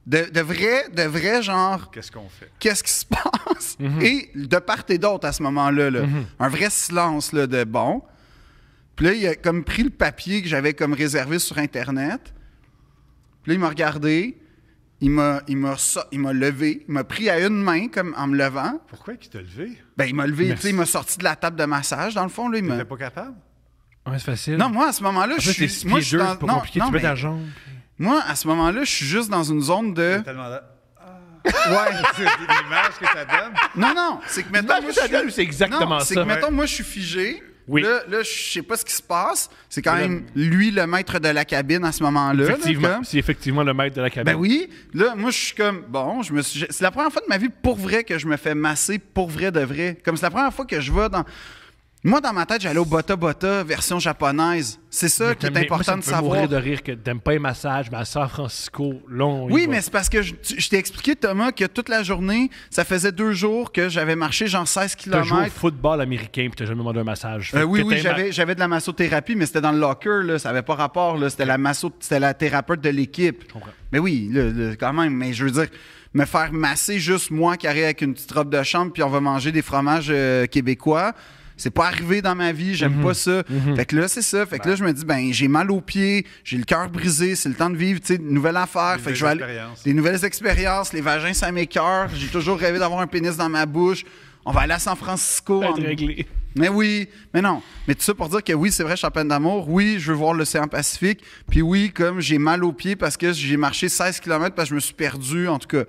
de, de vrai, de vrai genre Qu'est-ce qu'on fait? qu'est-ce qui se passe? Mhm. Et de part et d'autre à ce moment-là, là, un vrai silence là, de bon. Puis là, il a comme pris le papier que j'avais comme réservé sur Internet. Puis là, il m'a regardé. Il m'a, il, m'a, so- il m'a levé, il m'a pris à une main comme en me levant. Pourquoi qu'il t'a levé? Ben, il m'a levé, tu sais, il m'a sorti de la table de massage, dans le fond. Là, il m'a- T'étais pas capable? Ouais, c'est facile. Non, moi, à ce moment-là, je Après, t'es suis. six Moi, pieds je suis deux, dans- c'est pas non, compliqué. non, Tu mets mais ta jambe. Moi, à ce moment-là, je suis juste dans une zone de. T'as demandé. Ah, Ouais. c'est l'image que ça donne. Non, non, c'est que maintenant. L'image moi, que ça je donne, suis- c'est exactement Non, C'est que ça. mettons, moi, je suis figé. Oui. Là, là, je sais pas ce qui se passe. C'est quand Là- même lui le maître de la cabine à ce moment-là. là, Effectivement. comme- C'est effectivement le maître de la cabine. Ben oui. Là, moi, je suis comme, bon, je me suis. je- C'est la première fois de ma vie pour vrai que je me fais masser pour vrai de vrai. Comme c'est la première fois que je vais dans. Moi, dans ma tête, j'allais au Bota Bota version japonaise. C'est ça qui est Mais moi, important ça me de fait savoir. mourir de rire que t'aimes pas les massages, mais à San Francisco, long. Oui, mais c'est parce que je, tu- je t'ai expliqué, Thomas, que toute la journée, ça faisait deux jours que j'avais marché genre 16 T'as joué au km. football américain puis t'as jamais demandé un massage. Euh, Fait oui, que oui, t'aimes à- j'avais, j'avais de la massothérapie, mais c'était dans le locker, là, ça n'avait pas rapport. Là, c'était, la masso, c'était la thérapeute de l'équipe. comprends. Mais oui, là, là, quand même, mais je veux dire, me faire masser juste moi qui arrive avec une petite robe de chambre, puis on va manger des fromages euh, québécois. C'est pas arrivé dans ma vie, j'aime pas ça. Fait que là, c'est ça. Fait que là, je me dis, ben, j'ai mal aux pieds, j'ai le cœur brisé, c'est le temps de vivre, tu sais, une nouvelle affaire. Des fait nouvelles que je vais aller- expériences. des nouvelles expériences, les vagins, ça m'écœure. J'ai toujours rêvé d'avoir un pénis dans ma bouche. On va aller à San Francisco. Être en- réglé. Mais oui, mais non. Mais tout ça pour dire que oui, c'est vrai, je suis en peine d'amour. Oui, je veux voir l'océan Pacifique. Puis oui, comme j'ai mal aux pieds parce que j'ai marché 16 km parce que je me suis perdu, en tout cas.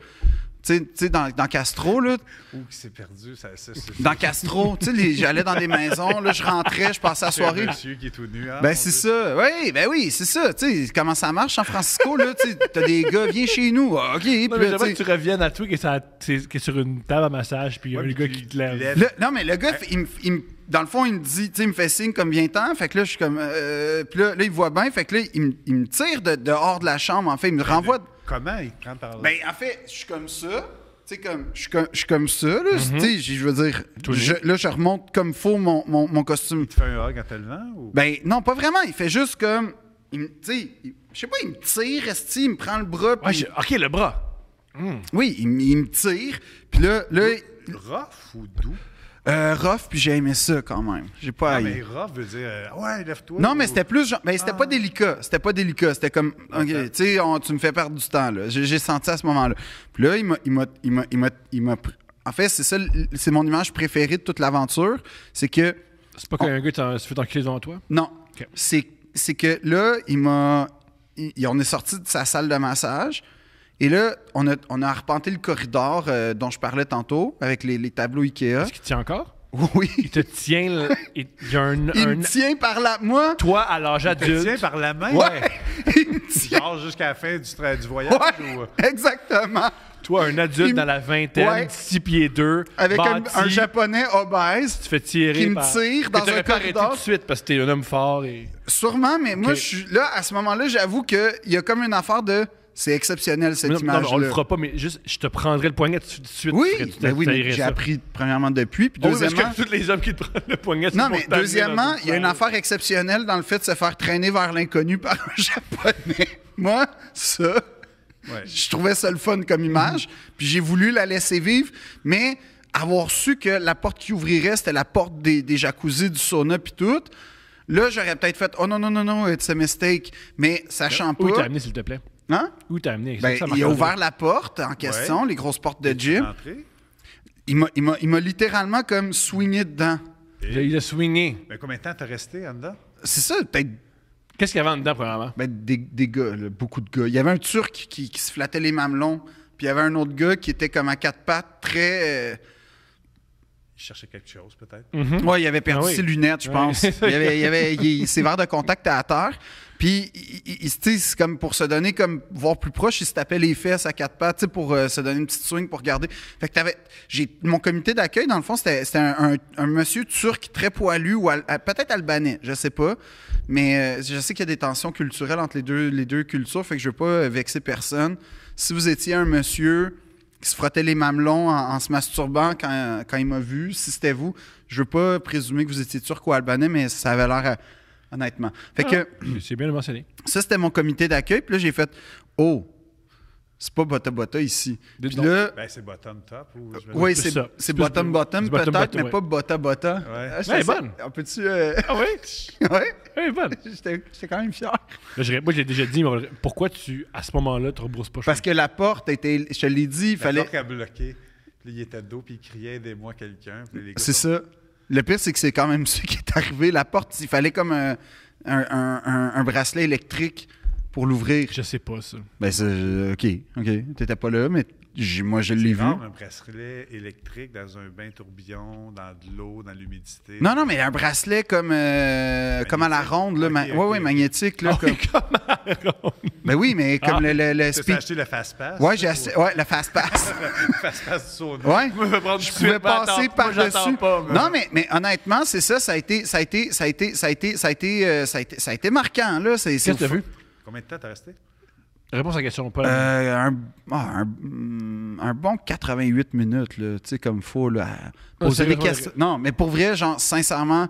Tu sais- tu sais, dans, dans Castro, là, Ouh, qui s'est perdu. Ça, ça, c'est- dans Castro, tu sais, les- j'allais dans des maisons, là, je rentrais, je passais la c'est un soirée. monsieur qui est tout nu. Ah, Ben, mon c'est Dieu. ça. Oui, ben oui, c'est ça. Tu sais, comment ça marche, San Francisco, là, tu sais, t'as des gars, viens chez nous. Ah, OK, puis Non, là, mais tu sais- j'aimerais que tu reviennes à toi qui est, sur la- c'est- qui est sur une table à massage, puis il y a Ouais, un puis gars qui- qui te lève. qui lève. Le- non, mais le gars, il me- il me- dans le fond, il me dit, tu sais, il me fait signe comme vient-t'en. Fait que là, je suis comme. euh, puis là, là, il voit bien. Fait que là, il, me- il me tire de, dehors de la chambre, en fait. Il me renvoie. Comment il te prend par là? Ben, en fait, je suis comme ça. Tu sais, comme, je suis comme, je suis comme ça, là. Mhm. Tu sais, j'ai- je veux dire. je- là, je remonte comme faux mon, mon, mon costume. il te fait un hug en te levant? Ou... Ben, non, pas vraiment. Il fait juste comme. il me- Tu sais, il- je sais pas, il me tire, esti, il me prend le bras. puis- Ouais, je- OK, le bras. Oui, il, me- il me tire. Puis là, là Rough ou doux? euh, rough, puis j'ai aimé ça quand même. J'ai pas Non, aimé. mais rough veut dire euh, ouais, lève-toi. Non, mais ou- c'était plus genre. Ben, c'était Ah. pas délicat. C'était pas délicat. C'était comme. OK, tu sais, on- tu me fais perdre du temps, là. J'ai j'ai senti à ce moment-là. Puis là, il m'a- il m'a- il m'a- il m'a- il m'a. pr- En fait, c'est ça, l- c'est mon image préférée de toute l'aventure. C'est que. C'est Oh. pas qu'un gars t'en- se fait enculer devant toi. Non. Ok. C'est c'est que là, il m'a. il- il- on est sorti de sa salle de massage. Et là, on a, on a arpenté le corridor euh, dont je parlais tantôt avec les, les tableaux Ikea. Est-ce qu'il te tient encore? Oui. Il te tient. le- Il il y a un. Il un- me tient par là. Moi. Toi, à l'âge Il te adulte. tient par la main. Ouais. Il me tient. Genre jusqu'à la fin du, tra- du voyage. Ouais, ou, euh, exactement. Toi, un adulte Il- dans la vingtaine, Ouais. 6 pieds 2, Avec un, bâti, un japonais obèse. tu fais tirer qui me par- tire dans Mais t'aurais un pas arrêté corridor. tout de suite parce que t'es un homme fort et... Sûrement, mais moi, Ok. je suis là, à ce moment-là, j'avoue qu'il y a comme une affaire de. C'est exceptionnel, cette Non, non, mais on le image-là. fera pas, mais juste, je te prendrai le poignet tout de suite. Oui, tu ferais- tu ben oui, mais taillerais j'ai ça. appris premièrement depuis, puis Oh oui, parce que deuxièmement. tous les hommes qui te prennent le poignet, c'est Non, pour mais t'amener deuxièmement, dans il y a une salle. affaire exceptionnelle dans le fait de se faire traîner vers l'inconnu par un japonais. Moi, ça, ouais. je trouvais ça le fun comme image, puis j'ai voulu la laisser vivre, mais avoir su que la porte qui ouvrirait, c'était la porte des, des jacuzzi, du sauna, puis tout, là, j'aurais peut-être fait « Oh non, non, non, non, it's a mistake », mais sachant Où pas... t'as amené, s'il te plaît? Hein? Où t'as amené? Ben, Ça, ça il a marche ouvert la porte en question, Ouais. les grosses portes de Tu es gym. rentré? Il m'a- il m'a il m'a littéralement comme swingé dedans. pas. Il a- il a swingé. Mais combien de temps t'as resté en dedans? C'est ça, peut-être Qu'est-ce qu'il y avait en dedans, premièrement? ben, des, des gars, là, beaucoup de gars. Il y avait un Turc qui, qui se flattait les mamelons, puis il y avait un autre gars qui était comme à quatre pattes, très... euh, Il cherchait quelque chose, peut-être. Ouais, il avait perdu Ah oui. ses lunettes, je Ah pense. oui. il avait, il avait il- ses verres de contact à terre. Puis, il- il- il- tu sais, c'est comme pour se donner, comme voir plus proche, il se tapait les fesses à quatre pattes, tu sais, pour euh, se donner une petite swing pour garder. Fait que t'avais. j'ai- Mon comité d'accueil, dans le fond, c'était c'était un, un- un monsieur turc très poilu ou al- à- peut-être albanais, je sais pas. Mais euh, je sais qu'il y a des tensions culturelles entre les deux, les deux cultures, fait que je veux pas euh, vexer personne. Si vous étiez un monsieur qui se frottait les mamelons en, en se masturbant quand, quand il m'a vu. Si c'était vous, je veux pas présumer que vous étiez turc ou albanais, mais ça avait l'air, euh, honnêtement. Fait que C'est bien de mentionner. ça, c'était mon comité d'accueil. Puis là, j'ai fait Oh, c'est pas Bota Bota ici. Dites Puis donc. là, Ben, c'est bottom-top. ou je me- oui, plus c'est ça. c'est Plus bottom de- bottom du bottom peut-être, bottom, mais ouais. pas Bota Bota. Ah, j'étais Ouais, assez- bonne. On peut-tu. euh, Ah oui? ouais, Oui, bonne. j'étais j'étais quand même fier. Là, je dirais- moi, j'ai déjà dit, mais on va- pourquoi tu, à ce moment-là, tu rebrousses pas? Parce que la porte était. Je te l'ai dit, il La fallait. porte a bloqué. Puis il était de dos, puis il criait Aidez-moi quelqu'un. Puis les gars C'est sont- ça. Le pire, c'est que c'est quand même ça qui est arrivé. La porte, il fallait comme un, un- un- un- un bracelet électrique pour l'ouvrir. Je sais pas, ça. Ben, c'est- OK, OK. T'étais pas là, mais j'ai- moi, je l'ai C'est vu. rare, un bracelet électrique dans un bain tourbillon, dans de l'eau, dans l'humidité. Non, non, mais un bracelet comme, euh, comme à la ronde, là. Ok, ma- ok, ouais, ouais, ok. magnétique, Oh, Ah, là. Ah, comme- Ben oui, mais comme le, le- le Tu speed- as acheté le fast-pass? Ouais, j'ai assez- ouais, le fast pass. Le fast-pass du sauna. ouais. Je Je pouvais passer par-dessus. Non, mais, mais honnêtement, c'est ça, ça a été, ça a été, ça a été, ça a été, ça a été, euh, ça a été, ça a été marquant, là. C'est- c'est Qu'est-ce que t'as fou. vu? Combien de temps t'as resté? Réponse à la question, pas la- Euh, un, ah, un- mm, un bon 88 minutes, là, tu sais, comme faut, là, à Ah, poser des sérieusement, questions. Non, mais pour vrai, genre, sincèrement,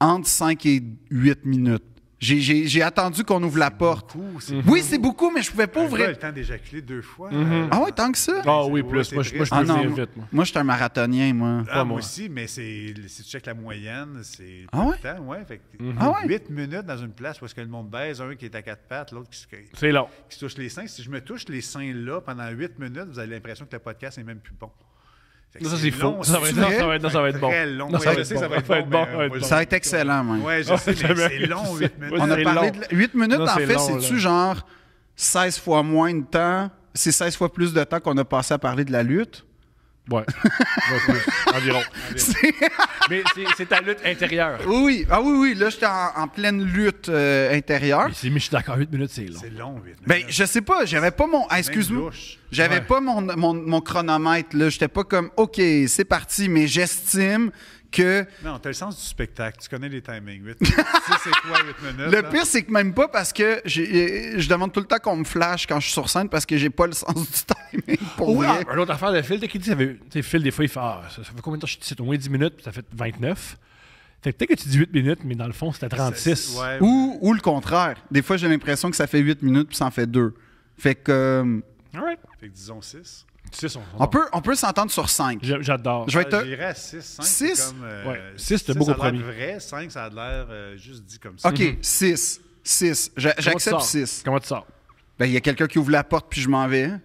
entre 5 et 8 minutes. J'ai- J'ai j'ai attendu qu'on ouvre la porte. Beaucoup. C'est Oui, c'est beaucoup, mais je pouvais pas Un gars a ouvrir. le temps d'éjaculer deux fois. Euh, Ah ouais, tant que ça? Ah c'est- oui, ouais, plus. c'est Moi, je moi, je triste. peux Ah non, venir moi, vite, moi. moi, je suis un marathonien, moi. Ah, Pas moi moi. aussi, mais c'est si tu checkes la moyenne, c'est Ah ouais? le temps, ouais. Fait Mhm. que Ah ouais? 8 minutes dans une place où est-ce que le monde baise, un qui est à quatre pattes, l'autre qui, se- qui C'est long. se touche les seins. Si je me touche les seins là pendant 8 minutes, vous avez l'impression que le podcast n'est même plus bon. Fait Fait que Ça, c'est long, faux. Ça va être- c'est non, ça va être- non, ça va être bon. Très long. Non, ça Ouais, va je être sais, ça bon. va être Ça va bon. être bon, mais, ça va euh, être moi, Ça va être excellent, man. Ouais, je Oh, sais, ça mais va- c'est long, 8 minutes. On C'est a parlé long. de 8 minutes, Non, en c'est fait, long, c'est-tu là. genre 16 fois moins de temps, c'est 16 fois plus de temps qu'on a passé à parler de la lutte? Ouais. Ouais, plus, environ. Mais c'est- c'est ta lutte intérieure. Oui, oui. Ah oui, oui, là, j'étais en, en pleine lutte euh, intérieure. Mais c'est- mais je suis d'accord, 8 minutes, c'est long. C'est long, 8 minutes. Ben, je sais pas, j'avais pas mon. ah, Excuse-moi. J'avais Ouais. pas mon, mon, mon chronomètre, là. J'étais pas comme, OK, c'est parti, mais j'estime que. Non, t'as le sens du spectacle. Tu connais les timings. 8 minutes. tu sais c'est quoi 8 minutes? Le là? pire, c'est que même pas parce que j'ai- euh, je demande tout le temps qu'on me flash quand je suis sur scène parce que j'ai pas le sens du timing pour Oui, vrai. ah, une autre affaire de Phil, t'sais, qui dit, ça fait- tu sais, Phil, des fois, il fait Ah, ça, ça fait combien de temps que je suis ici? Au moins 10 minutes, puis ça fait 29. Fait que peut-être que tu dis 8 minutes, mais dans le fond, c'était 36. Ouais, Ou, ou le contraire. Des fois, j'ai l'impression que ça fait 8 minutes puis ça en fait 2. Fait que. euh, All right. Fait que disons 6. Tu sais, son- on peut, on peut s'entendre sur 5. J'a- J'adore. Ah. Je vais être. J'irais à 6, 5. Six? Ouais, six, c'était beaucoup euh, Ça a l'air premier. vrai. 5, ça a l'air euh, juste dit comme ça. OK, Mm-hmm. 6. 6. Comment tu J'accepte sors? 6. Comment tu sors? Ben, il y a quelqu'un qui ouvre la porte puis je m'en vais. Mais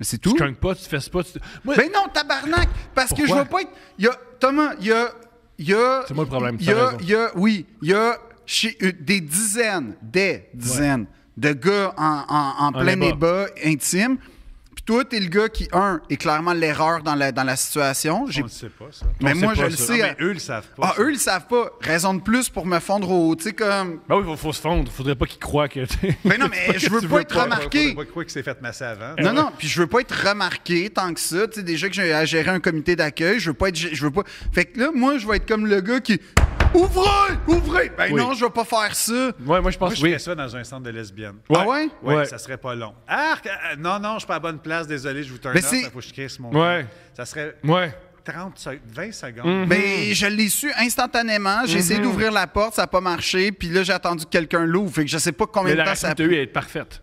c'est tout. Tu cognes pas, tu fesses pas. Tu... Moi, Ben non, tabarnak! Parce que je Pourquoi? veux pas être. Il y a. Thomas, il y a. il y a- C'est moi le problème, Il y t'as a. raison. il y a- oui, il y a chez, euh, des dizaines, des dizaines de gars en, en- en plein débat. débat intime. Puis toi, t'es le gars qui, un, est clairement l'erreur dans la, dans la situation. J'ai- On ne sait pas, ça. Mais on moi, sait je pas le ça. sais. Non, à- mais eux, ils le savent pas. ah, ça. eux, ils le savent pas. Raison de plus pour me fondre au. Tu sais, comme. Ben oui, faut, faut se fondre. Faudrait pas qu'il croie que. Ben non, mais je veux tu pas veux être pas. remarqué. Faudrait pas croire que c'est fait masser avant. Euh, Non, non, puis je veux pas être remarqué tant que ça. Tu sais, déjà que j'ai à gérer un comité d'accueil, je veux pas être. Je veux pas. Fait que là, moi, je vais être comme le gars qui. Ouvrez! Ouvrez! Ben Oui. Mhm. non, je vais pas faire ça. Ouais, moi, je Moi, pense je oui. ferais ça dans un centre de lesbiennes. Ah ouais? Ouais, Ouais. ça serait pas long. Arc! euh, non, non, je suis pas à la bonne place, désolé, je vous turn Mais off, c'est- il faut que je crisse mon Ouais. Mm. Ça serait Ouais. 30, sec- 20 secondes. Ben, je l'ai su instantanément. J'ai essayé d'ouvrir la porte, ça a pas marché. Puis là, j'ai attendu que quelqu'un l'ouvre. Fait que je sais pas combien Mais de la temps ça réaction a que t'as eue, elle est parfaite.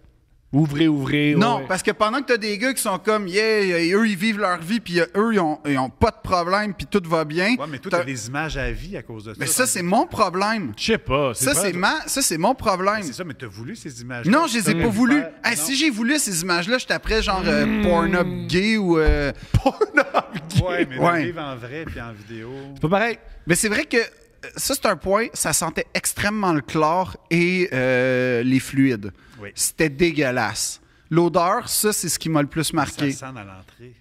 Ouvrez, ouvrez. Non, ouais. parce que pendant que t'as des gars qui sont comme, yeah, et eux, ils vivent leur vie, puis euh, eux, ils ont, ils ont pas de problème, puis tout va bien. Ouais, mais toi, T'as- t'as des images à vie à cause de ça. Mais ça, Donc, c'est mon problème. Je sais pas. Ça, pas- c'est ma... ça, c'est mon problème. Ah, C'est ça, mais t'as voulu ces images Non, je les ai pas voulu. Ah, si si j'ai voulu ces images-là, j'étais après genre euh, Pornhub gay ou. euh, Ouais, mais Ouais. de vivre en vrai puis en vidéo. C'est pas pareil. Mais c'est vrai que euh, ça, c'est un point, ça sentait extrêmement le chlore et euh, les fluides. Oui. C'était dégueulasse. L'odeur, ça, c'est ce qui m'a le plus Ça marqué. Ça, sent Oh, à l'entrée.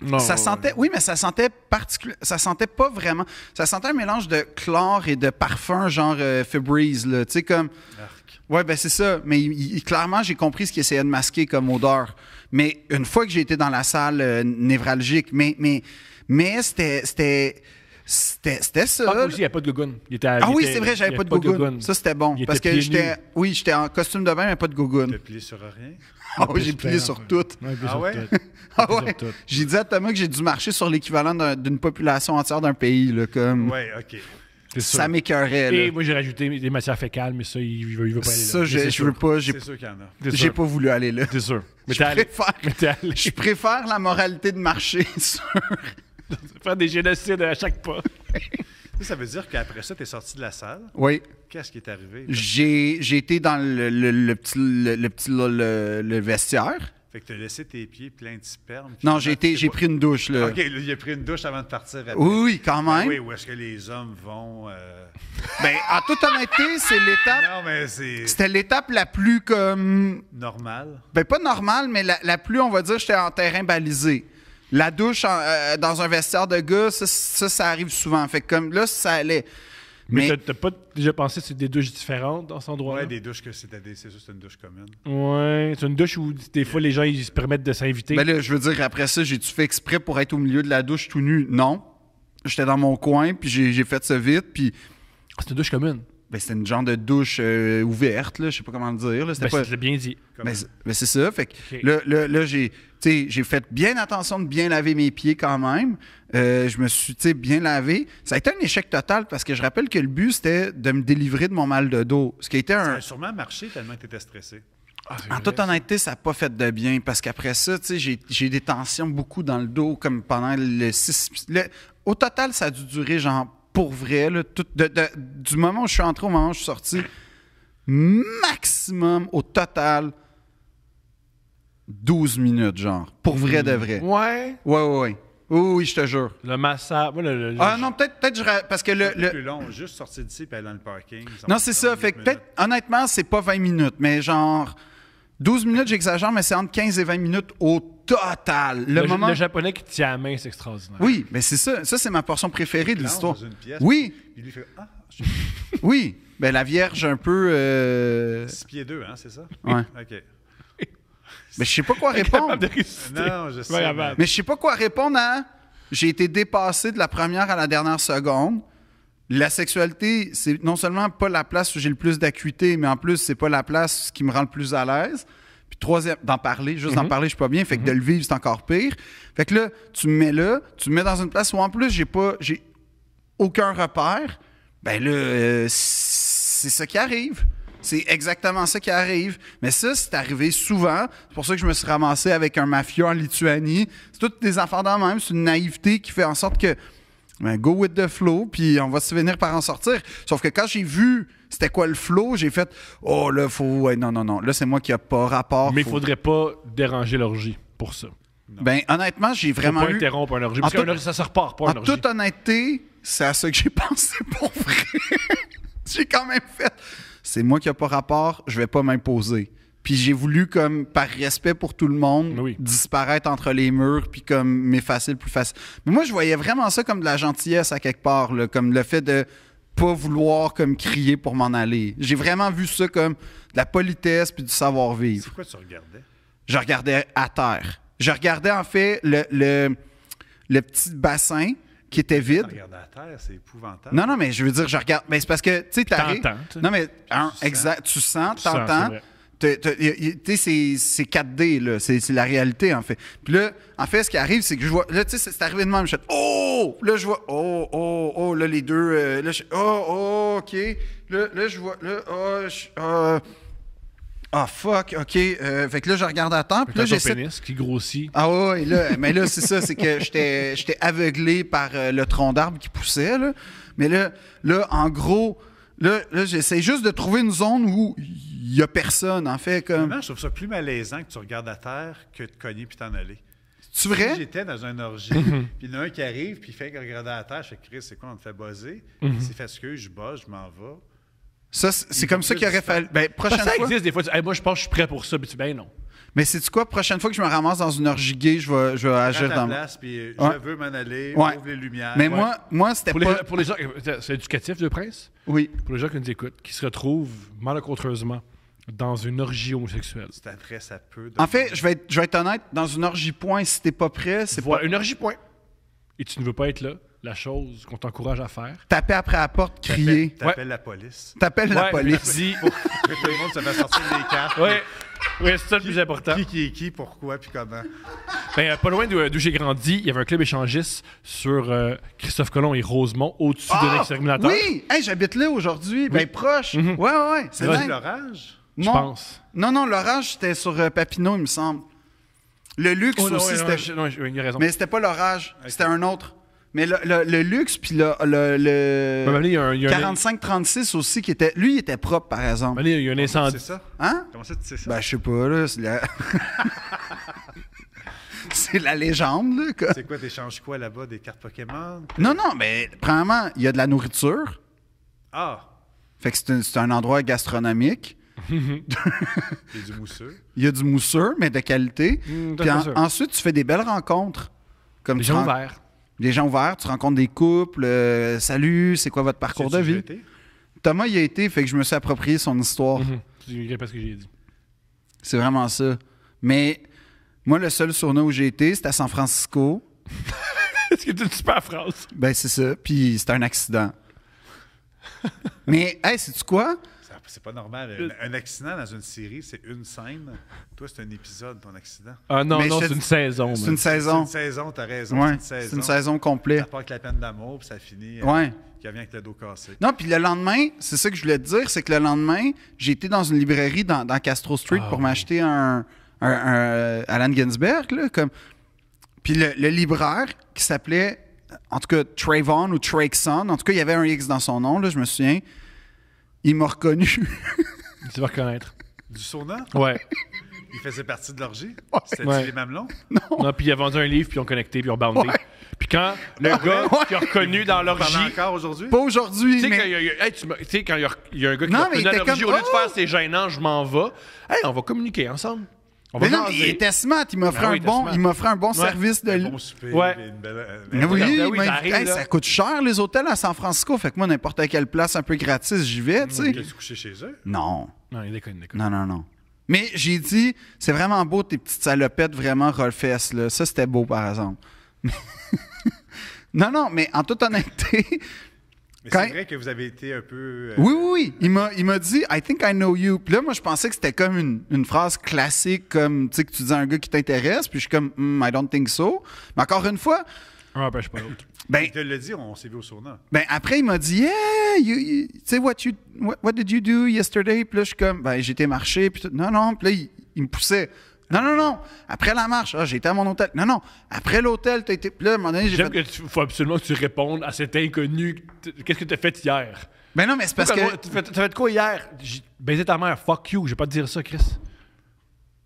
Non, ouais. sentait, oui, mais ça sentait particuli- ça sentait pas vraiment. Ça sentait un mélange de chlore et de parfum, genre euh, Febreze, là. Tu sais, comme. Arc. Ouais, ben c'est ça. Mais il- il- clairement, j'ai compris ce qu'il essayait de masquer comme odeur. Mais une fois que j'ai été dans la salle euh, névralgique, mais, mais, mais c'était, c'était, c'était, c'était ça. Ah, là. aussi, il n'y a pas de gougoune. Il était à- Ah il oui, était- c'est vrai, il j'avais y pas a de gougoune. Ça, c'était bon. Il Parce était que pieds j'étais, nus. oui, j'étais en costume de bain, mais pas de gougoune. Te plier sur rien. Ah oui, j'ai plié sur tout. Ouais, plié Ah sur ouais? tout. Ah Plié ouais. sur tout. J'ai dit à Thomas que j'ai dû marcher sur l'équivalent d'un- d'une population entière d'un pays, là, comme. Ouais, OK. C'est sûr. Ça m'écœurait, Et là. moi, j'ai rajouté des matières fécales, mais ça, il veut, il veut pas aller là. Ça, Mais je c'est je sûr. veux pas, j'ai C'est sûr qu'il y en a. C'est j'ai sûr. pas voulu aller là. C'est sûr. Mais Je t'es allé. préfère- Mais t'es allé. Je préfère la moralité de marché sur Faire des génocides à chaque pas. Ça, ça veut dire qu'après ça, t'es sorti de la salle. Oui. Qu'est-ce qui est arrivé? J'ai j'ai été dans le, le- le petit, le, le petit- le- le vestiaire. Fait que t'as laissé tes pieds pleins de sperme. Non, j'ai été- T'es j'ai pas- pris une douche, là. OK, là, il a pris une douche avant de partir. Après. Oui, oui, quand Ah même. Oui, où est-ce que les hommes vont. euh, Ben, en toute honnêteté, c'est l'étape. Non, mais c'est C'était l'étape la plus comme. normal. Ben, pas normale, mais la, la plus, on va dire, j'étais en terrain balisé. La douche en- euh, dans un vestiaire de gars, ça, ça, ça arrive souvent. Fait que comme là, ça allait. Mais Mais, t'as- t'as pas déjà pensé que c'est des douches différentes dans cet endroit-là? Ouais, des douches que c'était des. C'est juste une douche commune. Ouais, c'est une douche où des fois les gens ils se permettent de s'inviter. ben là, je veux dire, après ça, j'ai-tu fait exprès pour être au milieu de la douche tout nu? Non. J'étais dans mon coin, puis j'ai j'ai fait ça vite, puis. c'est une douche commune. Ben, c'était une genre de douche euh, ouverte, là, je sais pas comment le dire. Là, c'était Ben, pas... c'est bien dit. Ben, c'est- ben, c'est ça. Fait que Ok. là, là, là, j'ai, tu sais, j'ai fait bien attention de bien laver mes pieds quand même. Euh, je me suis tu sais, bien lavé. Ça a été un échec total parce que je rappelle que le but, c'était de me délivrer de mon mal de dos. Ce qui a été Ça un. a sûrement marché tellement que t'étais stressé. En toute honnêteté, ça n'a pas fait de bien parce qu'après ça, tu sais, j'ai, j'ai des tensions beaucoup dans le dos comme pendant le six. le- Au total, ça a dû durer, genre, pour vrai, là, tout- de- de- du moment où je suis entré au moment où je suis sorti, maximum, au total, 12 minutes, genre, pour vrai de vrai. Ouais. Mm. Ouais, ouais, ouais. Oui, oui, je te jure. Le massacre. moi, le- le- le- Ah non, peut-être, peut-être, je ra- parce que le. C'est le- plus long, juste sortir d'ici et aller dans le parking. ça Non, me c'est prend ça. huit Fait que minutes. peut-être, honnêtement, c'est pas 20 minutes, mais genre 12 minutes, j'exagère, mais c'est entre 15 et 20 minutes au total. Le, le- moment. le japonais qui tient la main, c'est extraordinaire. Oui, mais c'est ça. Ça, c'est ma portion préférée de Plonge l'histoire. dans une pièce, Oui, Puis lui fait Ah, je oui. Ben, la Vierge, un peu. euh, six pieds deux, hein, c'est ça? Ouais. OK. Mais je sais pas quoi répondre. Capable de résister. Non, je sais, Ouais, avant. Mais je sais pas quoi répondre à. J'ai été dépassé de la première à la dernière seconde. La sexualité, c'est non seulement pas la place où j'ai le plus d'acuité, mais en plus, c'est pas la place qui me rend le plus à l'aise. Puis troisième, d'en parler, juste d'en parler, je suis pas bien. Fait que de le vivre, c'est encore pire. Fait que là, tu me mets là, tu me mets dans une place où en plus, j'ai pas, j'ai aucun repère. Ben là, euh, c'est ça qui arrive. C'est exactement ça qui arrive. Mais ça, c'est arrivé souvent. C'est pour ça que je me suis ramassé avec un mafieux en Lituanie. C'est toutes des affaires dans le même. C'est une naïveté qui fait en sorte que ben, go with the flow, puis on va se finir par en sortir. Sauf que quand j'ai vu c'était quoi le flow, j'ai fait Oh là, faut. ouais, non, non, non. Là, c'est moi qui a pas rapport. Mais il Faut- faudrait pas déranger l'orgie pour ça. Ben, honnêtement, j'ai Faut vraiment. pas eu- interrompre un orgie. En Parce tout- qu'un orgie, ça se repart pas En un orgie. toute honnêteté, c'est à ça que j'ai pensé pour vrai. j'ai quand même fait. C'est moi qui n'ai pas rapport, je vais pas m'imposer. Puis j'ai voulu, comme, par respect pour tout le monde, Oui. disparaître entre les murs, puis comme m'effacer le plus facile. Mais moi, je voyais vraiment ça comme de la gentillesse à quelque part, là, comme le fait de pas vouloir comme crier pour m'en aller. J'ai vraiment vu ça comme de la politesse puis du savoir-vivre C'est quoi tu regardais? je regardais à terre. Je regardais en fait le, le, le petit bassin qui était Tu vide. regardais à terre, c'est épouvantable. Non, non, mais je veux dire, je regarde. Mais c'est parce que, tu sais, t'arrives. t'entends, tu sais. Non, mais un, sens. exact, tu sens, sens, t'entends. c'est vrai. T'as- t'as- y- y- Tu sais, c'est- c'est 4D, là. C'est c'est la réalité, en fait. Puis là, en fait, ce qui arrive, c'est que je vois. Là, tu sais, c'est c'est arrivé de même. Je fais Oh Là, je vois. Oh, oh, oh. Là, les deux. euh, là, je Oh, oh, OK. Là, là je vois. Là, oh, je- euh, Ah, fuck, OK. Euh, fait que là, je regarde à temps. Puis là, T'as ton j'essaie de- pénis qui grossit. ah ouais, ouais, là, mais là, c'est ça, c'est que j'étais j'étais aveuglé par euh, le tronc d'arbre qui poussait, là. Mais là, là en gros, là, là, j'essaie juste de trouver une zone où il y a personne, en fait, comme... Non, je trouve ça plus malaisant que tu regardes à terre que de cogner puis t'en aller. Tu Si vrai? J'étais dans un orgie, Mhm. puis il y en a un qui arrive, puis il fait que regarder à terre, je fais Chris, c'est quoi, on te fait buzzer? Mhm. C'est fait que je bosse, je m'en vais. Ça, c'est c'est comme ça qu'il aurait fallu... Ben, prochaine Parce que ça fois... existe des fois. Tu, Hey, moi, je pense que je suis prêt pour ça. Puis tu ben non. Mais c'est quoi? Prochaine fois que je me ramasse dans une orgie gay, je vais, je vais agir Prends dans... ta place, puis euh, Ouais. je veux m'en aller, Ouais. ouvre les lumières. Mais Ouais. moi, moi c'était Pour pas... les, pour les gens, c'est éducatif, Deux Prince. Oui. Pour les gens qui nous écoutent, qui se retrouvent malencontreusement dans une orgie homosexuelle. Tu t'adresses à peu de En fait, je vais, être, je vais être honnête, dans une orgie point, si t'es pas prêt, c'est Voilà, une orgie point. Et tu ne veux pas être là. La chose qu'on t'encourage à faire. taper après la porte, crier. T'appelles la police. T'appelles la Ouais, police. Dis. Tout le monde se fait sortir des cartes. Ouais. Oui, c'est ça le plus important. Qui, qui est qui, pourquoi, puis comment. Ben, euh, pas loin d'où d'où j'ai grandi, il y avait un club échangiste sur euh, Christophe Colomb et Rosemont, au-dessus de Ah! l'exterminateur. Mm-hmm. Oui, Hey, j'habite là aujourd'hui, bien proche. Ouais, ouais, ouais, C'est c'est dingue. l'orage? Je Non. pense. Non, non, l'orage, c'était sur euh, Papineau, il me semble. Le luxe Oh, non, aussi, ouais, non, c'était. je- non, je- il a raison. Mais c'était pas l'orage, c'était un autre. Mais le, le- le luxe, puis le, le, le Ben, ben, il y a un- il y a un- 45-36 aussi, qui était. Lui, il était propre, par exemple. ben, il y a un C'est incendie. ça? Hein? Comment ça, tu sais ça? Ben, je sais pas, là. C'est la, c'est la légende, là. quoi. c'est quoi, t'échanges quoi là-bas? Des cartes Pokémon? Non, non, mais premièrement, il y a de la nourriture. Ah! Fait que c'est un- c'est un endroit gastronomique. Et du mousseux. Il y a du mousseux, mais de qualité. Mm, de Puis en- mousseux. ensuite, tu fais des belles rencontres. Comme Les tu gens ren- verts. Des gens ouverts. Tu rencontres des couples. euh, salut, c'est quoi votre parcours de T'as-tu vie? jeté? Thomas y a été, fait que je me suis approprié son Oh. histoire. Mhm. Tu pas ce que j'ai dit. C'est vraiment ça. Mais moi, le seul surnom où j'ai été, c'était à San Francisco. Est-ce que tu une super phrase? Ben, c'est ça. Puis c'était un accident. mais, hey, sais-tu quoi? Ça- C'est pas normal. Un, un accident dans une série, c'est une scène. Toi, c'est un épisode, ton accident. Ah non, Mais non, je te c'est une dis- saison. C'est man. une saison. C'est une saison, t'as raison. Ouais, c'est une saison. c'est une saison Ça complète. part avec la peine d'amour, puis ça finit. euh, Ouais. Qui revient avec le dos cassé. Non, puis le lendemain, c'est ça que je voulais te dire, c'est que le lendemain, j'ai été dans une librairie dans, dans Castro Street Ah pour oui. m'acheter un, un- un Alan Ginsberg, là, comme. Puis le, le libraire qui s'appelait, en tout cas, Trayvon ou Trakeson, en tout cas, il y avait un X dans son nom, là, je me souviens. Il m'a reconnu. Tu vas reconnaître. Du sauna, Ouais. il faisait partie de l'orgie. C'était Ouais. les mamelons. non, puis il a vendu un livre, puis ils ont connecté, puis ils ont bandé. Puis quand le gars qui a reconnu dans Parle l'orgie. Ah, encore aujourd'hui? Pas aujourd'hui, Tu sais, quand mais il y a- hey, tu m'as- tu sais, quand il y a- il y a un gars qui Non, a mais reconnu il dans était l'orgie, comme, au lieu de Oh! faire c'est gênant, je m'en vais. Hey, on va communiquer ensemble. On va Mais non, mais jaser. il était smart. Il m'offrait Ah oui, un, il était bon, smart. il m'offrait un bon service de. Un l- bon souper, Ouais. puis une belle- euh, Mais oui, Ben oui, il m'a ça invité. arrive, Hey, là. ça coûte cher les hôtels à San Francisco. Fait que moi, n'importe quelle place un peu gratis, j'y vais, Mmh, tu sais. Ils se coucher chez eux. Non, Non, il déconne, il déconne. non, non, non. Mais j'ai dit, c'est vraiment beau tes petites salopettes vraiment rollfest, là. Ça, c'était beau, par exemple. non, non, mais en toute honnêteté, Mais Quand- c'est vrai que vous avez été un peu. euh, Oui, oui, oui. Il m'a, il m'a dit I think I know you. Puis là, moi, je pensais que c'était comme une, une phrase classique, comme tu sais, que tu dis à un gars qui t'intéresse. Puis je suis comme Hmm, I don't think so. Mais encore une fois, Un empêche pas l'autre. ben, Il te l'a dit, on s'est vu au sauna. ben après, il m'a dit Yeah, you, you- tu sais, what, you, what, what did you do yesterday? Puis là, je suis comme Ben, j'étais marché. Puis tout. Non, non. Puis là, il, il me poussait. Non, non, non. Après la marche, ah, j'étais à mon hôtel. Non, non. Après l'hôtel, t'as été. Puis là, à un moment donné, j'ai J'aime fait. que tu, faut absolument que tu répondes à cet inconnu. T- Qu'est-ce que t'as fait hier? Ben non, mais c'est parce que. Tu fais, t'as fait quoi hier? J'ai baisé ta mère. Fuck you. J'ai pas te dire ça, Chris.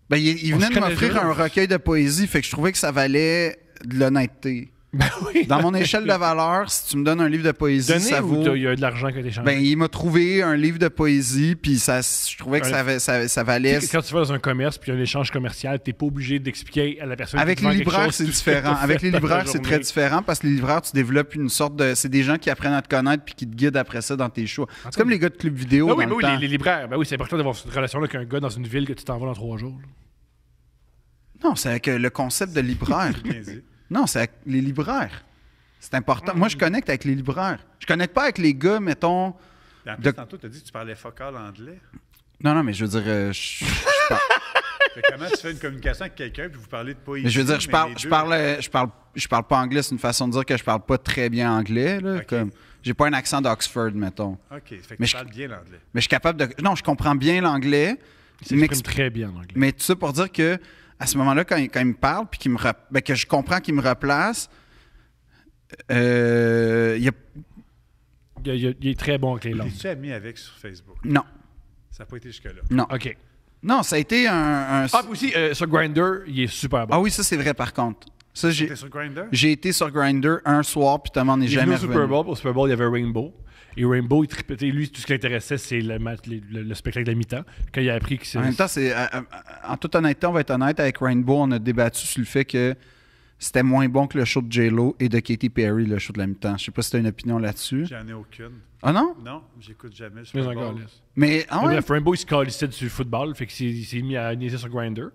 Ben, il, il On venait se de connaît m'offrir déjà. un recueil de poésie. Fait que je trouvais que ça valait de l'honnêteté. Ben oui. Dans mon échelle de valeur, si tu me donnes un livre de poésie, Donné ça ou vaut. t'as- il y a de l'argent qui a été changé? Ben, il m'a trouvé un livre de poésie, puis ça, je trouvais que ça, avait- ça, ça valait. Tu sais, Quand tu vas dans un commerce puis il y a un échange commercial, t'es pas obligé d'expliquer à la personne Avec qui te les vend quelque libraires, chose c'est tout ce que différent. t'as Avec fait les dans ta libraires, c'est journée. très différent parce que les libraires, tu développes une sorte de. C'est des gens qui apprennent à te connaître puis qui te guident après ça dans tes choix. C'est comme les gars de club vidéo. Ah oui, dans ben le oui, temps. les, les libraires. Ben oui, c'est important d'avoir cette relation-là qu'un gars dans une ville que tu t'en vas dans trois jours. là. Non, c'est avec euh, le concept de libraire. Bien dit. non, c'est avec les libraires. C'est important. Mm. Moi, je connecte avec les libraires. Je connecte pas avec les gars, mettons. Puis En plus, De- tantôt, tu as dit que tu parlais focal anglais. Non, non, mais je veux dire, euh, je- je parle- Fait que comment tu fais une communication avec quelqu'un puis vous parlez de poésie? Mais je veux dire, je mais parle, les je deux- parle, euh, je parle, je parle pas anglais. C'est une façon de dire que je parle pas très bien anglais. Là, Ok. comme, j'ai pas un accent d'Oxford, mettons. OK, fait que Mais tu je- parles bien l'anglais. Mais je suis capable de. Non, je comprends bien l'anglais. Il s'exprime m'exp- très bien en anglais. Mais tout ça pour dire que à ce moment-là, quand, il- quand il me parle, puis qu'il me re- ben, que je comprends qu'il me replace, euh, il y a... Il, il- il est très bon avec les langues. Es-tu ami avec sur Facebook? non, Ça n'a pas été jusque-là. non, OK. non, ça a été un. un- Ah, puis aussi, euh, sur Grinder, il est super bon. Ah oui, ça c'est vrai par contre. Ça j'ai, T'es sur Grindr? j'ai été sur Grinder un soir, puis t'en es Il est venu jamais au Super revenu. Bowl. Au Super Bowl, il y avait Rainbow. Et Rainbow, il tripait. Lui, tout ce qui l'intéressait, c'est le, mat- le- le- le spectacle de la mi-temps. Quand il a appris que c'est. En même temps, c'est, euh, euh, en toute honnêteté, on va être honnête, avec Rainbow, on a débattu sur le fait que c'était moins bon que le show de J-Lo et de Katy Perry, le show de la mi-temps. Je sais pas si tu as une opinion là-dessus. J'en ai aucune. Ah non? Non, j'écoute jamais. le Mais Super encore, Bowl. là. Mais, ah Mais ouais? Bref, Rainbow, il se calissait du football. Fait qu'il s'est mis à niaiser sur Grinder.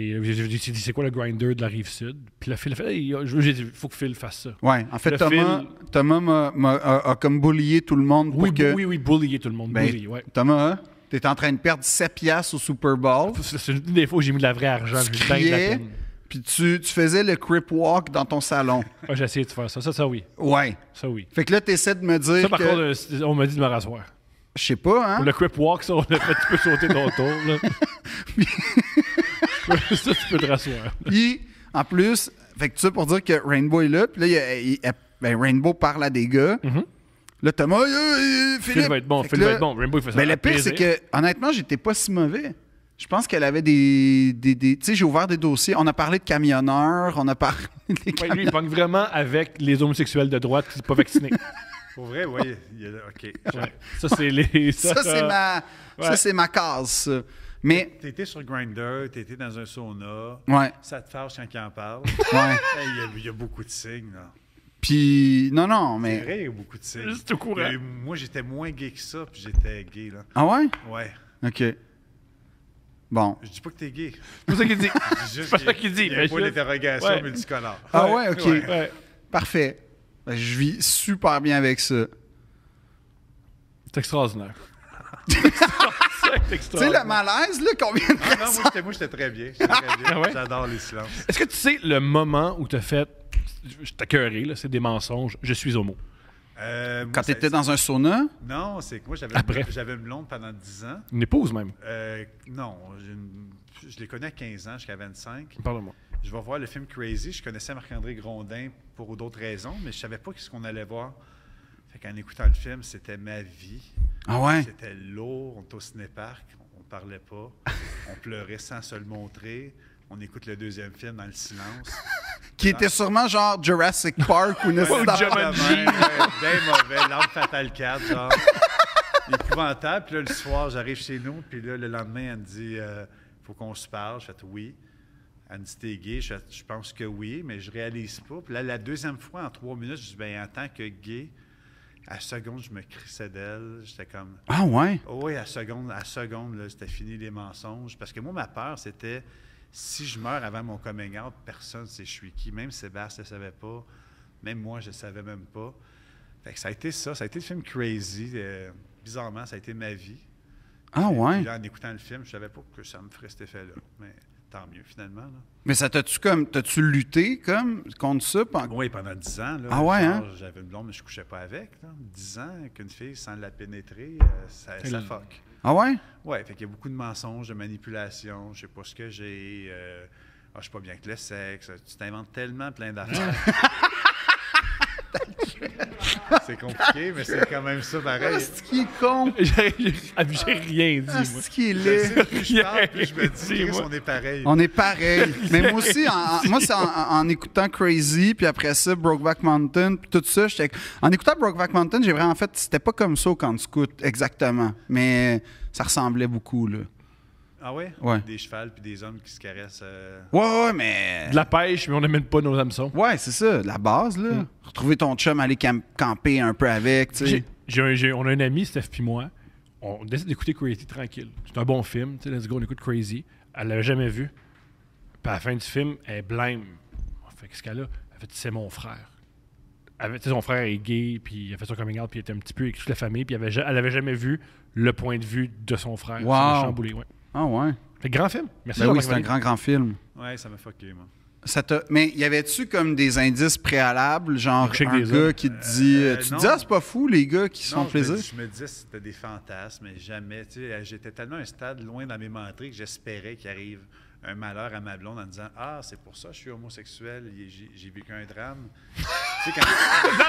Et euh, j'ai j'ai dit, c'est quoi le Grinder de la rive sud? Puis la Phil a fait, Hey, je- j'ai dit, faut que Phil fasse ça. Ouais, en fait, Le Thomas, fil- Thomas m'a- m'a- a, a comme boulié tout le monde pour Oui, que... oui, oui, bullier tout le monde. Ben, bullier, ouais. Thomas, hein, t'es en train de perdre 7 piastres au Super Bowl, C'est c'est une des fois où j'ai mis de la vraie argent. tu j'ai eu bien de la criais, peine. puis tu, tu faisais le creep walk dans ton salon. Ouais, j'ai essayé de faire ça. Ça, ça oui. Ouais. Ça, oui. Fait que là, t'essaies de me dire Ça, par que... contre, euh, c'est- on m'a dit de me rasseoir. Je sais pas, hein? Pour le crip walk, ça, on a fait, tu peux sauter ton tour. Là. ça, tu peux te rasseoir. Puis, en plus, fait que tout ça pour dire que Rainbow est là. Puis là, il y a- il- elle- ben, Rainbow parle à des gars. Là, Thomas, euh, euh, Philippe. Mm-hmm. Phil va être bon. Fait Phil que va là- être bon. Rainbow, il fait ça. Ben, à le pire, c'est plaisir. que, honnêtement, j'étais pas si mauvais. Je pense qu'elle avait des. des, des- tu sais, j'ai ouvert des dossiers. On a parlé de camionneurs, on a parlé des Ouais, lui, camionneurs. il pogne vraiment avec les homosexuels de droite qui sont pas vaccinés. Pour vrai, oui. il y a- OK. Ouais. Ça, c'est les. ça, c'est ma, ça, ouais. c'est ma case. ça. Mais, T'étais sur Grindr, t'étais dans un sauna. ouais, Ça te fâche quand il en parle. ouais. Hey, Il y a- il y, a beaucoup de signes. là. Puis, non, non, C'est mais. vrai, il y a beaucoup de signes. Juste au courant. Mais moi, j'étais moins gay que ça, puis j'étais gay. là. Ah ouais? Ouais. OK. Bon. Je dis pas que t'es gay. C'est ça qu'il dit. C'est pas ça qu'il dit, Il y mais a pas je- d'interrogation Ouais. multicolore. Ah ouais, OK. Ouais. Parfait. Ben, je vis super bien avec ça. C'est extraordinaire. Tu c'est sais, extraordinaire. le malaise, là, qu'on vient de Ah non, moi, j'étais- moi, j'étais très bien. J'étais très bien. Ah ouais? J'adore les silences. Est-ce que tu sais le moment où t'as fait. Je t'accueillerai, là, c'est des mensonges. Je suis homo. Euh, moi, Quand ça- t'étais dans un sauna, Non, c'est que moi, j'avais Après. j'avais une blonde pendant 10 ans. Une épouse, même. Euh, non, j'ai une- je l'ai connue à 15 ans jusqu'à 25. Pardon-moi. Je vais voir le film Crazy. Je connaissais Marc-André Grondin pour d'autres raisons, mais je savais pas ce qu'on allait voir. Fait qu'en écoutant le film, c'était ma vie. ah ouais, C'était lourd. On était au cinéparc. On parlait pas. On pleurait sans se le montrer. On écoute le deuxième film dans le silence. qui était sûrement genre Jurassic Park ou une Ouais, affaire de de même, ouais, bien mauvais, l'arme fatale 4, genre. Épouvantable. Puis là, le soir, j'arrive chez nous, puis là, le lendemain, elle me dit euh, Faut qu'on se parle. Je fais oui. Elle me dit T'es gay Je fais, Je pense que oui, mais je réalise pas. Puis là, la deuxième fois, en trois minutes, je dis Ben, en tant que gay, à seconde, je me crissais d'elle. J'étais comme Ah ouais? Oh oui, à seconde, à seconde, là, c'était fini les mensonges. Parce que moi, ma peur, c'était si je meurs avant mon coming out, personne ne sait je suis qui. Même Sébastien ne savait pas. Même moi, je ne savais même pas. Fait que ça a été ça. Ça a été le film Crazy. euh, bizarrement, ça a été ma vie. Ah ouais? Puis là, en écoutant le film, je savais pas que ça me ferait cet effet-là. Mais tant mieux, finalement. là. Mais ça t'as-tu comme. T'as-tu lutté comme contre ça? pen- Oui, pendant 10 ans. Là, Ah ouais, genre, hein? J'avais une blonde, mais je ne couchais pas avec. là. 10 ans qu'une fille, sans la pénétrer, euh, ça, ça Elle- fuck. Ah ouais? Ouais, fait qu'il y a beaucoup de mensonges, de manipulations, je sais pas ce que j'ai, euh, ah, je suis pas bien avec le sexe, tu t'inventes tellement plein d'affaires. c'est compliqué, mais c'est quand même ça pareil. Est-ce qui est con? J'ai j'ai rien dit, moi. Est-ce qui est Je laid? sais, plus je parle, plus je me dis, Dis-moi. Chris, on est pareil. On est pareil. Mais moi aussi, en, en- moi, c'est en, en- en écoutant Crazy, puis après ça, Brokeback Mountain, puis tout ça, j'étais. En écoutant Brokeback Mountain, j'ai vraiment fait. C'était pas comme ça au Camp Scout, exactement. Mais ça ressemblait beaucoup, là. Ah ouais? Ouais. Des chevals puis des hommes qui se caressent. euh, Ouais, ouais, mais. De la pêche, mais on n'amène pas nos hameçons. Ouais, c'est ça, de la base, là. Retrouver ton chum, aller cam- camper un peu avec, tu sais. J'ai- j'ai un- j'ai- on a un ami, Steph puis moi. On décide d'écouter Crazy tranquille. C'est un bon film. tu sais, Let's go, on écoute Crazy. Elle l'avait jamais vu. Puis à la fin du film, elle blâme. On fait qu'est-ce qu'elle a Elle fait c'est mon frère. Elle avait- tu sais, son frère est gay, puis il a fait son coming out, puis il était un petit peu avec toute la famille, puis elle avait, ja- elle avait jamais vu le point de vue de son frère. Wow. Ça l'a chamboulé, ouais. Ah, ouais. Fait que grand film. Merci. Ben oui, Jean-Marc c'est un Vallée. grand, grand film. Ouais, ça m'a fucké, moi. Ça t'a- Mais y avait-tu comme des indices préalables, genre Check un des gars hommes. qui te dit, Euh, tu te non. dis ah c'est pas fou les gars qui se font Non, je me, plaisir. dis- je me disais c'était des fantasmes, mais jamais. tu sais, J'étais tellement à un stade loin dans mes mentries que j'espérais qu'il arrive un malheur à ma blonde en disant Ah, c'est pour ça, je suis homosexuel, il- j'ai j'ai vécu un drame. tu sais, quand. C'est-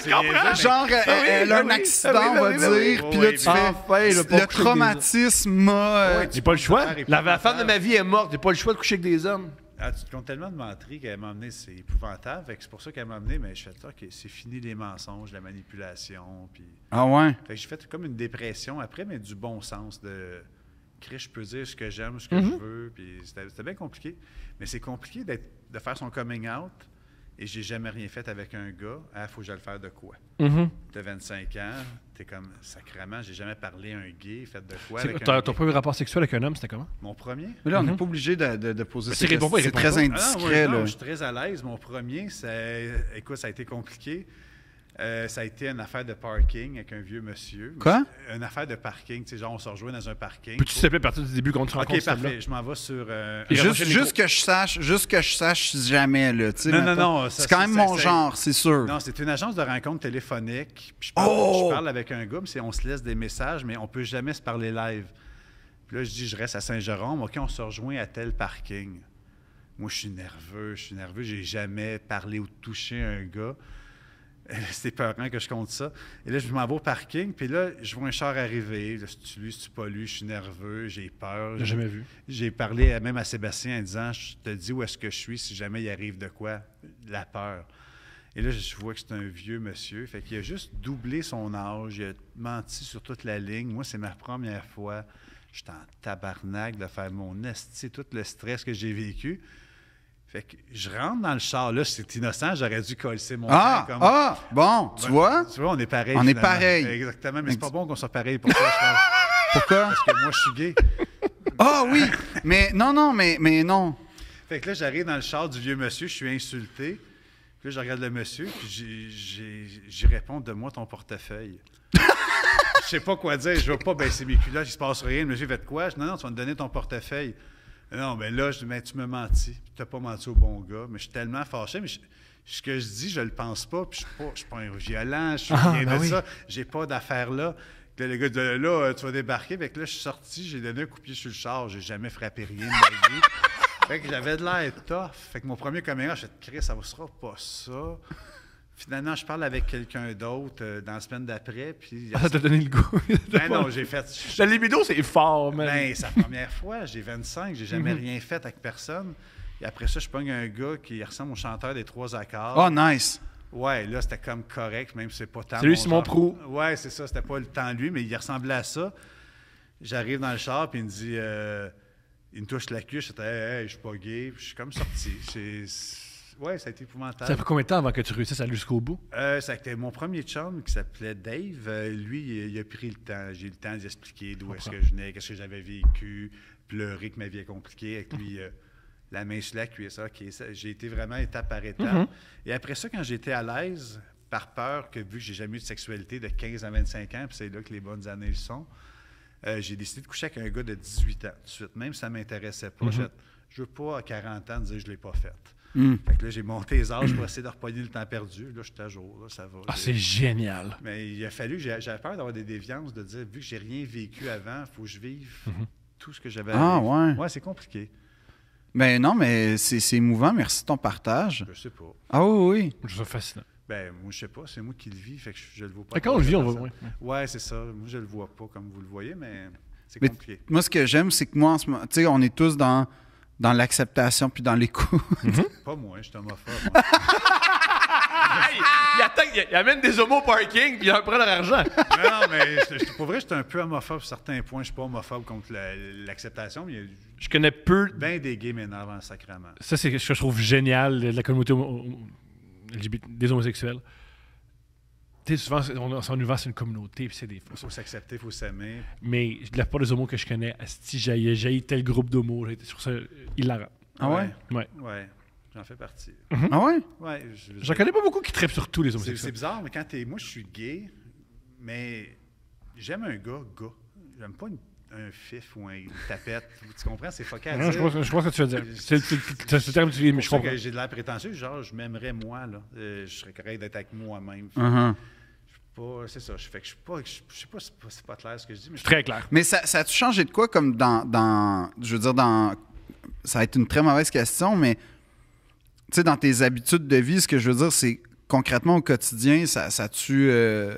c'est niaiseux, mais- Genre, elle, elle a ah un oui, accident, ah oui, on va ah oui, dire, ah oui. puis Oui, là, oui, tu fais mais- le, traumatisme m'a... euh, Ouais, tu- J'ai pas le choix. Frère est La, la femme de épouvantable. ma vie est morte. J'ai pas le choix de coucher avec des hommes. Ah, tu te comptes tellement de menteries qu'elle m'a amené, c'est épouvantable. Fait que C'est pour ça qu'elle m'a amené, mais je fais OK, c'est fini les mensonges, la manipulation. Puis... Ah ouais? Fait que j'ai fait comme une dépression après, mais du bon sens de Chris, je peux dire ce que j'aime, ce que je veux. Puis c'était c'était bien compliqué. Mais c'est compliqué d'être- de faire son coming out et j'ai jamais rien fait avec un gars. Ah, faut que je le fasse de quoi? Mm-hmm. T'as 25 ans, t'es comme sacrément, j'ai jamais parlé à un gay, fait de quoi? C'est- avec un Ton gay? ton premier rapport sexuel avec un homme, c'était comment Mon premier? Mais là, on n'est pas obligé de, de- de poser Mais ces il répond questions. pas, il Mm-hmm. C'est Ah très répond pas. non, moi, indiscret, non, là. je suis très à l'aise. Mon premier, ça, écoute, ça a été compliqué. Euh, ça a été une affaire de parking avec un vieux monsieur. Quoi? Une affaire de parking. Tu sais, genre, on se rejoint dans un parking. Peux-tu s'il te plaît partir du début qu'on te rencontre OK, ce homme-là? parfait. Je m'en vais sur... euh, Il un- Juste, rapprocher les juste que je sache, juste que je sache si jamais, là, tu sais. Non, non, non, mettons. ça, C'est quand c'est- même c'est- mon c'est- genre, c'est sûr. Non, c'est une agence de rencontre téléphonique. Puis je parle, Oh! je parle avec un gars, puis c'est- on se laisse des messages, mais on peut jamais se parler live. Puis là, je dis, je reste à Saint-Jérôme. OK, on se rejoint à tel parking. Moi, je suis nerveux, je suis nerveux. J'ai jamais parlé ou touché un gars. C'est peurant que je compte ça. Et là, je m'en vais au parking, puis là, je vois un char arriver. Là, c'est-tu lui, c'est-tu pas lui? Je suis nerveux, j'ai peur. J'ai jamais vu. J'ai parlé à- même à Sébastien en disant Je te dis où est-ce que je suis si jamais il arrive de quoi La peur. Et là, je vois que c'est un vieux monsieur. Fait qu'il a juste doublé son âge. Il a menti sur toute la ligne. Moi, c'est ma première fois. J'étais en tabarnak de faire mon esti, tout le stress que j'ai vécu. Fait que je rentre dans le char. Là, c'est innocent. J'aurais dû coller mon Ah, camp comme- ah, bon, tu Ouais, vois? Tu vois, on est pareil. On est finalement. pareil. Exactement. Mais c'est pas bon qu'on soit pareil pour ça, je pense. Pourquoi? Parce que moi, je suis gay. Ah oui, mais non, non, mais, mais non. Fait que là, j'arrive dans le char du vieux monsieur, je suis insulté. Puis là, je regarde le monsieur, puis j'ai- j'ai- j'y réponds de moi ton portefeuille. Je sais pas quoi dire, je veux pas baisser mes culottes, il se passe rien. Le monsieur fait de quoi? Je dis, non, non, tu vas me donner ton portefeuille. Non, mais là, je dis, mais tu me mentis, tu n'as pas menti au bon gars. Mais je suis tellement fâché, mais je- ce que je dis, je le pense pas, puis je suis pas, je suis pas un violent, je suis Ah, rien ben de oui. ça, j'ai pas d'affaires là. Puis Là, le gars dit, là, euh, tu vas débarquer. Fait que là, je suis sorti, j'ai donné un coup de pied sur le char, j'ai jamais frappé rien de ma vie. Fait que j'avais de l'air tough. Fait que mon premier caméra, j'ai fait Chris, ça ne sera pas ça. Finalement, je parle avec quelqu'un d'autre euh, dans la semaine d'après. Puis, Ah, Ça t'a donné le goût. ben non, j'ai fait. La libido, c'est fort, man. Ben, c'est la première fois, j'ai 25, j'ai jamais rien fait avec personne. Il Et après ça, je pogne un gars qui ressemble au chanteur des trois accords. Oh, nice. Ouais, là, c'était comme correct, même si c'est pas tant. Salut, mon Simon genre. Prou. Ouais, c'est ça, c'était pas le temps lui, mais il ressemblait à ça. J'arrive dans le char, puis il me dit. euh, il me touche la cuisse, j'étais, hey, hey, je suis pas gay, puis je suis comme sorti. C'est- c'est- Ouais, ça a été épouvantable. Ça fait combien de temps avant que tu réussisses à aller jusqu'au bout? Euh, c'était mon premier chum qui s'appelait Dave. Euh, lui, il, il a pris le temps. J'ai eu le temps d'expliquer d'où est-ce que je venais, qu'est-ce que j'avais vécu, pleurer que ma vie est compliquée, avec lui, euh, la main sur la cuisse. OK, ça, j'ai été vraiment étape par étape. Et après ça, quand j'étais à l'aise, par peur que vu que j'ai jamais eu de sexualité de 15 à 25 ans, puis c'est là que les bonnes années le sont, euh, j'ai décidé de coucher avec un gars de 18 ans tout de suite, même si ça ne m'intéressait pas. Mhm. J'ai fait, Je veux pas à 40 ans dire que je ne l'ai pas faite. Fait que là, j'ai monté les âges pour essayer de repogner le temps perdu. Là, je suis à jour, là, ça va. Ah, J'ai- c'est génial. Mais il a fallu, j'ai- j'avais peur d'avoir des déviances, de dire, vu que j'ai rien vécu avant, il faut que je vive Mhm. tout ce que j'avais à Ah, vivre. ouais. Ouais, c'est compliqué. Ben non, mais c'est c'est émouvant. Merci de ton partage. Je sais pas. Ah oui, oui. Je trouve ça fascinant. Ben, moi, je sais pas, c'est moi qui le vis, fait que je, je le vois pas. Fait que quand on le vit, on Personne. va. Ouais. Ouais, c'est ça. Moi, je le vois pas comme vous le voyez, mais c'est Mais- compliqué. Moi, ce que j'aime, c'est que moi, en ce moment, tu sais, on est tous dans, dans l'acceptation puis dans l'écoute. Pas moi, je suis homophobe. moi. Il, amène des homos au parking puis il leur prend leur argent. non, non, mais je- je- pour vrai, je suis un peu homophobe sur certains points. Je suis pas homophobe contre la- l'acceptation, mais il y a Je connais peu. bien des gays m'énervent en sacrament. Ça, c'est ce que je trouve génial de la communauté homo- homo- LGBT des homosexuels. Tu sais, souvent, c'est- on, on s'en ouvre, c'est une communauté, puis c'est des Faut s'accepter, faut s'aimer. Mais de la part des homos que je connais, asti, j'ai j'ai tel groupe d'homos, j'ai sur ça euh, hilarant. Ah ouais? Ouais. Ouais, j'en fais partie. Ah ouais? Ouais, je veux J'en dire, connais pas beaucoup qui trippent sur tous les c'est, c'est homosexuels. bizarre, mais quand t'es. Moi, je suis gay, mais j'aime un gars, gars. J'aime pas une- un fif ou un, une tapette. tu comprends? C'est fucké à Non, Hein, je dire. pense, je pense que tu veux dire. C'est c'est- c'est- c'est le terme que tu dis, C'est pour mais je ça comprends. que j'ai de l'air prétentieux, genre, je m'aimerais moi, là. Euh, je serais correct d'être avec moi-même. Hein? Uh-huh. Pas- c'est ça, je fais que je suis pas. Je, je sais pas, c'est pas, c'est pas clair ce que je dis, mais je C'est très clair. Mais ça, ça a-tu changé de quoi comme dans, dans. Je veux dire, dans. Ça va être une très mauvaise question, mais. Tu sais, dans tes habitudes de vie, ce que je veux dire, c'est concrètement au quotidien, ça, ça euh,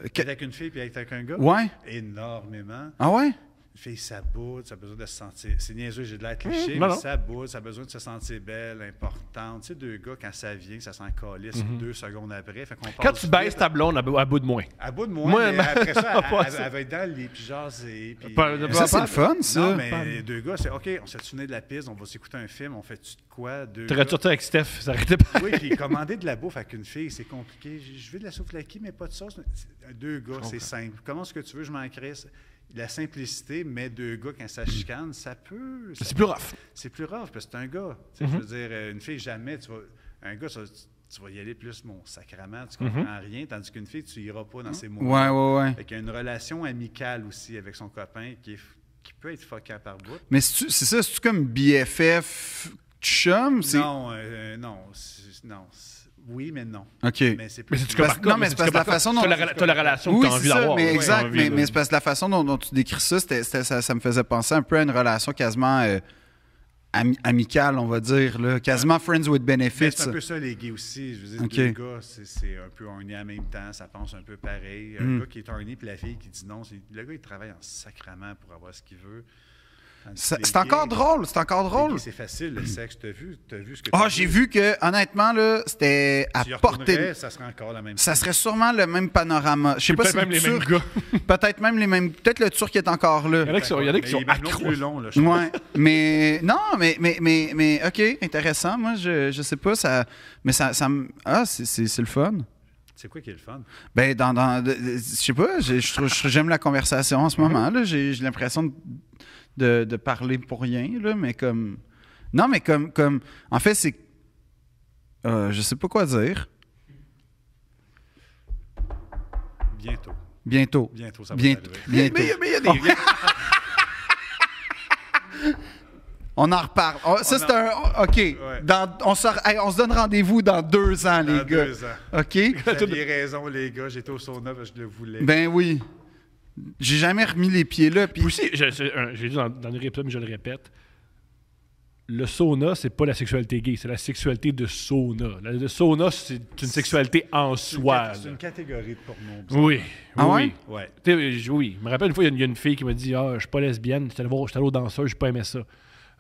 tu. Être avec une fille puis être avec un gars? Ouais? Énormément. Ah ouais? Une fille, ça boude, ça a besoin de se sentir. C'est niaiseux, j'ai de l'air cliché, Mmh, non, mais non. ça boude, ça a besoin de se sentir belle, importante. Tu sais, deux gars, quand ça vient, ça s'en calisse deux secondes après. Fait qu'on Mmh. Quand passe tu vite baisses ta blonde à, bout- à bout de moins. À bout de moi, Moi, mais ma- après ça, pas elle, ça. elle- elle va être dans les puis jaser. Puis, euh, Pas- pas- Ça, c'est le fun, Non, ça. mais les deux gars, c'est OK, on s'est tourné de la piste, on va s'écouter un film, on fait tu de quoi? Deux T'aurais gars. sorti avec Steph, ça arrêtait pas. Oui, puis commander de la bouffe avec une fille, c'est compliqué. Je je veux de la souflaki, mais pas de sauce. Mais c'est- Deux gars, c'est simple. Comment est-ce que tu veux, je m'en crisse? La simplicité, mais deux gars, quand ça chicane, ça peut. ça- C'est plus rough. c'est plus rough, parce que c'est un gars. Tu sais, Je veux dire, euh, une fille, jamais. Tu vas, un gars, ça- tu vas y aller plus, mon sacrament, tu comprends rien, tandis qu'une fille, tu iras pas dans ces mots Ouais, ouais, ouais. Fait qu'il y a une relation amicale aussi avec son copain qui, est, f- qui peut être fuckant par bout. Mais c'est-tu- c'est ça, c'est-tu comme BFF chum? C'est- Non, euh, non, c'est- non. c'est- Oui, mais non. OK. Mais c'est Mais plus. c'est du cas Parce- par cas, non, mais c'est du parce cas que la par cas. façon dont- T'as la, t'as la relation que Oui, t'as c'est envie ça, d'avoir. mais ouais, exact. t'as envie mais de- mais c'est parce que la façon dont, dont tu décris ça, c'était- c'était- ça, ça me faisait penser un peu à une relation quasiment euh, ami- amicale, on va dire, là, quasiment friends with Mais benefits. c'est un peu ça, les gays aussi. Je veux dire, OK. deux gars, c'est- c'est un peu horny en même temps, ça pense un peu pareil. Un Mm. Hmm. gars qui est horny, puis la fille qui dit non. c'est- Le gars, il travaille en sacrament pour avoir ce qu'il veut. Tandis Ça- que les C'est encore gays- drôle, c'est encore les drôle. gays, C'est facile, le sexe. T'as vu, t'as vu ce que Ah, t'as j'ai vu que, honnêtement, là, c'était à Tu y portée. retournerais, de- ça serait encore la même Ça serait sûrement le même panorama. Je sais pas Peut-être si même le les mêmes Turc- gars. Peut-être même les mêmes. Peut-être le Turc est encore là. Il y en a qui sont, il y en a qui sont Mais les mamelons accros. plus longs, là, je Ouais, mais non, mais, mais, mais, mais ok, intéressant. Moi, je, je sais pas, ça, mais ça, ça me. Ah, c'est- c'est c'est le fun. C'est quoi qui est le fun? Ben, dans. dans de- de- je sais pas, je- je trouve- je- j'aime la conversation en ce moment. là. J'ai j'ai l'impression de, de, de parler pour rien, là, mais comme. Non, mais comme. comme en fait, c'est. euh, je sais pas quoi dire. Bientôt. Ah, Bientôt. Bientôt, ça va Bien- t'arriver. bientôt. Mais mais il y a des. il y a- On en reparle. Oh, ça, On c'est en- un. oh, OK. Ouais. Dans- on, se, re- hey, on se donne rendez-vous dans deux ans, les Dans gars. deux ans. OK? Vous aviez raison, les gars. J'étais au sauna parce que je le voulais. Ben oui. J'ai jamais remis les pieds là. Puis Puis aussi, je- je- un- j'ai dit dans, dans une épisode, mais je le répète, le sauna, c'est pas la sexualité gay, c'est la sexualité de sauna. La- le sauna, c'est une sexualité en C'est une soi. cat- C'est une catégorie de porno. là. Oui. Ah oui. ouais? Ouais. Tu sais, je- oui. Je me rappelle une fois, il y a une- il y, a une fille qui m'a dit Ah, je suis pas lesbienne, j'étais allé voir- j'étais allé aux danseurs, j'ai pas aimé ça.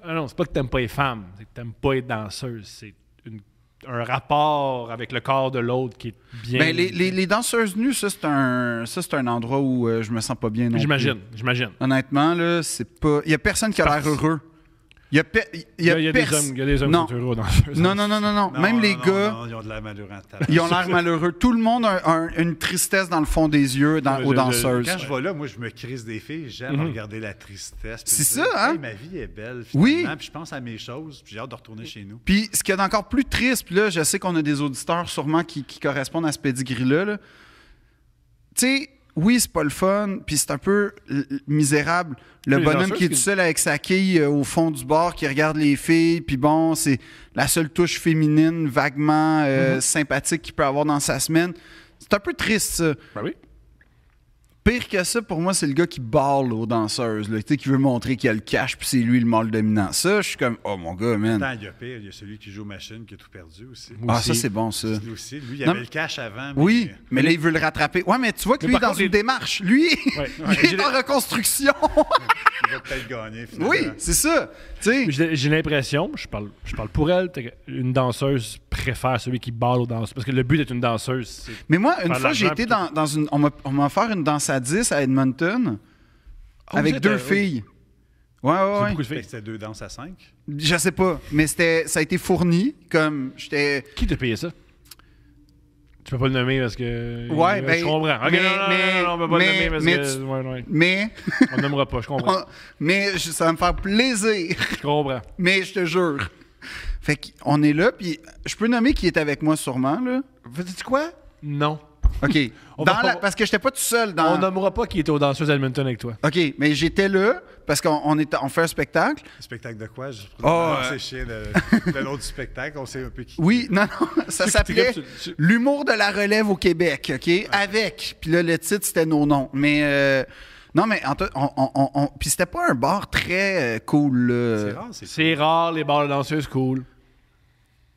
Ah non, c'est pas que t'aimes pas les femmes, c'est que t'aimes pas les danseuses. C'est une- un rapport avec le corps de l'autre qui est bien. Ben, les, les- les danseuses nues, ça, c'est un, ça, c'est un endroit où euh, je me sens pas bien. non plus. J'imagine, j'imagine. Honnêtement, là, c'est pas. Il y a personne qui a l'air Parce- heureux. Il y a, pe- il Il y y a a, il y a des pers- hommes, il y a des hommes non. qui sont heureux dans le Non, non, non, non, non. Non, Même non, les non, gars, non, ils ont de l'air malheureux en tabarnak. ils ont l'air malheureux. Tout le monde a un- une tristesse dans le fond des yeux dans- Ouais, aux je- je- danseuses. Quand je vais là, moi, je me crise des filles. J'aime regarder la tristesse. puis Mhm. C'est me dire, ça, hein? Hey, ma vie est belle, Oui. finalement. Puis je pense à mes choses. puis j'ai hâte de retourner chez nous. Puis ce qui est encore plus triste, puis là, je sais qu'on a des auditeurs sûrement qui, qui correspondent à ce pedigree-là. là. Tu sais, oui, c'est pas le fun, puis c'est un peu l- l- misérable. Le Les bonhomme danseuses qui est qui- tout seul avec sa quille euh, au fond du bar, qui regarde les filles, puis bon, c'est la seule touche féminine vaguement euh, sympathique qu'il peut avoir dans sa semaine. C'est un peu triste, ça. Ben oui. Pire que ça, pour moi, c'est le gars qui barle aux danseuses, là, tu sais, qui veut montrer qu'il a le cash, puis c'est lui le mâle dominant. Ça, je suis comme, oh mon gars, man. Tant, il y a pire. Il y a celui qui joue aux machines qui a tout perdu aussi. Ah, ça, aussi. c'est bon, ça. Lui aussi. Lui, il Non, avait mais- le cash avant. mais- Oui, mais là, il veut le rattraper. Ouais, mais tu vois que Mais lui, est par dans contre, une les- démarche. Lui, Ouais. il J'ai est des- en reconstruction. Il va peut-être gagner, finalement. oui, c'est ça. Tu sais, J'ai j'ai l'impression, je parle, je parle pour elle, t'as- une danseuse préfère celui qui balle aux danseuses. Parce que le but d'être une danseuse, c'est. mais moi, Faire une de fois, j'ai l'argent, été puis dans, dans une. On m'a- on m'a offert une danse à 10 à Edmonton vous avec êtes, deux euh, filles. Ouais, ouais, c'est ouais. beaucoup de Fait que filles. c'était deux danses à cinq. Je sais pas, mais c'était, ça a été fourni. Comme j'étais. Qui t'a payé ça? Tu peux pas le nommer parce que. Ouais, je ben, comprends. Ok, mais- non, non, mais- non, non, on peut pas mais- le nommer parce mais que. tu- ouais, ouais. Mais, On le nommera pas, je comprends. mais je- ça va me faire plaisir. Je comprends. Mais je te jure. Fait qu'on est là, puis je peux nommer qui est avec moi sûrement, là. Dis-tu quoi? Non. OK. On Dans va la- pas- Parce que j'étais pas tout seul dans. On nommera pas qui était aux danseuses Edmonton avec toi. OK, mais j'étais là parce qu'on on était- on fait un spectacle. Spectacle de quoi? Je... Oh, on euh. s'est chié de, de l'autre spectacle. On sait un peu qui. Oui, non, non, ça s'appelait trippes sur- sur- L'humour de la relève au Québec, OK? Avec. Puis là, le titre, c'était nos noms. Mais euh, non, mais en tout- on, on- on- on- puis c'était pas un bar très euh, cool. là. C'est rare, c'est C'est rare, les bars de danseuses, cool.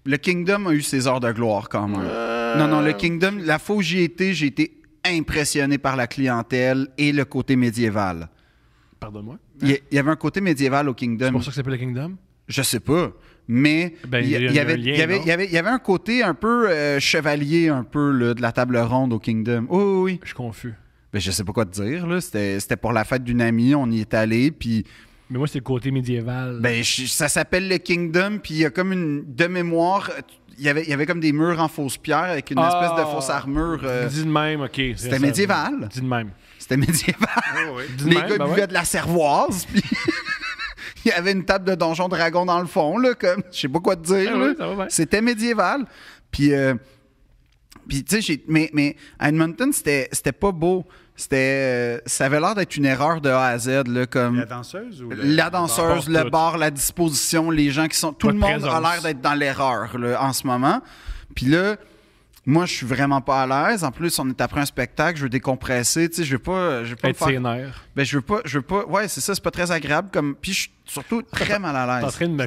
Le Kingdom a eu ses heures de gloire quand même. Euh, Non, non, le Kingdom, la fois où j'y étais, j'ai été impressionné par la clientèle et le côté médiéval. Pardonne-moi. Il y, il y avait un côté médiéval au C'est Kingdom. pour ça que ça s'appelle le Kingdom? Je sais pas. Mais Ben, il y, il y a- il y avait- il y a un lien, il y avait- non? il y avait- il y avait un côté un peu euh, chevalier, un peu là, de la table ronde au Kingdom. Oui, oui, oui. Je suis confus. Ben, je sais pas quoi te dire. là. C'était c'était pour la fête d'une amie, on y est allé. Puis Mais moi, c'est le côté médiéval. ben, je- ça s'appelle le Kingdom. Puis il y a comme une. De mémoire, il y avait, il y avait comme des murs en fausse pierre avec une Ah! espèce de fausse armure. euh, Dis de même, OK. c'est C'était ça. médiéval. Dis de même. C'était médiéval. Ah Oui, oui. Dis de Les même, gars ben ouais. buvaient de la cervoise. Puis il y avait une table de donjon dragon dans le fond. Là, comme, je sais pas quoi te dire. Ah ouais, là. ça va bien. C'était médiéval. Puis, euh, puis tu sais, j'ai- mais, mais à Edmonton, c'était c'était pas beau. C'était, euh, ça avait l'air d'être une erreur de A à Z. Là, comme, La danseuse ou le- la danseuse, le bar, le tout. bar, la disposition, les gens qui sont. Tout Pas le de monde a présence. l'air d'être dans l'erreur là, en ce moment. Puis là, moi, je suis vraiment pas à l'aise. En plus, on est après un spectacle, je veux décompresser. Tu sais, je veux pas. Je veux pas me Être ses faire... nerfs. ben, je veux pas. Je veux pas. Ouais, c'est ça, c'est pas très agréable. Comme... Puis je suis surtout très mal à T'es en l'aise. train de me.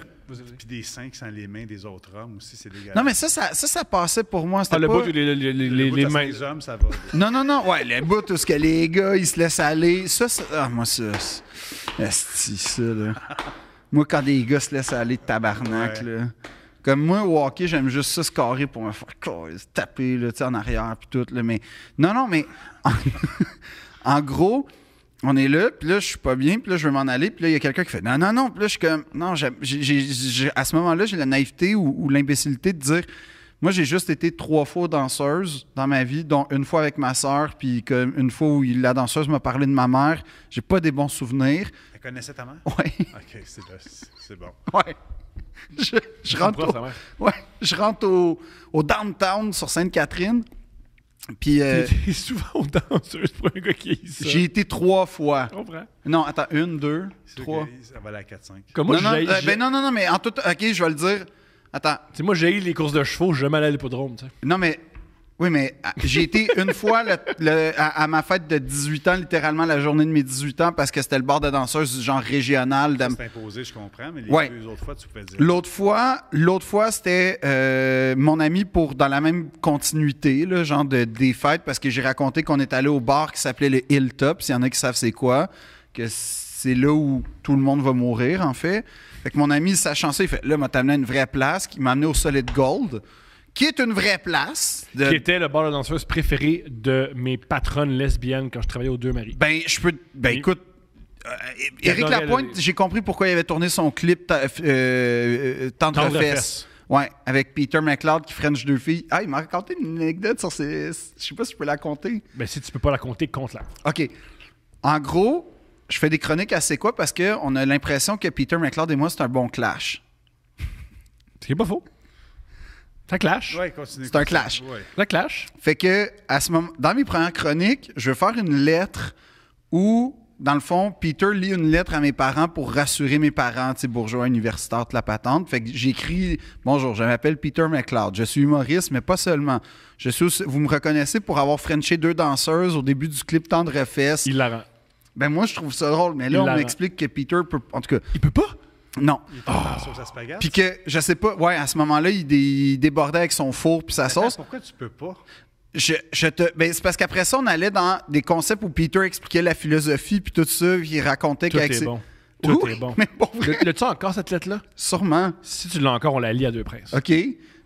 Puis des seins qui sont les mains des autres hommes aussi, c'est dégueulasse. Non, mais ça, ça, ça, ça passait pour moi. C'était Ah, le pas- bout, les, les, les, Le les, bout les de la mains. scène des hommes, ça va. Non, non, non. Ouais, les bouts, tout ce que les gars, ils se laissent aller. Ça, ça. Ah, moi, ça. c'est- Esti, ça, là. moi, quand des gars se laissent aller, tabarnak, Ouais. là. Comme moi, au hockey, j'aime juste ça se carrer pour me faire call, se taper, là, tu sais, en arrière, puis tout, là. Mais. Non, non, mais. En, en gros. On est là, puis là, je suis pas bien, puis là, je veux m'en aller, puis là, il y a quelqu'un qui fait non, non, non, puis là, je suis comme, non, j'ai- j'ai- j'ai- j'ai- à ce moment-là, j'ai la naïveté ou, ou l'imbécilité de dire, moi, j'ai juste été trois fois danseuse dans ma vie, dont une fois avec ma sœur, puis comme une fois où il- la danseuse m'a parlé de ma mère. J'ai pas des bons souvenirs. Elle connaissait ta mère? Ouais, OK, c'est là, c'est- c'est bon. ouais. Je, je rentre, Son prof, sa au, mère. ouais, je rentre au, au downtown sur Sainte-Catherine, puis euh, T'es souvent danseuse pour un gars qui est ici. j'ai été trois fois. Je comprends. Non, attends, une, deux, C'est trois. que- Ça va aller à 4-5. Comme moi, non, non, j'ai- euh, j'ai- ben non, non, non, mais en tout... OK, je vais le dire. Attends. Tu sais, moi, j'ai eu les courses de chevaux, je vais jamais aller à l'hippodrome, tu sais. Non, mais... Oui, mais ah, j'ai été une fois le- le- à, à ma fête de 18 ans, littéralement la journée de mes 18 ans, parce que c'était le bar de danseuses genre régional. de- C'est imposé, je comprends, mais les Ouais. deux autres fois, tu pouvais dire. L'autre fois, l'autre fois c'était euh, mon ami pour dans la même continuité, là, genre de, des fêtes, parce que j'ai raconté qu'on est allé au bar qui s'appelait le Hilltop, s'il y en a qui savent c'est quoi, que c'est là où tout le monde va mourir, en fait. Fait que mon ami, sachant ça, il fait là, m'a amené à une vraie place, qui m'a amené au Solid Gold, qui est une vraie place. de- Qui était le bar de danseuse préféré de mes patronnes lesbiennes quand je travaillais aux deux maris. Ben, je peux. Ben, Il- écoute. euh, Éric adorait Lapointe, le- j'ai compris pourquoi il avait tourné son clip ta- euh, euh, Tendre, Tendre Fesse. Fesse. Ouais, avec Peter McLeod qui French deux filles. Ah, il m'a raconté une anecdote sur ses. Je sais pas si je peux la conter. Ben, si tu peux pas la compter, compte-la. OK. En gros, je fais des chroniques à C'est quoi parce qu'on a l'impression que Peter McLeod et moi, c'est un bon clash. C'est pas faux. Ça clash. Ouais, continue. C'est un continue. clash. Ouais. Ça clash. Fait que, à ce moment, dans mes premières chroniques, je vais faire une lettre où, dans le fond, Peter lit une lettre à mes parents pour rassurer mes parents, tu sais, bourgeois, universitaires, de la patente. Fait que j'écris Bonjour, je m'appelle Peter McLeod. Je suis humoriste, mais pas seulement. Je suis aussi- vous me reconnaissez pour avoir frenché deux danseuses au début du clip Tendre Fesse. Il la rend. Ben, moi, je trouve ça drôle, mais là, Il on l'a- m'explique que Peter peut. En tout cas, Il peut pas. non. Ah, sauce à spaghetti. Puis que, je sais pas, ouais, à ce moment-là, il, dé- il débordait avec son four Euh, puis sa Attends, sauce. pourquoi tu peux pas? Je, je te, ben, c'est parce qu'après ça, on allait dans des concepts où Peter expliquait la philosophie puis tout ça, puis il racontait Tout qu'avec est ses- bon. Tout Oui, est bon. Mais pour vrai, Le- L'as-tu encore cette lettre-là? sûrement. Si tu l'as encore, on la lit à deux princes. OK.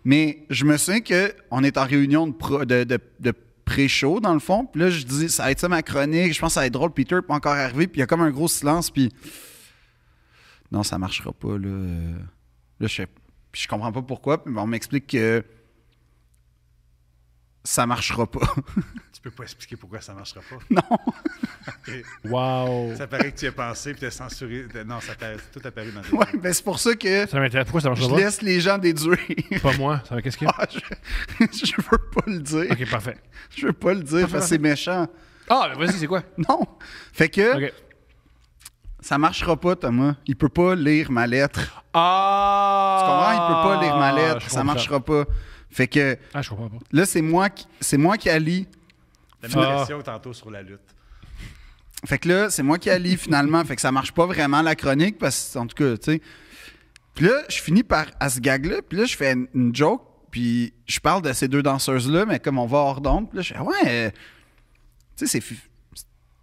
Mais je me souviens que on est en réunion de, pro- de, de- de pré-show, dans le fond. Puis là, je dis, ça va être ça ma chronique. Je pense que ça va être drôle. Peter pas encore arrivé. Puis il y a comme un gros silence. Puis non, ça marchera pas. Là, Euh, là je sais. Puis je comprends pas pourquoi. Puis on m'explique que ça marchera pas. Tu peux pas expliquer pourquoi ça marchera pas. non. Wow. Ça paraît que tu y as pensé puis t'as censuré. t'as- Non, ça paraît, tout apparu dans tes Ouais, ben c'est pour ça que Ça m'intéresse. Pourquoi ça marche je pas? laisse les gens déduire. Pas moi. Ça va- Qu'est-ce qu'il y a? Ah, je, je veux pas le dire. Ok, parfait. Je veux pas le dire parce que c'est méchant. Ah, ben vas-y, c'est quoi? Non. Fait que Ok. ça marchera pas, Thomas. Il peut pas lire ma lettre. Tu comprends? Ah! Il peut pas lire ma Je lettre. Ça comprends. marchera pas. Fait que Ah, je comprends pas. là, c'est moi qui c'est moi qui allie. T'as Ah. une question tantôt sur la lutte. Fait que là, c'est moi qui allie finalement. fait que ça marche pas vraiment la chronique parce que, en tout cas, tu sais. Puis là, je finis par à ce gag-là. Puis là, je fais une- une joke. Puis je parle de ces deux danseuses-là, mais comme on va hors d'onde. Puis là, je fais, ouais, euh, tu sais, c'est. fi-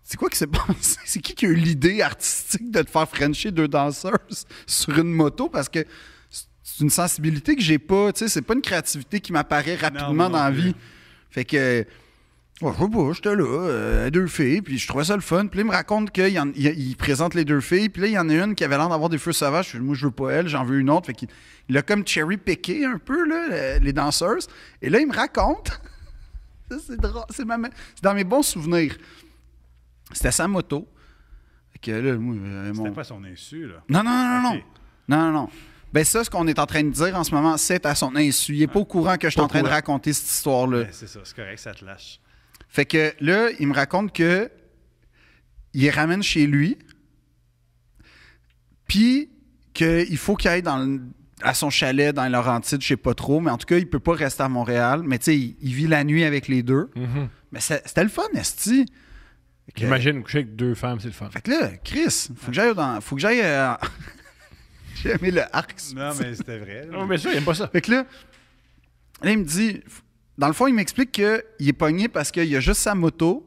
C'est quoi qui s'est passé? C'est qui qui a eu l'idée artistique de te faire frencher deux danseuses sur une moto? Parce que c'est une sensibilité que j'ai pas. Tu sais, c'est pas une créativité qui m'apparaît rapidement non dans la plus. vie. Fait que. Ouais, Oh, je sais pas, j'étais là, euh, à deux filles, puis je trouvais ça le fun. Puis là, il me raconte qu'il y en- il- il présente les deux filles, puis là, il y en a une qui avait l'air d'avoir des feux sauvages. Je fais, moi, je veux pas elle, j'en veux une autre. Fait qu'il il a comme cherry-pické un peu, là, euh, les danseuses. Et là, il me raconte. Ça, c'est drôle. C'est ma- c'est dans mes bons souvenirs. C'était sa moto. Fait que là, moi, euh, mon- C'était pas son insu, là. non, non, non, non, Ok. non. Non, non, non. Ben ça, ce qu'on est en train de dire en ce moment, c'est à son insu. Il n'est pas au courant que je suis en train de courant. raconter cette histoire-là. Ben, c'est ça, c'est correct, ça te lâche. Fait que là, il me raconte que il les ramène chez lui, puis qu'il faut qu'il aille dans le- à son chalet dans les Laurentides, je sais pas trop, mais en tout cas, il peut pas rester à Montréal. Mais tu sais, il, il vit la nuit avec les deux. Mais c'est- c'était le fun, Esti. Fait que- J'imagine coucher avec deux femmes, c'est le fun. Fait que là, Chris, faut que j'aille dans. Faut que j'aille. euh, J'ai aimé le arc. Non, mais c'était vrai. là. Non, bien sûr, il aime pas ça. Fait que là, là, il me dit, dans le fond, il m'explique qu'il est pogné parce qu'il a juste sa moto,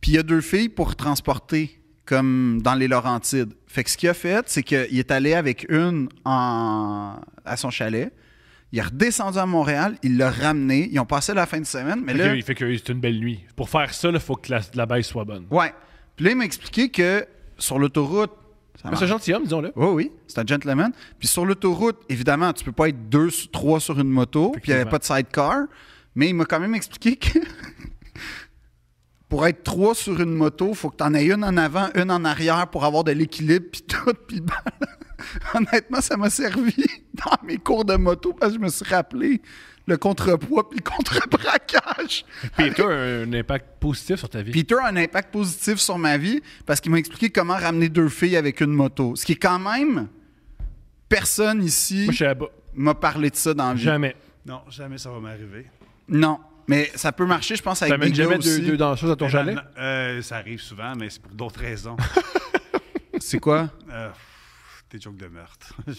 puis il y a deux filles pour transporter, comme dans les Laurentides. Fait que ce qu'il a fait, c'est qu'il est allé avec une en- à son chalet. Il est redescendu à Montréal, il l'a ramené. Ils ont passé la fin de semaine, mais Fait là. que, il fait que c'est une belle nuit. Pour faire ça, il faut que la, la baisse soit bonne. Ouais. Puis là, il m'a expliqué que sur l'autoroute. ça Mais marche C'est un gentilhomme, disons-le. Oui, Oh oui, c'est un gentleman. Puis sur l'autoroute, évidemment, tu peux pas être deux, sur- trois sur une moto, puis il n'y avait Effectivement. pas de sidecar. Mais il m'a quand même expliqué que pour être trois sur une moto, il faut que tu en aies une en avant, une en arrière pour avoir de l'équilibre, puis tout, puis le bal. Honnêtement, ça m'a servi dans mes cours de moto parce que je me suis rappelé le contrepoids puis le contrebraquage. Peter a un impact positif sur ta vie. Peter a un impact positif sur ma vie parce qu'il m'a expliqué comment ramener deux filles avec une moto. Ce qui est quand même. Personne ici Moi, je suis là-bas. m'a parlé de ça dans la vie. Jamais. Non, jamais ça va m'arriver. Non. Mais ça peut marcher, je pense, avec des T'amènes gars jamais aussi. deux, deux danseuses à ton chalet? Non, non, euh, ça arrive souvent, mais c'est pour d'autres raisons. C'est quoi? Euh, pff, tes jokes de meurtre.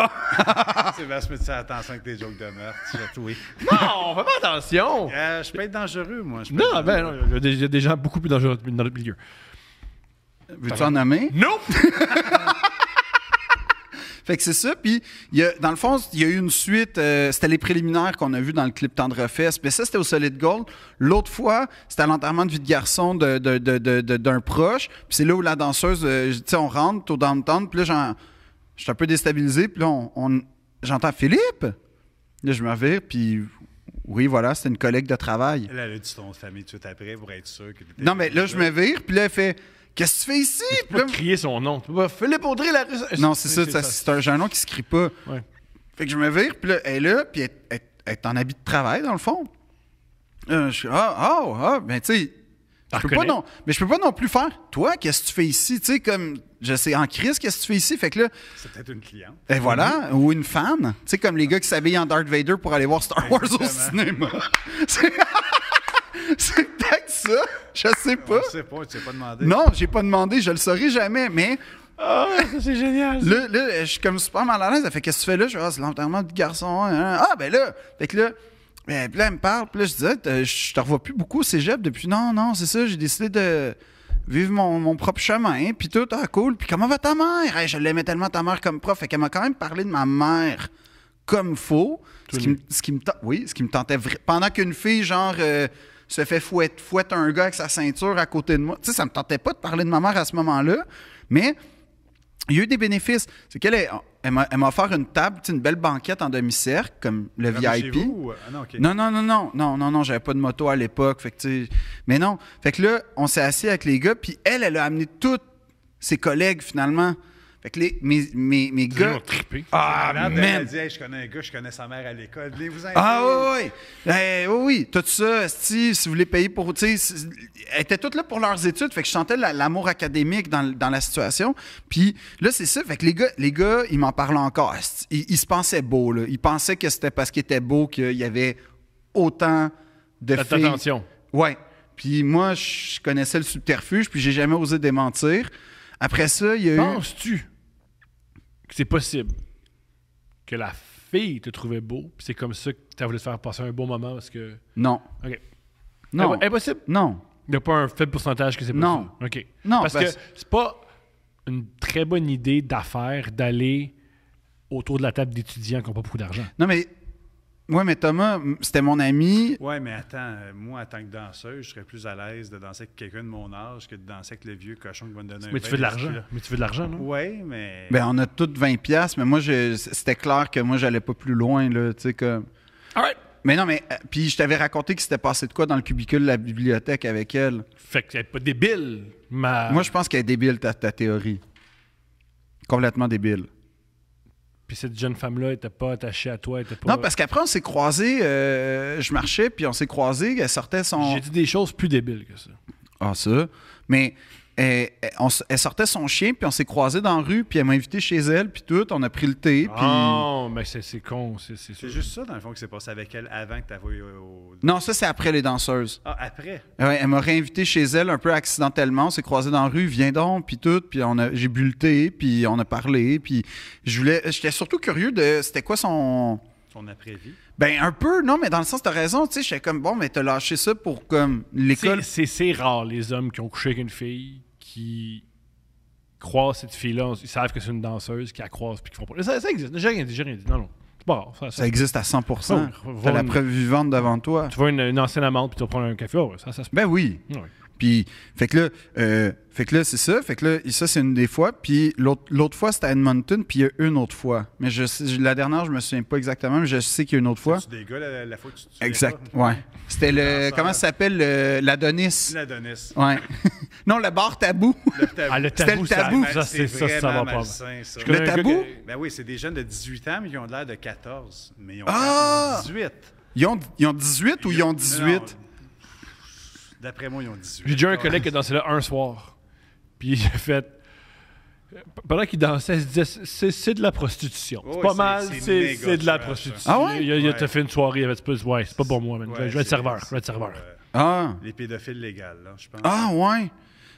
Oh! Sébastien, fais attention avec tes jokes de meurtre. surtout, oui. Non, fais pas attention! Euh, je peux être dangereux, moi. je peux Non, être ben dangereux. non, il y a des- il y, a des gens beaucoup plus dangereux dans notre milieu. Veux-tu en nommer? Nope! Fait que c'est ça. Puis, il y a- dans le fond, il y a eu une suite. euh, c'était les préliminaires qu'on a vu dans le clip Tendrefest. Mais ça, c'était au Solid Gold. L'autre fois, c'était à l'enterrement de vie de garçon de- de- de- de- de- d'un proche. Puis c'est là où la danseuse, euh, tu sais, on rentre t'es au downtown. Puis là, j'en- je suis un peu déstabilisé. Puis là, on- on- j'entends Philippe. Là, je me revire. Puis oui, voilà, c'était une collègue de travail. Elle, elle a dit ton famille tout de suite après pour être sûr que t'étais- Non, mais là, je me vire. Puis là, elle fait Qu'est-ce que tu fais ici? Puis Pas là, de crier son nom. Tu peux pas, Philippe Audrey, la rue. Non, c'est ça, ça, c'est un jalon qui se crie pas. Ouais. Fait que je me vire, puis là, elle est là, puis elle, elle- elle est en habit de travail, dans le fond. Euh, je suis, ah, ah, ah, ben, tu sais, je peux pas reconnais. non, mais je peux pas non plus faire. Toi, qu'est-ce que tu fais ici? Tu sais, comme, je sais, en crise, qu'est-ce que tu fais ici? Fait que là, C'est peut-être une cliente. et voilà, ou une fan. Tu sais, comme les gars qui s'habillent en Darth Vader pour aller voir Star Wars au Exactement. cinéma. C'est c'est peut-être ça, je sais On pas. ne sait pas, tu t'es pas demandé. Non, j'ai pas demandé, je le saurai jamais, mais Ah, ça, c'est génial. ça. Là, là, je suis comme super mal à l'aise. Elle fait Qu'est-ce que tu fais là Je dis Ah, c'est l'enterrement du garçon. hein, hein. Ah, ben là. Fait que là, ben, puis là, elle me parle. Puis là, je dis Ah, t'as- Je te revois plus beaucoup au cégep depuis. Non, non, c'est ça. J'ai décidé de vivre mon, mon propre chemin. Puis tout, ah, cool. Puis comment va ta mère Hey, Je l'aimais tellement ta mère comme prof. Fait qu'elle m'a quand même parlé de ma mère comme faux. Ce qui, me- ce qui me ten- oui, ce qui me tentait vra- Pendant qu'une fille, genre. euh, se fait fouette, fouette un gars avec sa ceinture à côté de moi. Tu sais, ça me tentait pas de parler de ma mère à ce moment-là, mais il y a eu des bénéfices. C'est qu'elle est- elle m'a elle m'a offert une table, tu sais, une belle banquette en demi-cercle, comme le Comme chez VIP. vous, ou- ah, non, ok. Non, non, non, non, non, non, non, j'avais pas de moto à l'époque. Fait que, tu sais, mais non. Fait que là, on s'est assis avec les gars, puis elle, elle a amené tous ses collègues finalement. Fait que les, mes, mes, mes Les gens gars. ont trippé. Ah, Madame, elle, man! elle dit Hey, je connais un gars, je connais sa mère à l'école. Venez vous aider. Ah oui, oui. Eh, oui, oui. Tout ça, si, si vous voulez payer pour... tu sais, c'est- Elles étaient toutes là pour leurs études. Fait que je sentais la- l'amour académique dans, l- dans la situation. Puis là, c'est ça. Fait que les gars, les gars ils m'en parlent encore. Asti, Ils, ils se pensaient beaux. Là. Ils pensaient que c'était parce qu'ils étaient beaux qu'il y avait autant de Faites filles. attention. Ouais. Puis moi, je connaissais le subterfuge, puis j'ai jamais osé démentir. Après ça, il y a eu... Penses-tu que c'est possible que la fille te trouvait beau, puis c'est comme ça que tu as voulu te faire passer un bon moment parce que. Non. OK. Non. Imp- Impossible. Non. Il n'y a pas un faible pourcentage que c'est possible. Non. OK. Non, parce, parce- que c'est pas une très bonne idée d'affaires d'aller autour de la table d'étudiants qui n'ont pas beaucoup d'argent. Non, mais... Ouais, mais Thomas, m- c'était mon ami. Ouais, mais attends, euh, moi, en tant que danseuse, je serais plus à l'aise de danser avec quelqu'un de mon âge que de danser avec le vieux cochon qui va me donner un Mais tu veux de l'argent. Mais tu veux de l'argent, non? Oui, mais. Ben, on a toutes 20 pièces, mais moi, je- c'était clair que moi, j'allais pas plus loin, là, tu sais, comme... All right. Mais non, mais... euh, Puis je t'avais raconté que c'était passé de quoi dans le cubicule de la bibliothèque avec elle. Fait que c'est pas débile, ma... Moi, je pense qu'elle est débile, ta, ta théorie. Complètement débile. Puis cette jeune femme-là était pas attachée à toi, était pas... Non, parce qu'après, on s'est croisés, euh, je marchais, puis on s'est croisés, elle sortait son... J'ai dit des choses plus débiles que ça. Ah, ça? Mais... Elle, elle- on s- elle sortait son chien, puis on s'est croisés dans la rue, puis elle m'a invité chez elle, puis tout, on a pris le thé, puis... Oh, mais c'est c'est con, c'est c'est C'est sûr. juste ça, dans le fond, qui s'est passé avec elle avant que tu avoues au. Non, ça, c'est après les danseuses. Ah, après. Ouais, elle m'a réinvité chez elle un peu accidentellement. On s'est croisés dans la rue, viens donc, puis tout. Puis on a- j'ai bu le thé, puis on a parlé. Puis je voulais, j'étais surtout curieux de c'était quoi son. Son après-vie. Ben, un peu, non, mais dans le sens, t'as raison. Tu sais, j'étais comme, bon, mais t'as lâché ça pour comme l'école. C'est- C'est c'est rare, les hommes qui ont couché avec une fille, qui croisent cette fille-là, ils savent que c'est une danseuse, qui la croisent, puis qui font pas... Ça, ça existe, j'ai rien dit, j'ai rien dit. Non, non, c'est pas rare. Ça, ça- Ça existe à 100 Oh, T'as voir la une- preuve vivante devant toi. Tu vois une, une ancienne amante, puis tu vas prendre un café, oh, ouais, ça, ça se peut. Ben oui. Ouais. Puis, fait que là, euh, fait que là, c'est ça. Fait que là, ça, c'est une des fois. Puis l'autre l'autre fois, c'était à Edmonton, puis il y a une autre fois. Mais je, sais- la dernière, je me souviens pas exactement, mais je sais qu'il y a une autre fois. Tu dégueules la, la fois que tu te souviens Exact, pas. ouais. C'était le. Danseur. Comment ça s'appelle le- L'Adonis. L'Adonis. Ouais. non, le bar tabou. Le tabou. Ah, le C'était tabou, le ça, tabou. ça, c'est ça, ça va Ben, vraiment pas. malsain, ça. Je connais Le un gars tabou? qui- Ben oui, c'est des jeunes de 18 ans, mais ils ont l'air de 14. Mais ils ont l'air Ah! de 18. Ils ont, ils ont 18 ou ils ont Non, 18? non. D'après moi, ils ont 18. J'ai déjà un collègue qui a dansé là un soir. Puis j'ai fait. Pendant qu'il dansait, il se disait c'est, c'est de la prostitution. Oh, c'est oui, pas c'est- mal, c'est c'est, méga c'est de la trash, prostitution. ça. Ah ouais? Il, a- il a Ouais. t'as fait une soirée, il avait dit Ouais, c'est pas pour moi, man. Je vais- Ouais, je vais être c'est- serveur. Je vais être c'est serveur. pour, euh, Ah. Les pédophiles légales, là, je pense. Ah, ouais.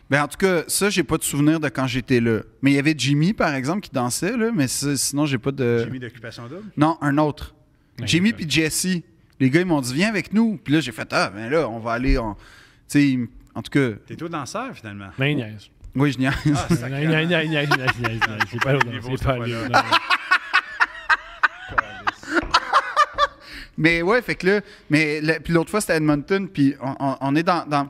Ben, en tout cas, ça, j'ai pas de souvenir de quand j'étais là. Mais il y avait Jimmy, par exemple, qui dansait, là, mais c'est- sinon, j'ai pas de. J'ai mis d'occupation double. Non, un autre. Jimmy ok. puis Jesse. Les gars, ils m'ont dit, viens avec nous. Puis là, j'ai fait, ah, ben là, on va aller. en... Tu sais, ils m- en tout cas. T'es tout danseur, finalement. Mais il niaise. Oui, je niaise. Ah, Non, non, non, non, non, non, non, non, C'est pas Niveau, c'est c'est pas pas allé, là. non. Mais ouais, fait que là, mais la- puis l'autre fois, c'était à Edmonton, puis on, on- on est dans. dans-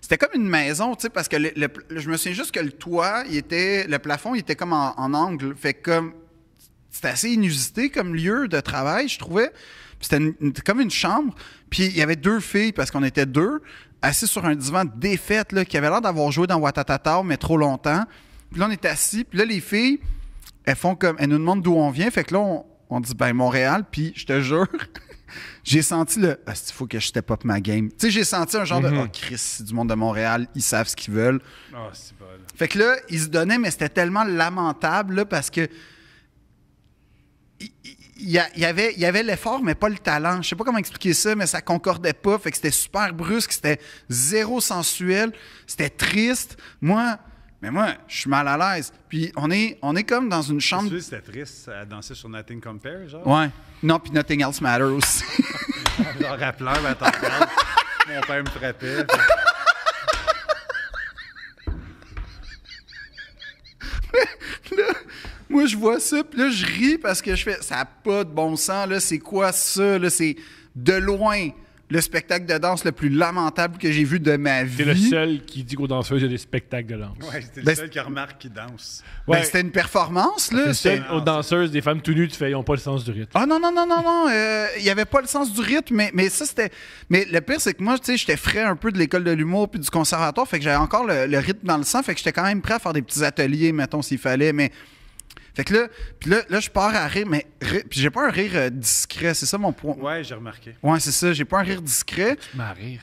c'était comme une maison, tu sais, parce que le- le- le- je me souviens juste que le toit, il était, le plafond, il était comme en, en angle. Fait que comme. C'était assez inusité comme lieu de travail, je trouvais. Puis C'était une- une- comme une chambre. Puis il y avait deux filles, parce qu'on était deux, assises sur un divan de défaite, là, qui avait l'air d'avoir joué dans Watatata, mais trop longtemps. Puis là, on est assis. Puis là, les filles, elles font comme elles nous demandent d'où on vient fait que là on, on dit ben Montréal puis je te jure j'ai senti le ah il faut que je step up ma game tu sais j'ai senti un genre de oh Chris c'est du monde de Montréal ils savent ce qu'ils veulent Ah, c'est bon. là. fait que là, ils se donnaient, mais c'était tellement lamentable là, parce que. il- il- Il y, a- il y avait, il y avait l'effort, mais pas le talent. Je sais pas comment expliquer ça, mais ça concordait pas. Fait que c'était super brusque, c'était zéro sensuel, c'était triste. Moi, mais moi, je suis mal à l'aise. Puis on est, on est comme dans une chambre. Tu sais, c'était triste à danser sur Nothing Compare, genre. Ouais. Non, puis Nothing Else Matters aussi. Genre à pleurs, à t'en regardes. Mon père me frappait. puis- Moi, je vois ça, puis là, je ris parce que je fais ça n'a pas de bon sens, là. C'est quoi ça, là? C'est de loin le spectacle de danse le plus lamentable que j'ai vu de ma vie. T'es le seul qui dit qu'aux danseuses, il y a des spectacles de danse. Ouais, c'était Ben, le seul qui remarque qu'il danse. Ben, Ouais. c'était une performance, là. Le C'était- seul aux danseuses, des femmes tout nues, tu fais, ils n'ont pas le sens du rythme. Ah non, non, non, non, non. euh, Il n'y avait pas le sens du rythme, mais, mais ça, c'était. Mais le pire, c'est que moi, tu sais, j'étais frais un peu de l'école de l'humour puis du conservatoire. Fait que j'avais encore le, le rythme dans le sang. Fait que j'étais quand même prêt à faire des petits ateliers, mettons, s'il fallait. Mais. Fait que là, puis là, là, je pars à rire, mais. rire- Puis j'ai pas un rire euh, discret, c'est ça mon point. Ouais, j'ai remarqué. Ouais, c'est ça, j'ai pas un rire discret. Ma rire.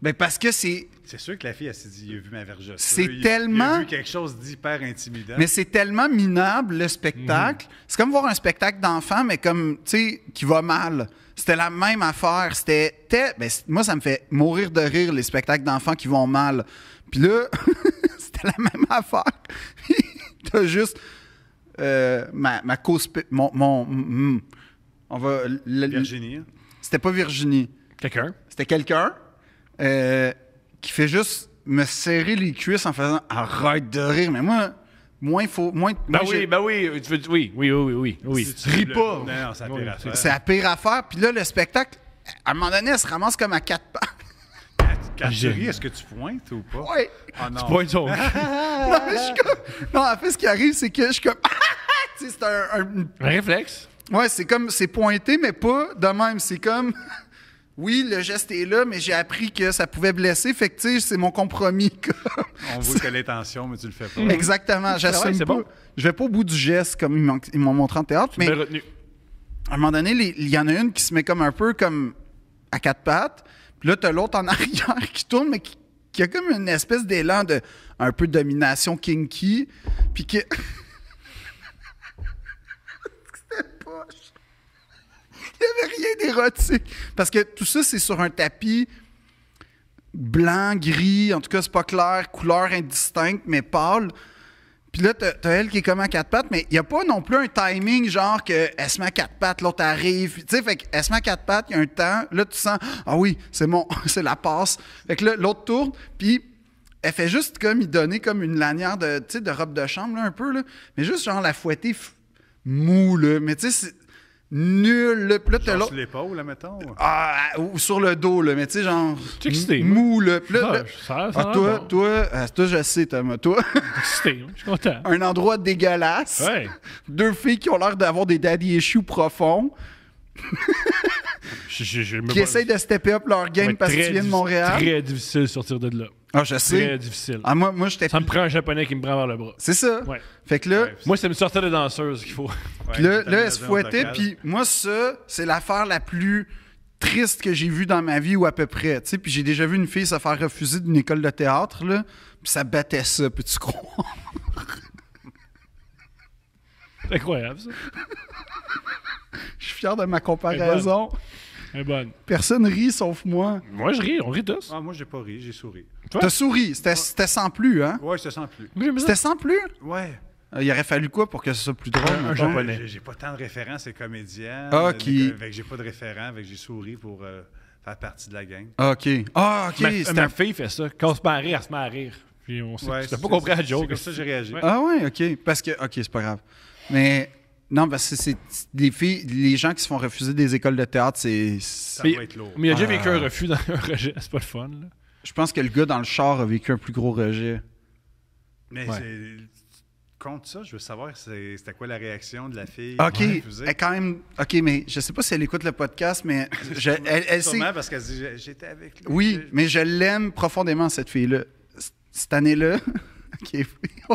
Ben parce que c'est. C'est sûr que la fille, elle s'est dit, il a vu ma vergeture. C'est il- Il tellement- a vu quelque chose d'hyper intimidant. Mais c'est tellement minable le spectacle. C'est comme voir un spectacle d'enfant, mais comme, tu sais, qui va mal. C'était la même affaire. C'était. tel- ben, c'est- moi, ça me fait mourir de rire, les spectacles d'enfants qui vont mal. Puis là, c'était la même affaire. T'as juste. euh, ma, ma cause. Mon. mon- mm, on va. l- l- Virginie, hein. C'était pas Virginie. Quelqu'un? C'était quelqu'un euh, qui fait juste me serrer les cuisses en faisant arrête de rire. Mais moi, moins faut. Moins, moins Ben oui, j'ai- ben oui, tu veux- oui, oui, oui, oui, oui. Si tu Ris le- pas. Non, non, ça a pire Ouais, à faire. C'est la pire affaire. Puis là, le spectacle, à un moment donné, elle se ramasse comme à quatre pas. Quand tu J'ai- ris, est-ce que tu pointes ou pas? Ouais. Ah non. C'est pas une joke. Non, mais je suis comme. Non, en fait, ce qui arrive, c'est que je suis comme. Tu sais, c'est un- un, Un réflexe. Ouais, c'est comme c'est pointé, mais pas de même. C'est comme oui, le geste est là, mais j'ai appris que ça pouvait blesser. Fait que tu sais, c'est mon compromis. comme. On voit que l'intention, mais tu le fais pas. Exactement. J'assume c'est pas. bon. Je vais pas au bout du geste comme ils m'ont- ils m'ont montré en théâtre, mais Belle retenue. à un moment donné, les- il y en a une qui se met comme un peu comme à quatre pattes. Puis là, t'as l'autre en arrière qui tourne, mais qui, qui a comme une espèce d'élan de un peu de domination kinky. Puis que. C'était poche. Il n'y avait rien d'érotique. Parce que tout ça, c'est sur un tapis blanc, gris, en tout cas, c'est pas clair, couleur indistincte, mais pâle. Puis là, t'as t'as elle qui est comme à quatre pattes, mais il n'y a pas non plus un timing genre que elle se met à quatre pattes, l'autre arrive. Tu sais, fait qu'elle se met à quatre pattes, il y a un temps. Là, tu sens, ah oui, c'est mon, c'est la passe. Fait que là, l'autre tourne, puis elle fait juste comme y donner comme une lanière de, tu sais, de robe de chambre, là, un peu, là. Mais juste genre la fouetter f- mou, là. Mais tu sais, c'est nul, là. Puis là, t'as Genre l'autre. sur l'épaule, là, mettons. Ah, ou sur le dos, là, mais tu sais, genre. T'es excité, m- Mou, là. Puis là, Ah, là- ça- ça Ah, a toi, l'air bon. toi, ah, toi, je sais, Thomas. Toi, Excité, hein, je suis content. un endroit dégueulasse. Ouais. Deux filles qui ont l'air d'avoir des daddy issues profonds, Je, je, je me qui essayent de stepper up leur game parce qu'ils viennent de Montréal. Très difficile de sortir de là. Ah, je Très sais. difficile. Ah, moi, moi j'étais. Ça me prend un japonais qui me prend vers le bras. C'est ça. Ouais. Fait que là, Ouais, Moi, c'est me sortir de danseuse qu'il faut. puis là, là, elle se fouettait. Puis moi, ça, c'est l'affaire la plus triste que j'ai vue dans ma vie ou à peu près. tu sais. Puis j'ai déjà vu une fille se faire refuser d'une école de théâtre, là. Puis ça battait ça, peux-tu croire? C'est incroyable, ça. Je suis fier de Eh ben, ma comparaison. Elle est bonne. Personne rit sauf moi. Moi, je ris. On rit tous. Ah, moi, j'ai pas ri, j'ai souri. Ouais. T'as souri. C'était c'était sans plus, hein? Ouais, je te sens plus. Moi, j'aime ça. C'était sans plus? Ouais. Euh, Il aurait fallu quoi pour que ce soit plus drôle? Euh, Un mettons? japonais. Hein? J'ai- J'ai pas tant de références euh, et comédiens. Ah, qui- Fait que j'ai pas de référents, fait que j'ai souri pour euh, faire partie de la gang. OK. Ah, OK. Ma, c'était ma un- fille fait ça. Quand on se met à rire, elle se met à rire. Puis on s'est Ouais, t'as c'est- pas compris la c'est- joke. C'est comme ça que j'ai réagi. Ouais. Ah ouais, ok. Parce que, ok, c'est pas grave. Mais non, parce que c'est c'est- les filles, les gens qui se font refuser des écoles de théâtre, c'est. c'est- Ça Mais- doit être lourd. Mais il a déjà Ah. vécu un refus dans un rejet, c'est pas le fun. Là. Je pense que le gars dans le char a vécu un plus gros rejet. Mais Ouais. c'est- compte ça, je veux savoir c'est- c'était quoi la réaction de la fille. Ok, qui a refusé. elle quand même. Ok, mais je sais pas si elle écoute le podcast, mais je- elle, elle, sait. Sûrement parce qu'elle se dit j'étais avec lui. Oui, mais je l'aime profondément, cette fille-là. C- Cette année-là. OK. Oh,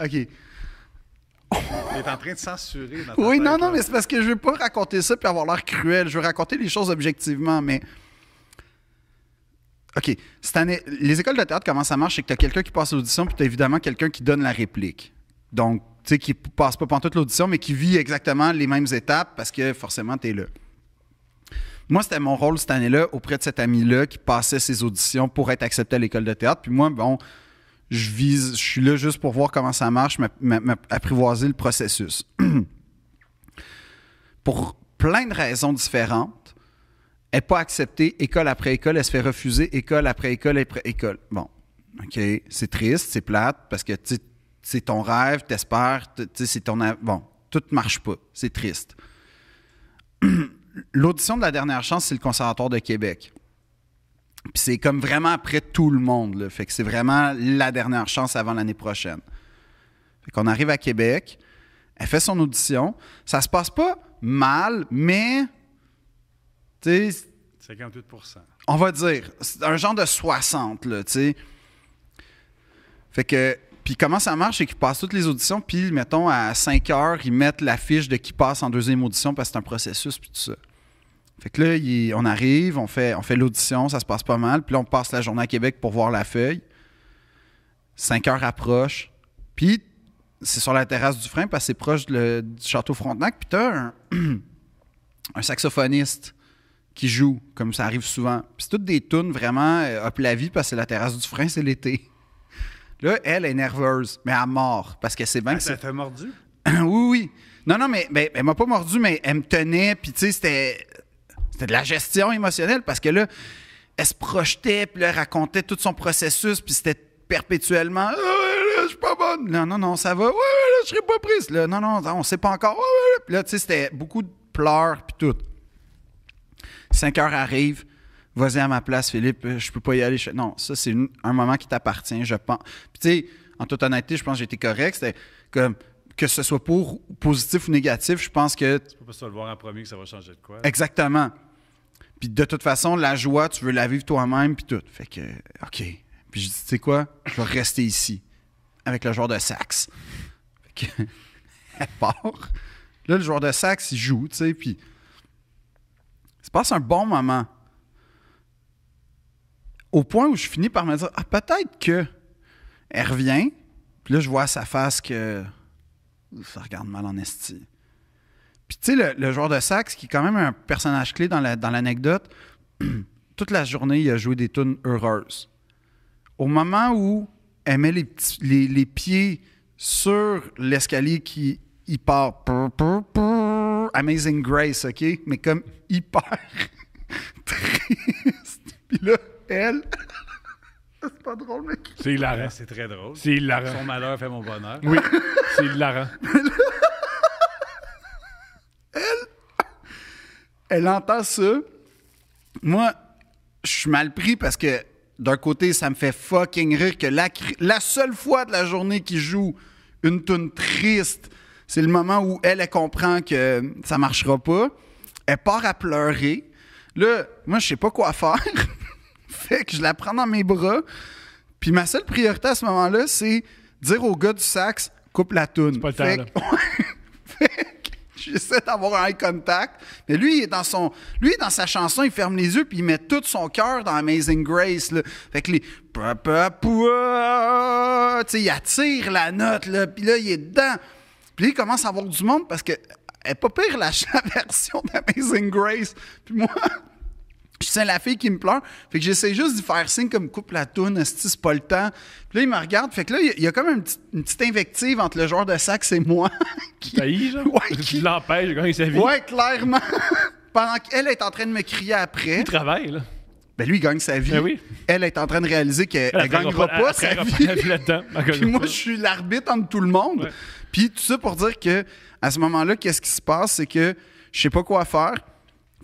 OK. Elle est en train de censurer. dans ta Oui, tête, non, non, là. mais c'est parce que je veux pas raconter ça puis avoir l'air cruel. Je veux raconter les choses objectivement, mais. OK. Cette année, les écoles de théâtre, comment ça marche? C'est que t'as quelqu'un qui passe l'audition puis t'as évidemment quelqu'un qui donne la réplique. Donc, tu sais, qui passe pas pendant toute l'audition, mais qui vit exactement les mêmes étapes parce que forcément, t'es là. Moi, c'était mon rôle cette année-là auprès de cet ami-là qui passait ses auditions pour être accepté à l'école de théâtre. Puis moi, bon, je vise, je suis là juste pour voir comment ça marche, m'app- m'a- m'a- apprivoiser le processus pour plein de raisons différentes, elle n'est pas acceptée école après école, elle se fait refuser école après école après école. Bon, OK, c'est triste, c'est plate, parce que tu sais, c'est ton rêve, t'espères, tu sais, c'est ton... av- Bon, tout ne marche pas, c'est triste. L'audition de la dernière chance, c'est le Conservatoire de Québec. Puis c'est comme vraiment après tout le monde, là. Fait que c'est vraiment la dernière chance avant l'année prochaine. Fait qu'on arrive à Québec, elle fait son audition. Ça se passe pas mal, mais. Tu sais, 58 on va dire, c'est un genre de 60, là, tu sais. Fait que. Puis comment ça marche, c'est qu'ils passent toutes les auditions, puis, mettons, à 5 heures, ils mettent la fiche de qui passe en deuxième audition parce que c'est un processus, puis tout ça. Fait que là, il- on arrive, on fait, on fait l'audition, ça se passe pas mal, puis là, on passe la journée à Québec pour voir la feuille. 5 heures approche, puis c'est sur la terrasse du frein parce que c'est proche de le- du château Frontenac, puis t'as un, un saxophoniste qui joue, comme ça arrive souvent. Puis c'est toutes des tunes vraiment euh, up la vie parce que c'est la terrasse du frein, c'est l'été. Là, elle est nerveuse, mais à mort, parce que c'est bien que c'est Ah, Ça t'a mordu? oui, oui. Non, non, mais ben, elle m'a pas mordu, mais elle me tenait, puis tu sais, c'était, c'était de la gestion émotionnelle parce que là, elle se projetait, puis là, elle racontait tout son processus, puis c'était perpétuellement Ah, ouais, là, je suis pas bonne. Non, non, non, ça va. Ouais, ouais, là, je serai pas prise. Là, non, non, on sait pas encore. Ouais, ouais, là. Puis là, tu sais, c'était beaucoup de pleurs, puis tout. 5 heures arrive. Vas-y à ma place, Philippe. euh, Je peux pas y aller. Je fais, Non, ça, c'est une- un moment qui t'appartient, je pense. Puis, tu sais, en toute honnêteté, je pense que j'étais correct. C'était comme que ce soit pour positif ou négatif, je pense que C'est pas parce que tu vas le voir en premier que ça va changer de quoi. Exactement. Puis de toute façon, la joie, tu veux la vivre toi-même, puis tout. Fait que, OK. Puis je dis, tu sais quoi, je vais rester ici avec le joueur de sax. Fait que, elle part. Là, le joueur de sax, il joue, tu sais, puis il se passe un bon moment. Au point où je finis par me dire, ah, peut-être que. Elle revient, puis là, je vois à sa face que ça regarde mal en esti. Puis tu sais, le, le joueur de sax, qui est quand même un personnage clé dans la- dans l'anecdote, toute la journée, il a joué des tunes heureuses. Au moment où elle met les, petits- les- les pieds sur l'escalier qui il part, prr, prr, prr, Amazing Grace, OK? Mais comme hyper triste. Puis là, elle... C'est pas drôle, mais... C'est hilarant. Ah, C'est très drôle. C'est Son hilarant. malheur fait mon bonheur. Oui, c'est hilarant. elle entend ça. Moi, je suis mal pris parce que d'un côté, ça me fait fucking rire que la, cri- la seule fois de la journée qu'il joue une tune triste, c'est le moment où elle, elle comprend que ça marchera pas. Elle part à pleurer. Là, moi, je sais pas quoi faire. fait que je la prends dans mes bras. Puis ma seule priorité à ce moment-là, c'est dire au gars du sax, coupe la toune. pas le temps, Fait là. que- Fait que J'essaie d'avoir un eye contact. Mais lui, il est dans son. Lui, dans sa chanson, il ferme les yeux puis il met tout son cœur dans Amazing Grace. Là. Fait que les. pa, pa, pa, Tu sais, il attire la note, là. Puis là, il est dedans. Puis là, il commence à avoir du monde parce que. Elle est pas pire la, la version d'Amazing Grace. Puis moi, je sens la fille qui me pleure. Fait que j'essaie juste d'y faire signe comme coupe la toune, esti, c'est pas le temps. Puis là, il me regarde. Fait que là, il y a- il y a, comme une petite, une petite invective entre le joueur de sax et moi. qui- Taï, genre. Ouais, Tu qui- l'empêches de gagner sa vie. Ouais, clairement. Pendant qu'elle est en train de me crier après. Il travaille, là. Ben lui, il gagne sa vie. Ben oui. Elle est en train de réaliser qu'elle ne gagnera pas, sa vie. Puis moi, je suis l'arbitre entre tout le monde. Ouais. Puis tout ça pour dire que à ce moment-là, qu'est-ce qui se passe, c'est que je sais pas quoi faire.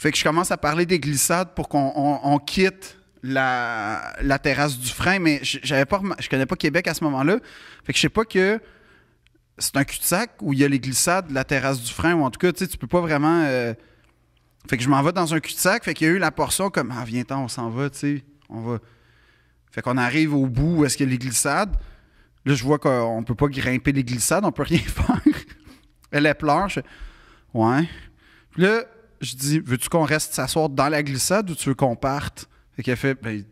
Fait que je commence à parler des glissades pour qu'on on- on quitte la, la terrasse du frein, mais j- j'avais pas, remar- je connais pas Québec à ce moment-là. Fait que je sais pas que c'est un cul-de-sac où il y a les glissades, la terrasse du frein, ou en tout cas, tu sais, tu peux pas vraiment. euh, Fait que je m'en vais dans un cul-de-sac. Fait qu'il y a eu la portion comme Ah, viens-t'en, on s'en va, tu sais. On va. Fait qu'on arrive au bout où est-ce qu'il y a les glissades. Là, je vois qu'on peut pas grimper les glissades, on peut rien faire. Elle, elle pleure. Je fais, ouais. Puis là, je dis Veux-tu qu'on reste s'asseoir dans la glissade ou tu veux qu'on parte Fait qu'elle fait Ben,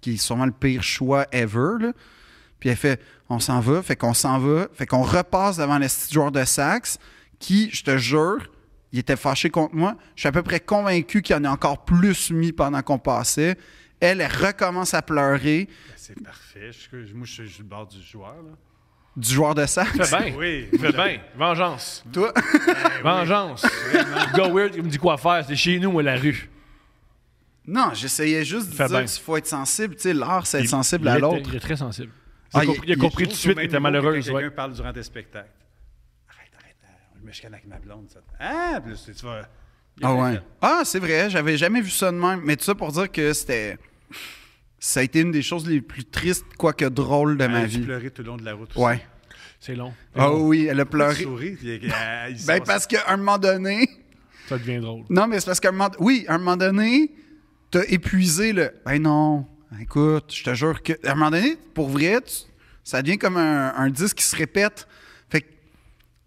qui est sûrement le pire choix ever, là. Puis elle fait On s'en va, fait qu'on s'en va, fait qu'on repasse devant le petit joueur de sax qui, je te jure, il était fâché contre moi. Je suis à peu près convaincu qu'il en a encore plus mis pendant qu'on passait. Elle, elle recommence à pleurer C'est parfait. Je, suis- moi, je suis je suis du bord du joueur. Là. du joueur de sax. Fais bien. Oui. Fais bien. Vengeance. Toi, Vengeance. Le gars weird qui me dit quoi faire, c'est chez nous ou à la rue. Non, j'essayais juste de Fais dire bien. qu'il faut être sensible. Tu sais, l'art, c'est être Il- sensible il à était- l'autre. Il est très sensible. Ah, il, a il- compris- il a il- compris tout de suite qu'il qu'elle était malheureuse. Quelqu'un ouais. parle durant tes spectacles. Arrête, arrête. euh, Je me chicane avec ma blonde. Ça. Ah, puis là, c'est- tu vas. il y a Ah ouais. quelqu'un. Ah, c'est vrai, j'avais jamais vu ça de même. Mais tout ça pour dire que c'était. Ça a été une des choses les plus tristes, quoique drôles de ma Elle a vie. pleuré tout le long de la route. aussi. Ouais. C'est long. Ah oui, elle a Elle pleuré. sourit. puis elle- elle- ils Ben sont- parce qu'à un moment donné. Ça devient drôle. Non, mais c'est parce qu'à un moment. Oui, à un moment donné, t'as épuisé le. Ben non, écoute, je te jure que. À un moment donné, pour vrai, tu- ça devient comme un, un disque qui se répète. Fait que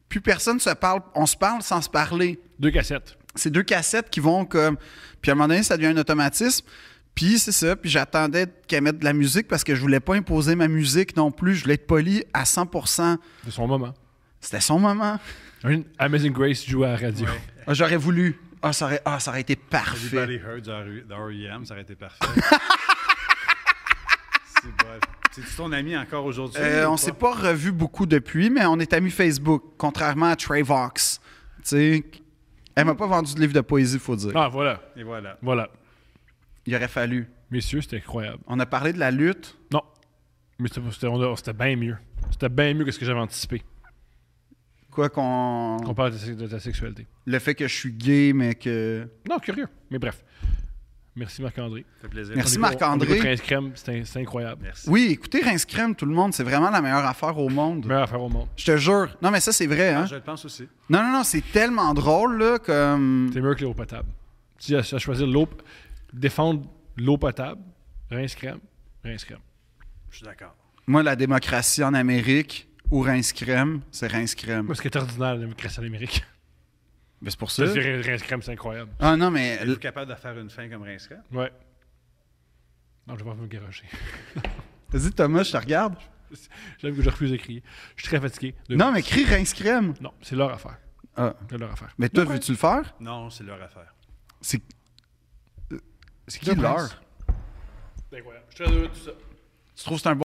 plus personne se parle. On se parle sans se parler. Deux cassettes. c'est deux cassettes qui vont comme. Puis à un moment donné, ça devient un automatisme. Puis c'est ça. Puis j'attendais qu'elle mette de la musique parce que je voulais pas imposer ma musique non plus. Je voulais être poli à 100 de son moment. C'était son moment. Un Amazing Grace jouait à la radio. Ah, J'aurais voulu. Ah, ça aurait, ah, ça aurait été parfait. Everybody Hurts d'R.E.M., ça aurait été parfait. c'est bref. C'est ton ami encore aujourd'hui. Euh, ou on s'est pas revu beaucoup depuis, mais on est amis Facebook, contrairement à Trey Vox. Tu sais, elle m'a pas vendu de livre de poésie, faut dire. Ah, voilà. Et voilà. Voilà. Il aurait fallu. Messieurs, c'était incroyable. On a parlé de la lutte. Non. Mais c'était- c'était on a- c'était bien mieux. C'était bien mieux que ce que j'avais anticipé. Quoi qu'on. Qu'on parle de, ta- de ta sexualité. Le fait que je suis gay, mais que. Non, curieux. Mais bref. Merci Marc-André. Ça fait plaisir. Merci, On écoute- Marc-André. on écoute Prince Crème, c'était c'était incroyable. Merci. Oui, écoutez Rince Crème, tout le monde, c'est vraiment la meilleure affaire au monde. Meilleure affaire au monde. Je te jure. Non, mais ça, c'est vrai, hein? Ben, Je le pense aussi. Non, non, non, c'est tellement drôle, là, comme... C'est mieux que l'eau potable. Tu as à choisir l'eau. Défendre l'eau potable, rince crème, rince crème. Je suis d'accord. Moi, la démocratie en Amérique ou Rince Crème, c'est Rince Crème. Parce que c'est ordinaire, la démocratie en Amérique. Ben, c'est pour ça. Ça, c'est rin- rince crème, c'est incroyable. Ah non, mais... Êtes-vous capable de faire une fin comme Rinscrap? Ouais. Non, je vais pas me garocher. Vas-y, Thomas, je te regarde. J'aime que je refuse de crier. Je suis très fatigué. De- Non, mais crie Rince Crème. Non, c'est leur affaire. Ah. C'est leur affaire. Mais toi, veux-tu le faire? Non, c'est leur affaire. C'est... euh, C'est qui Le prince. l'heure? C'est incroyable. Je suis très heureux de tout ça. Tu trouves que c'est un bon...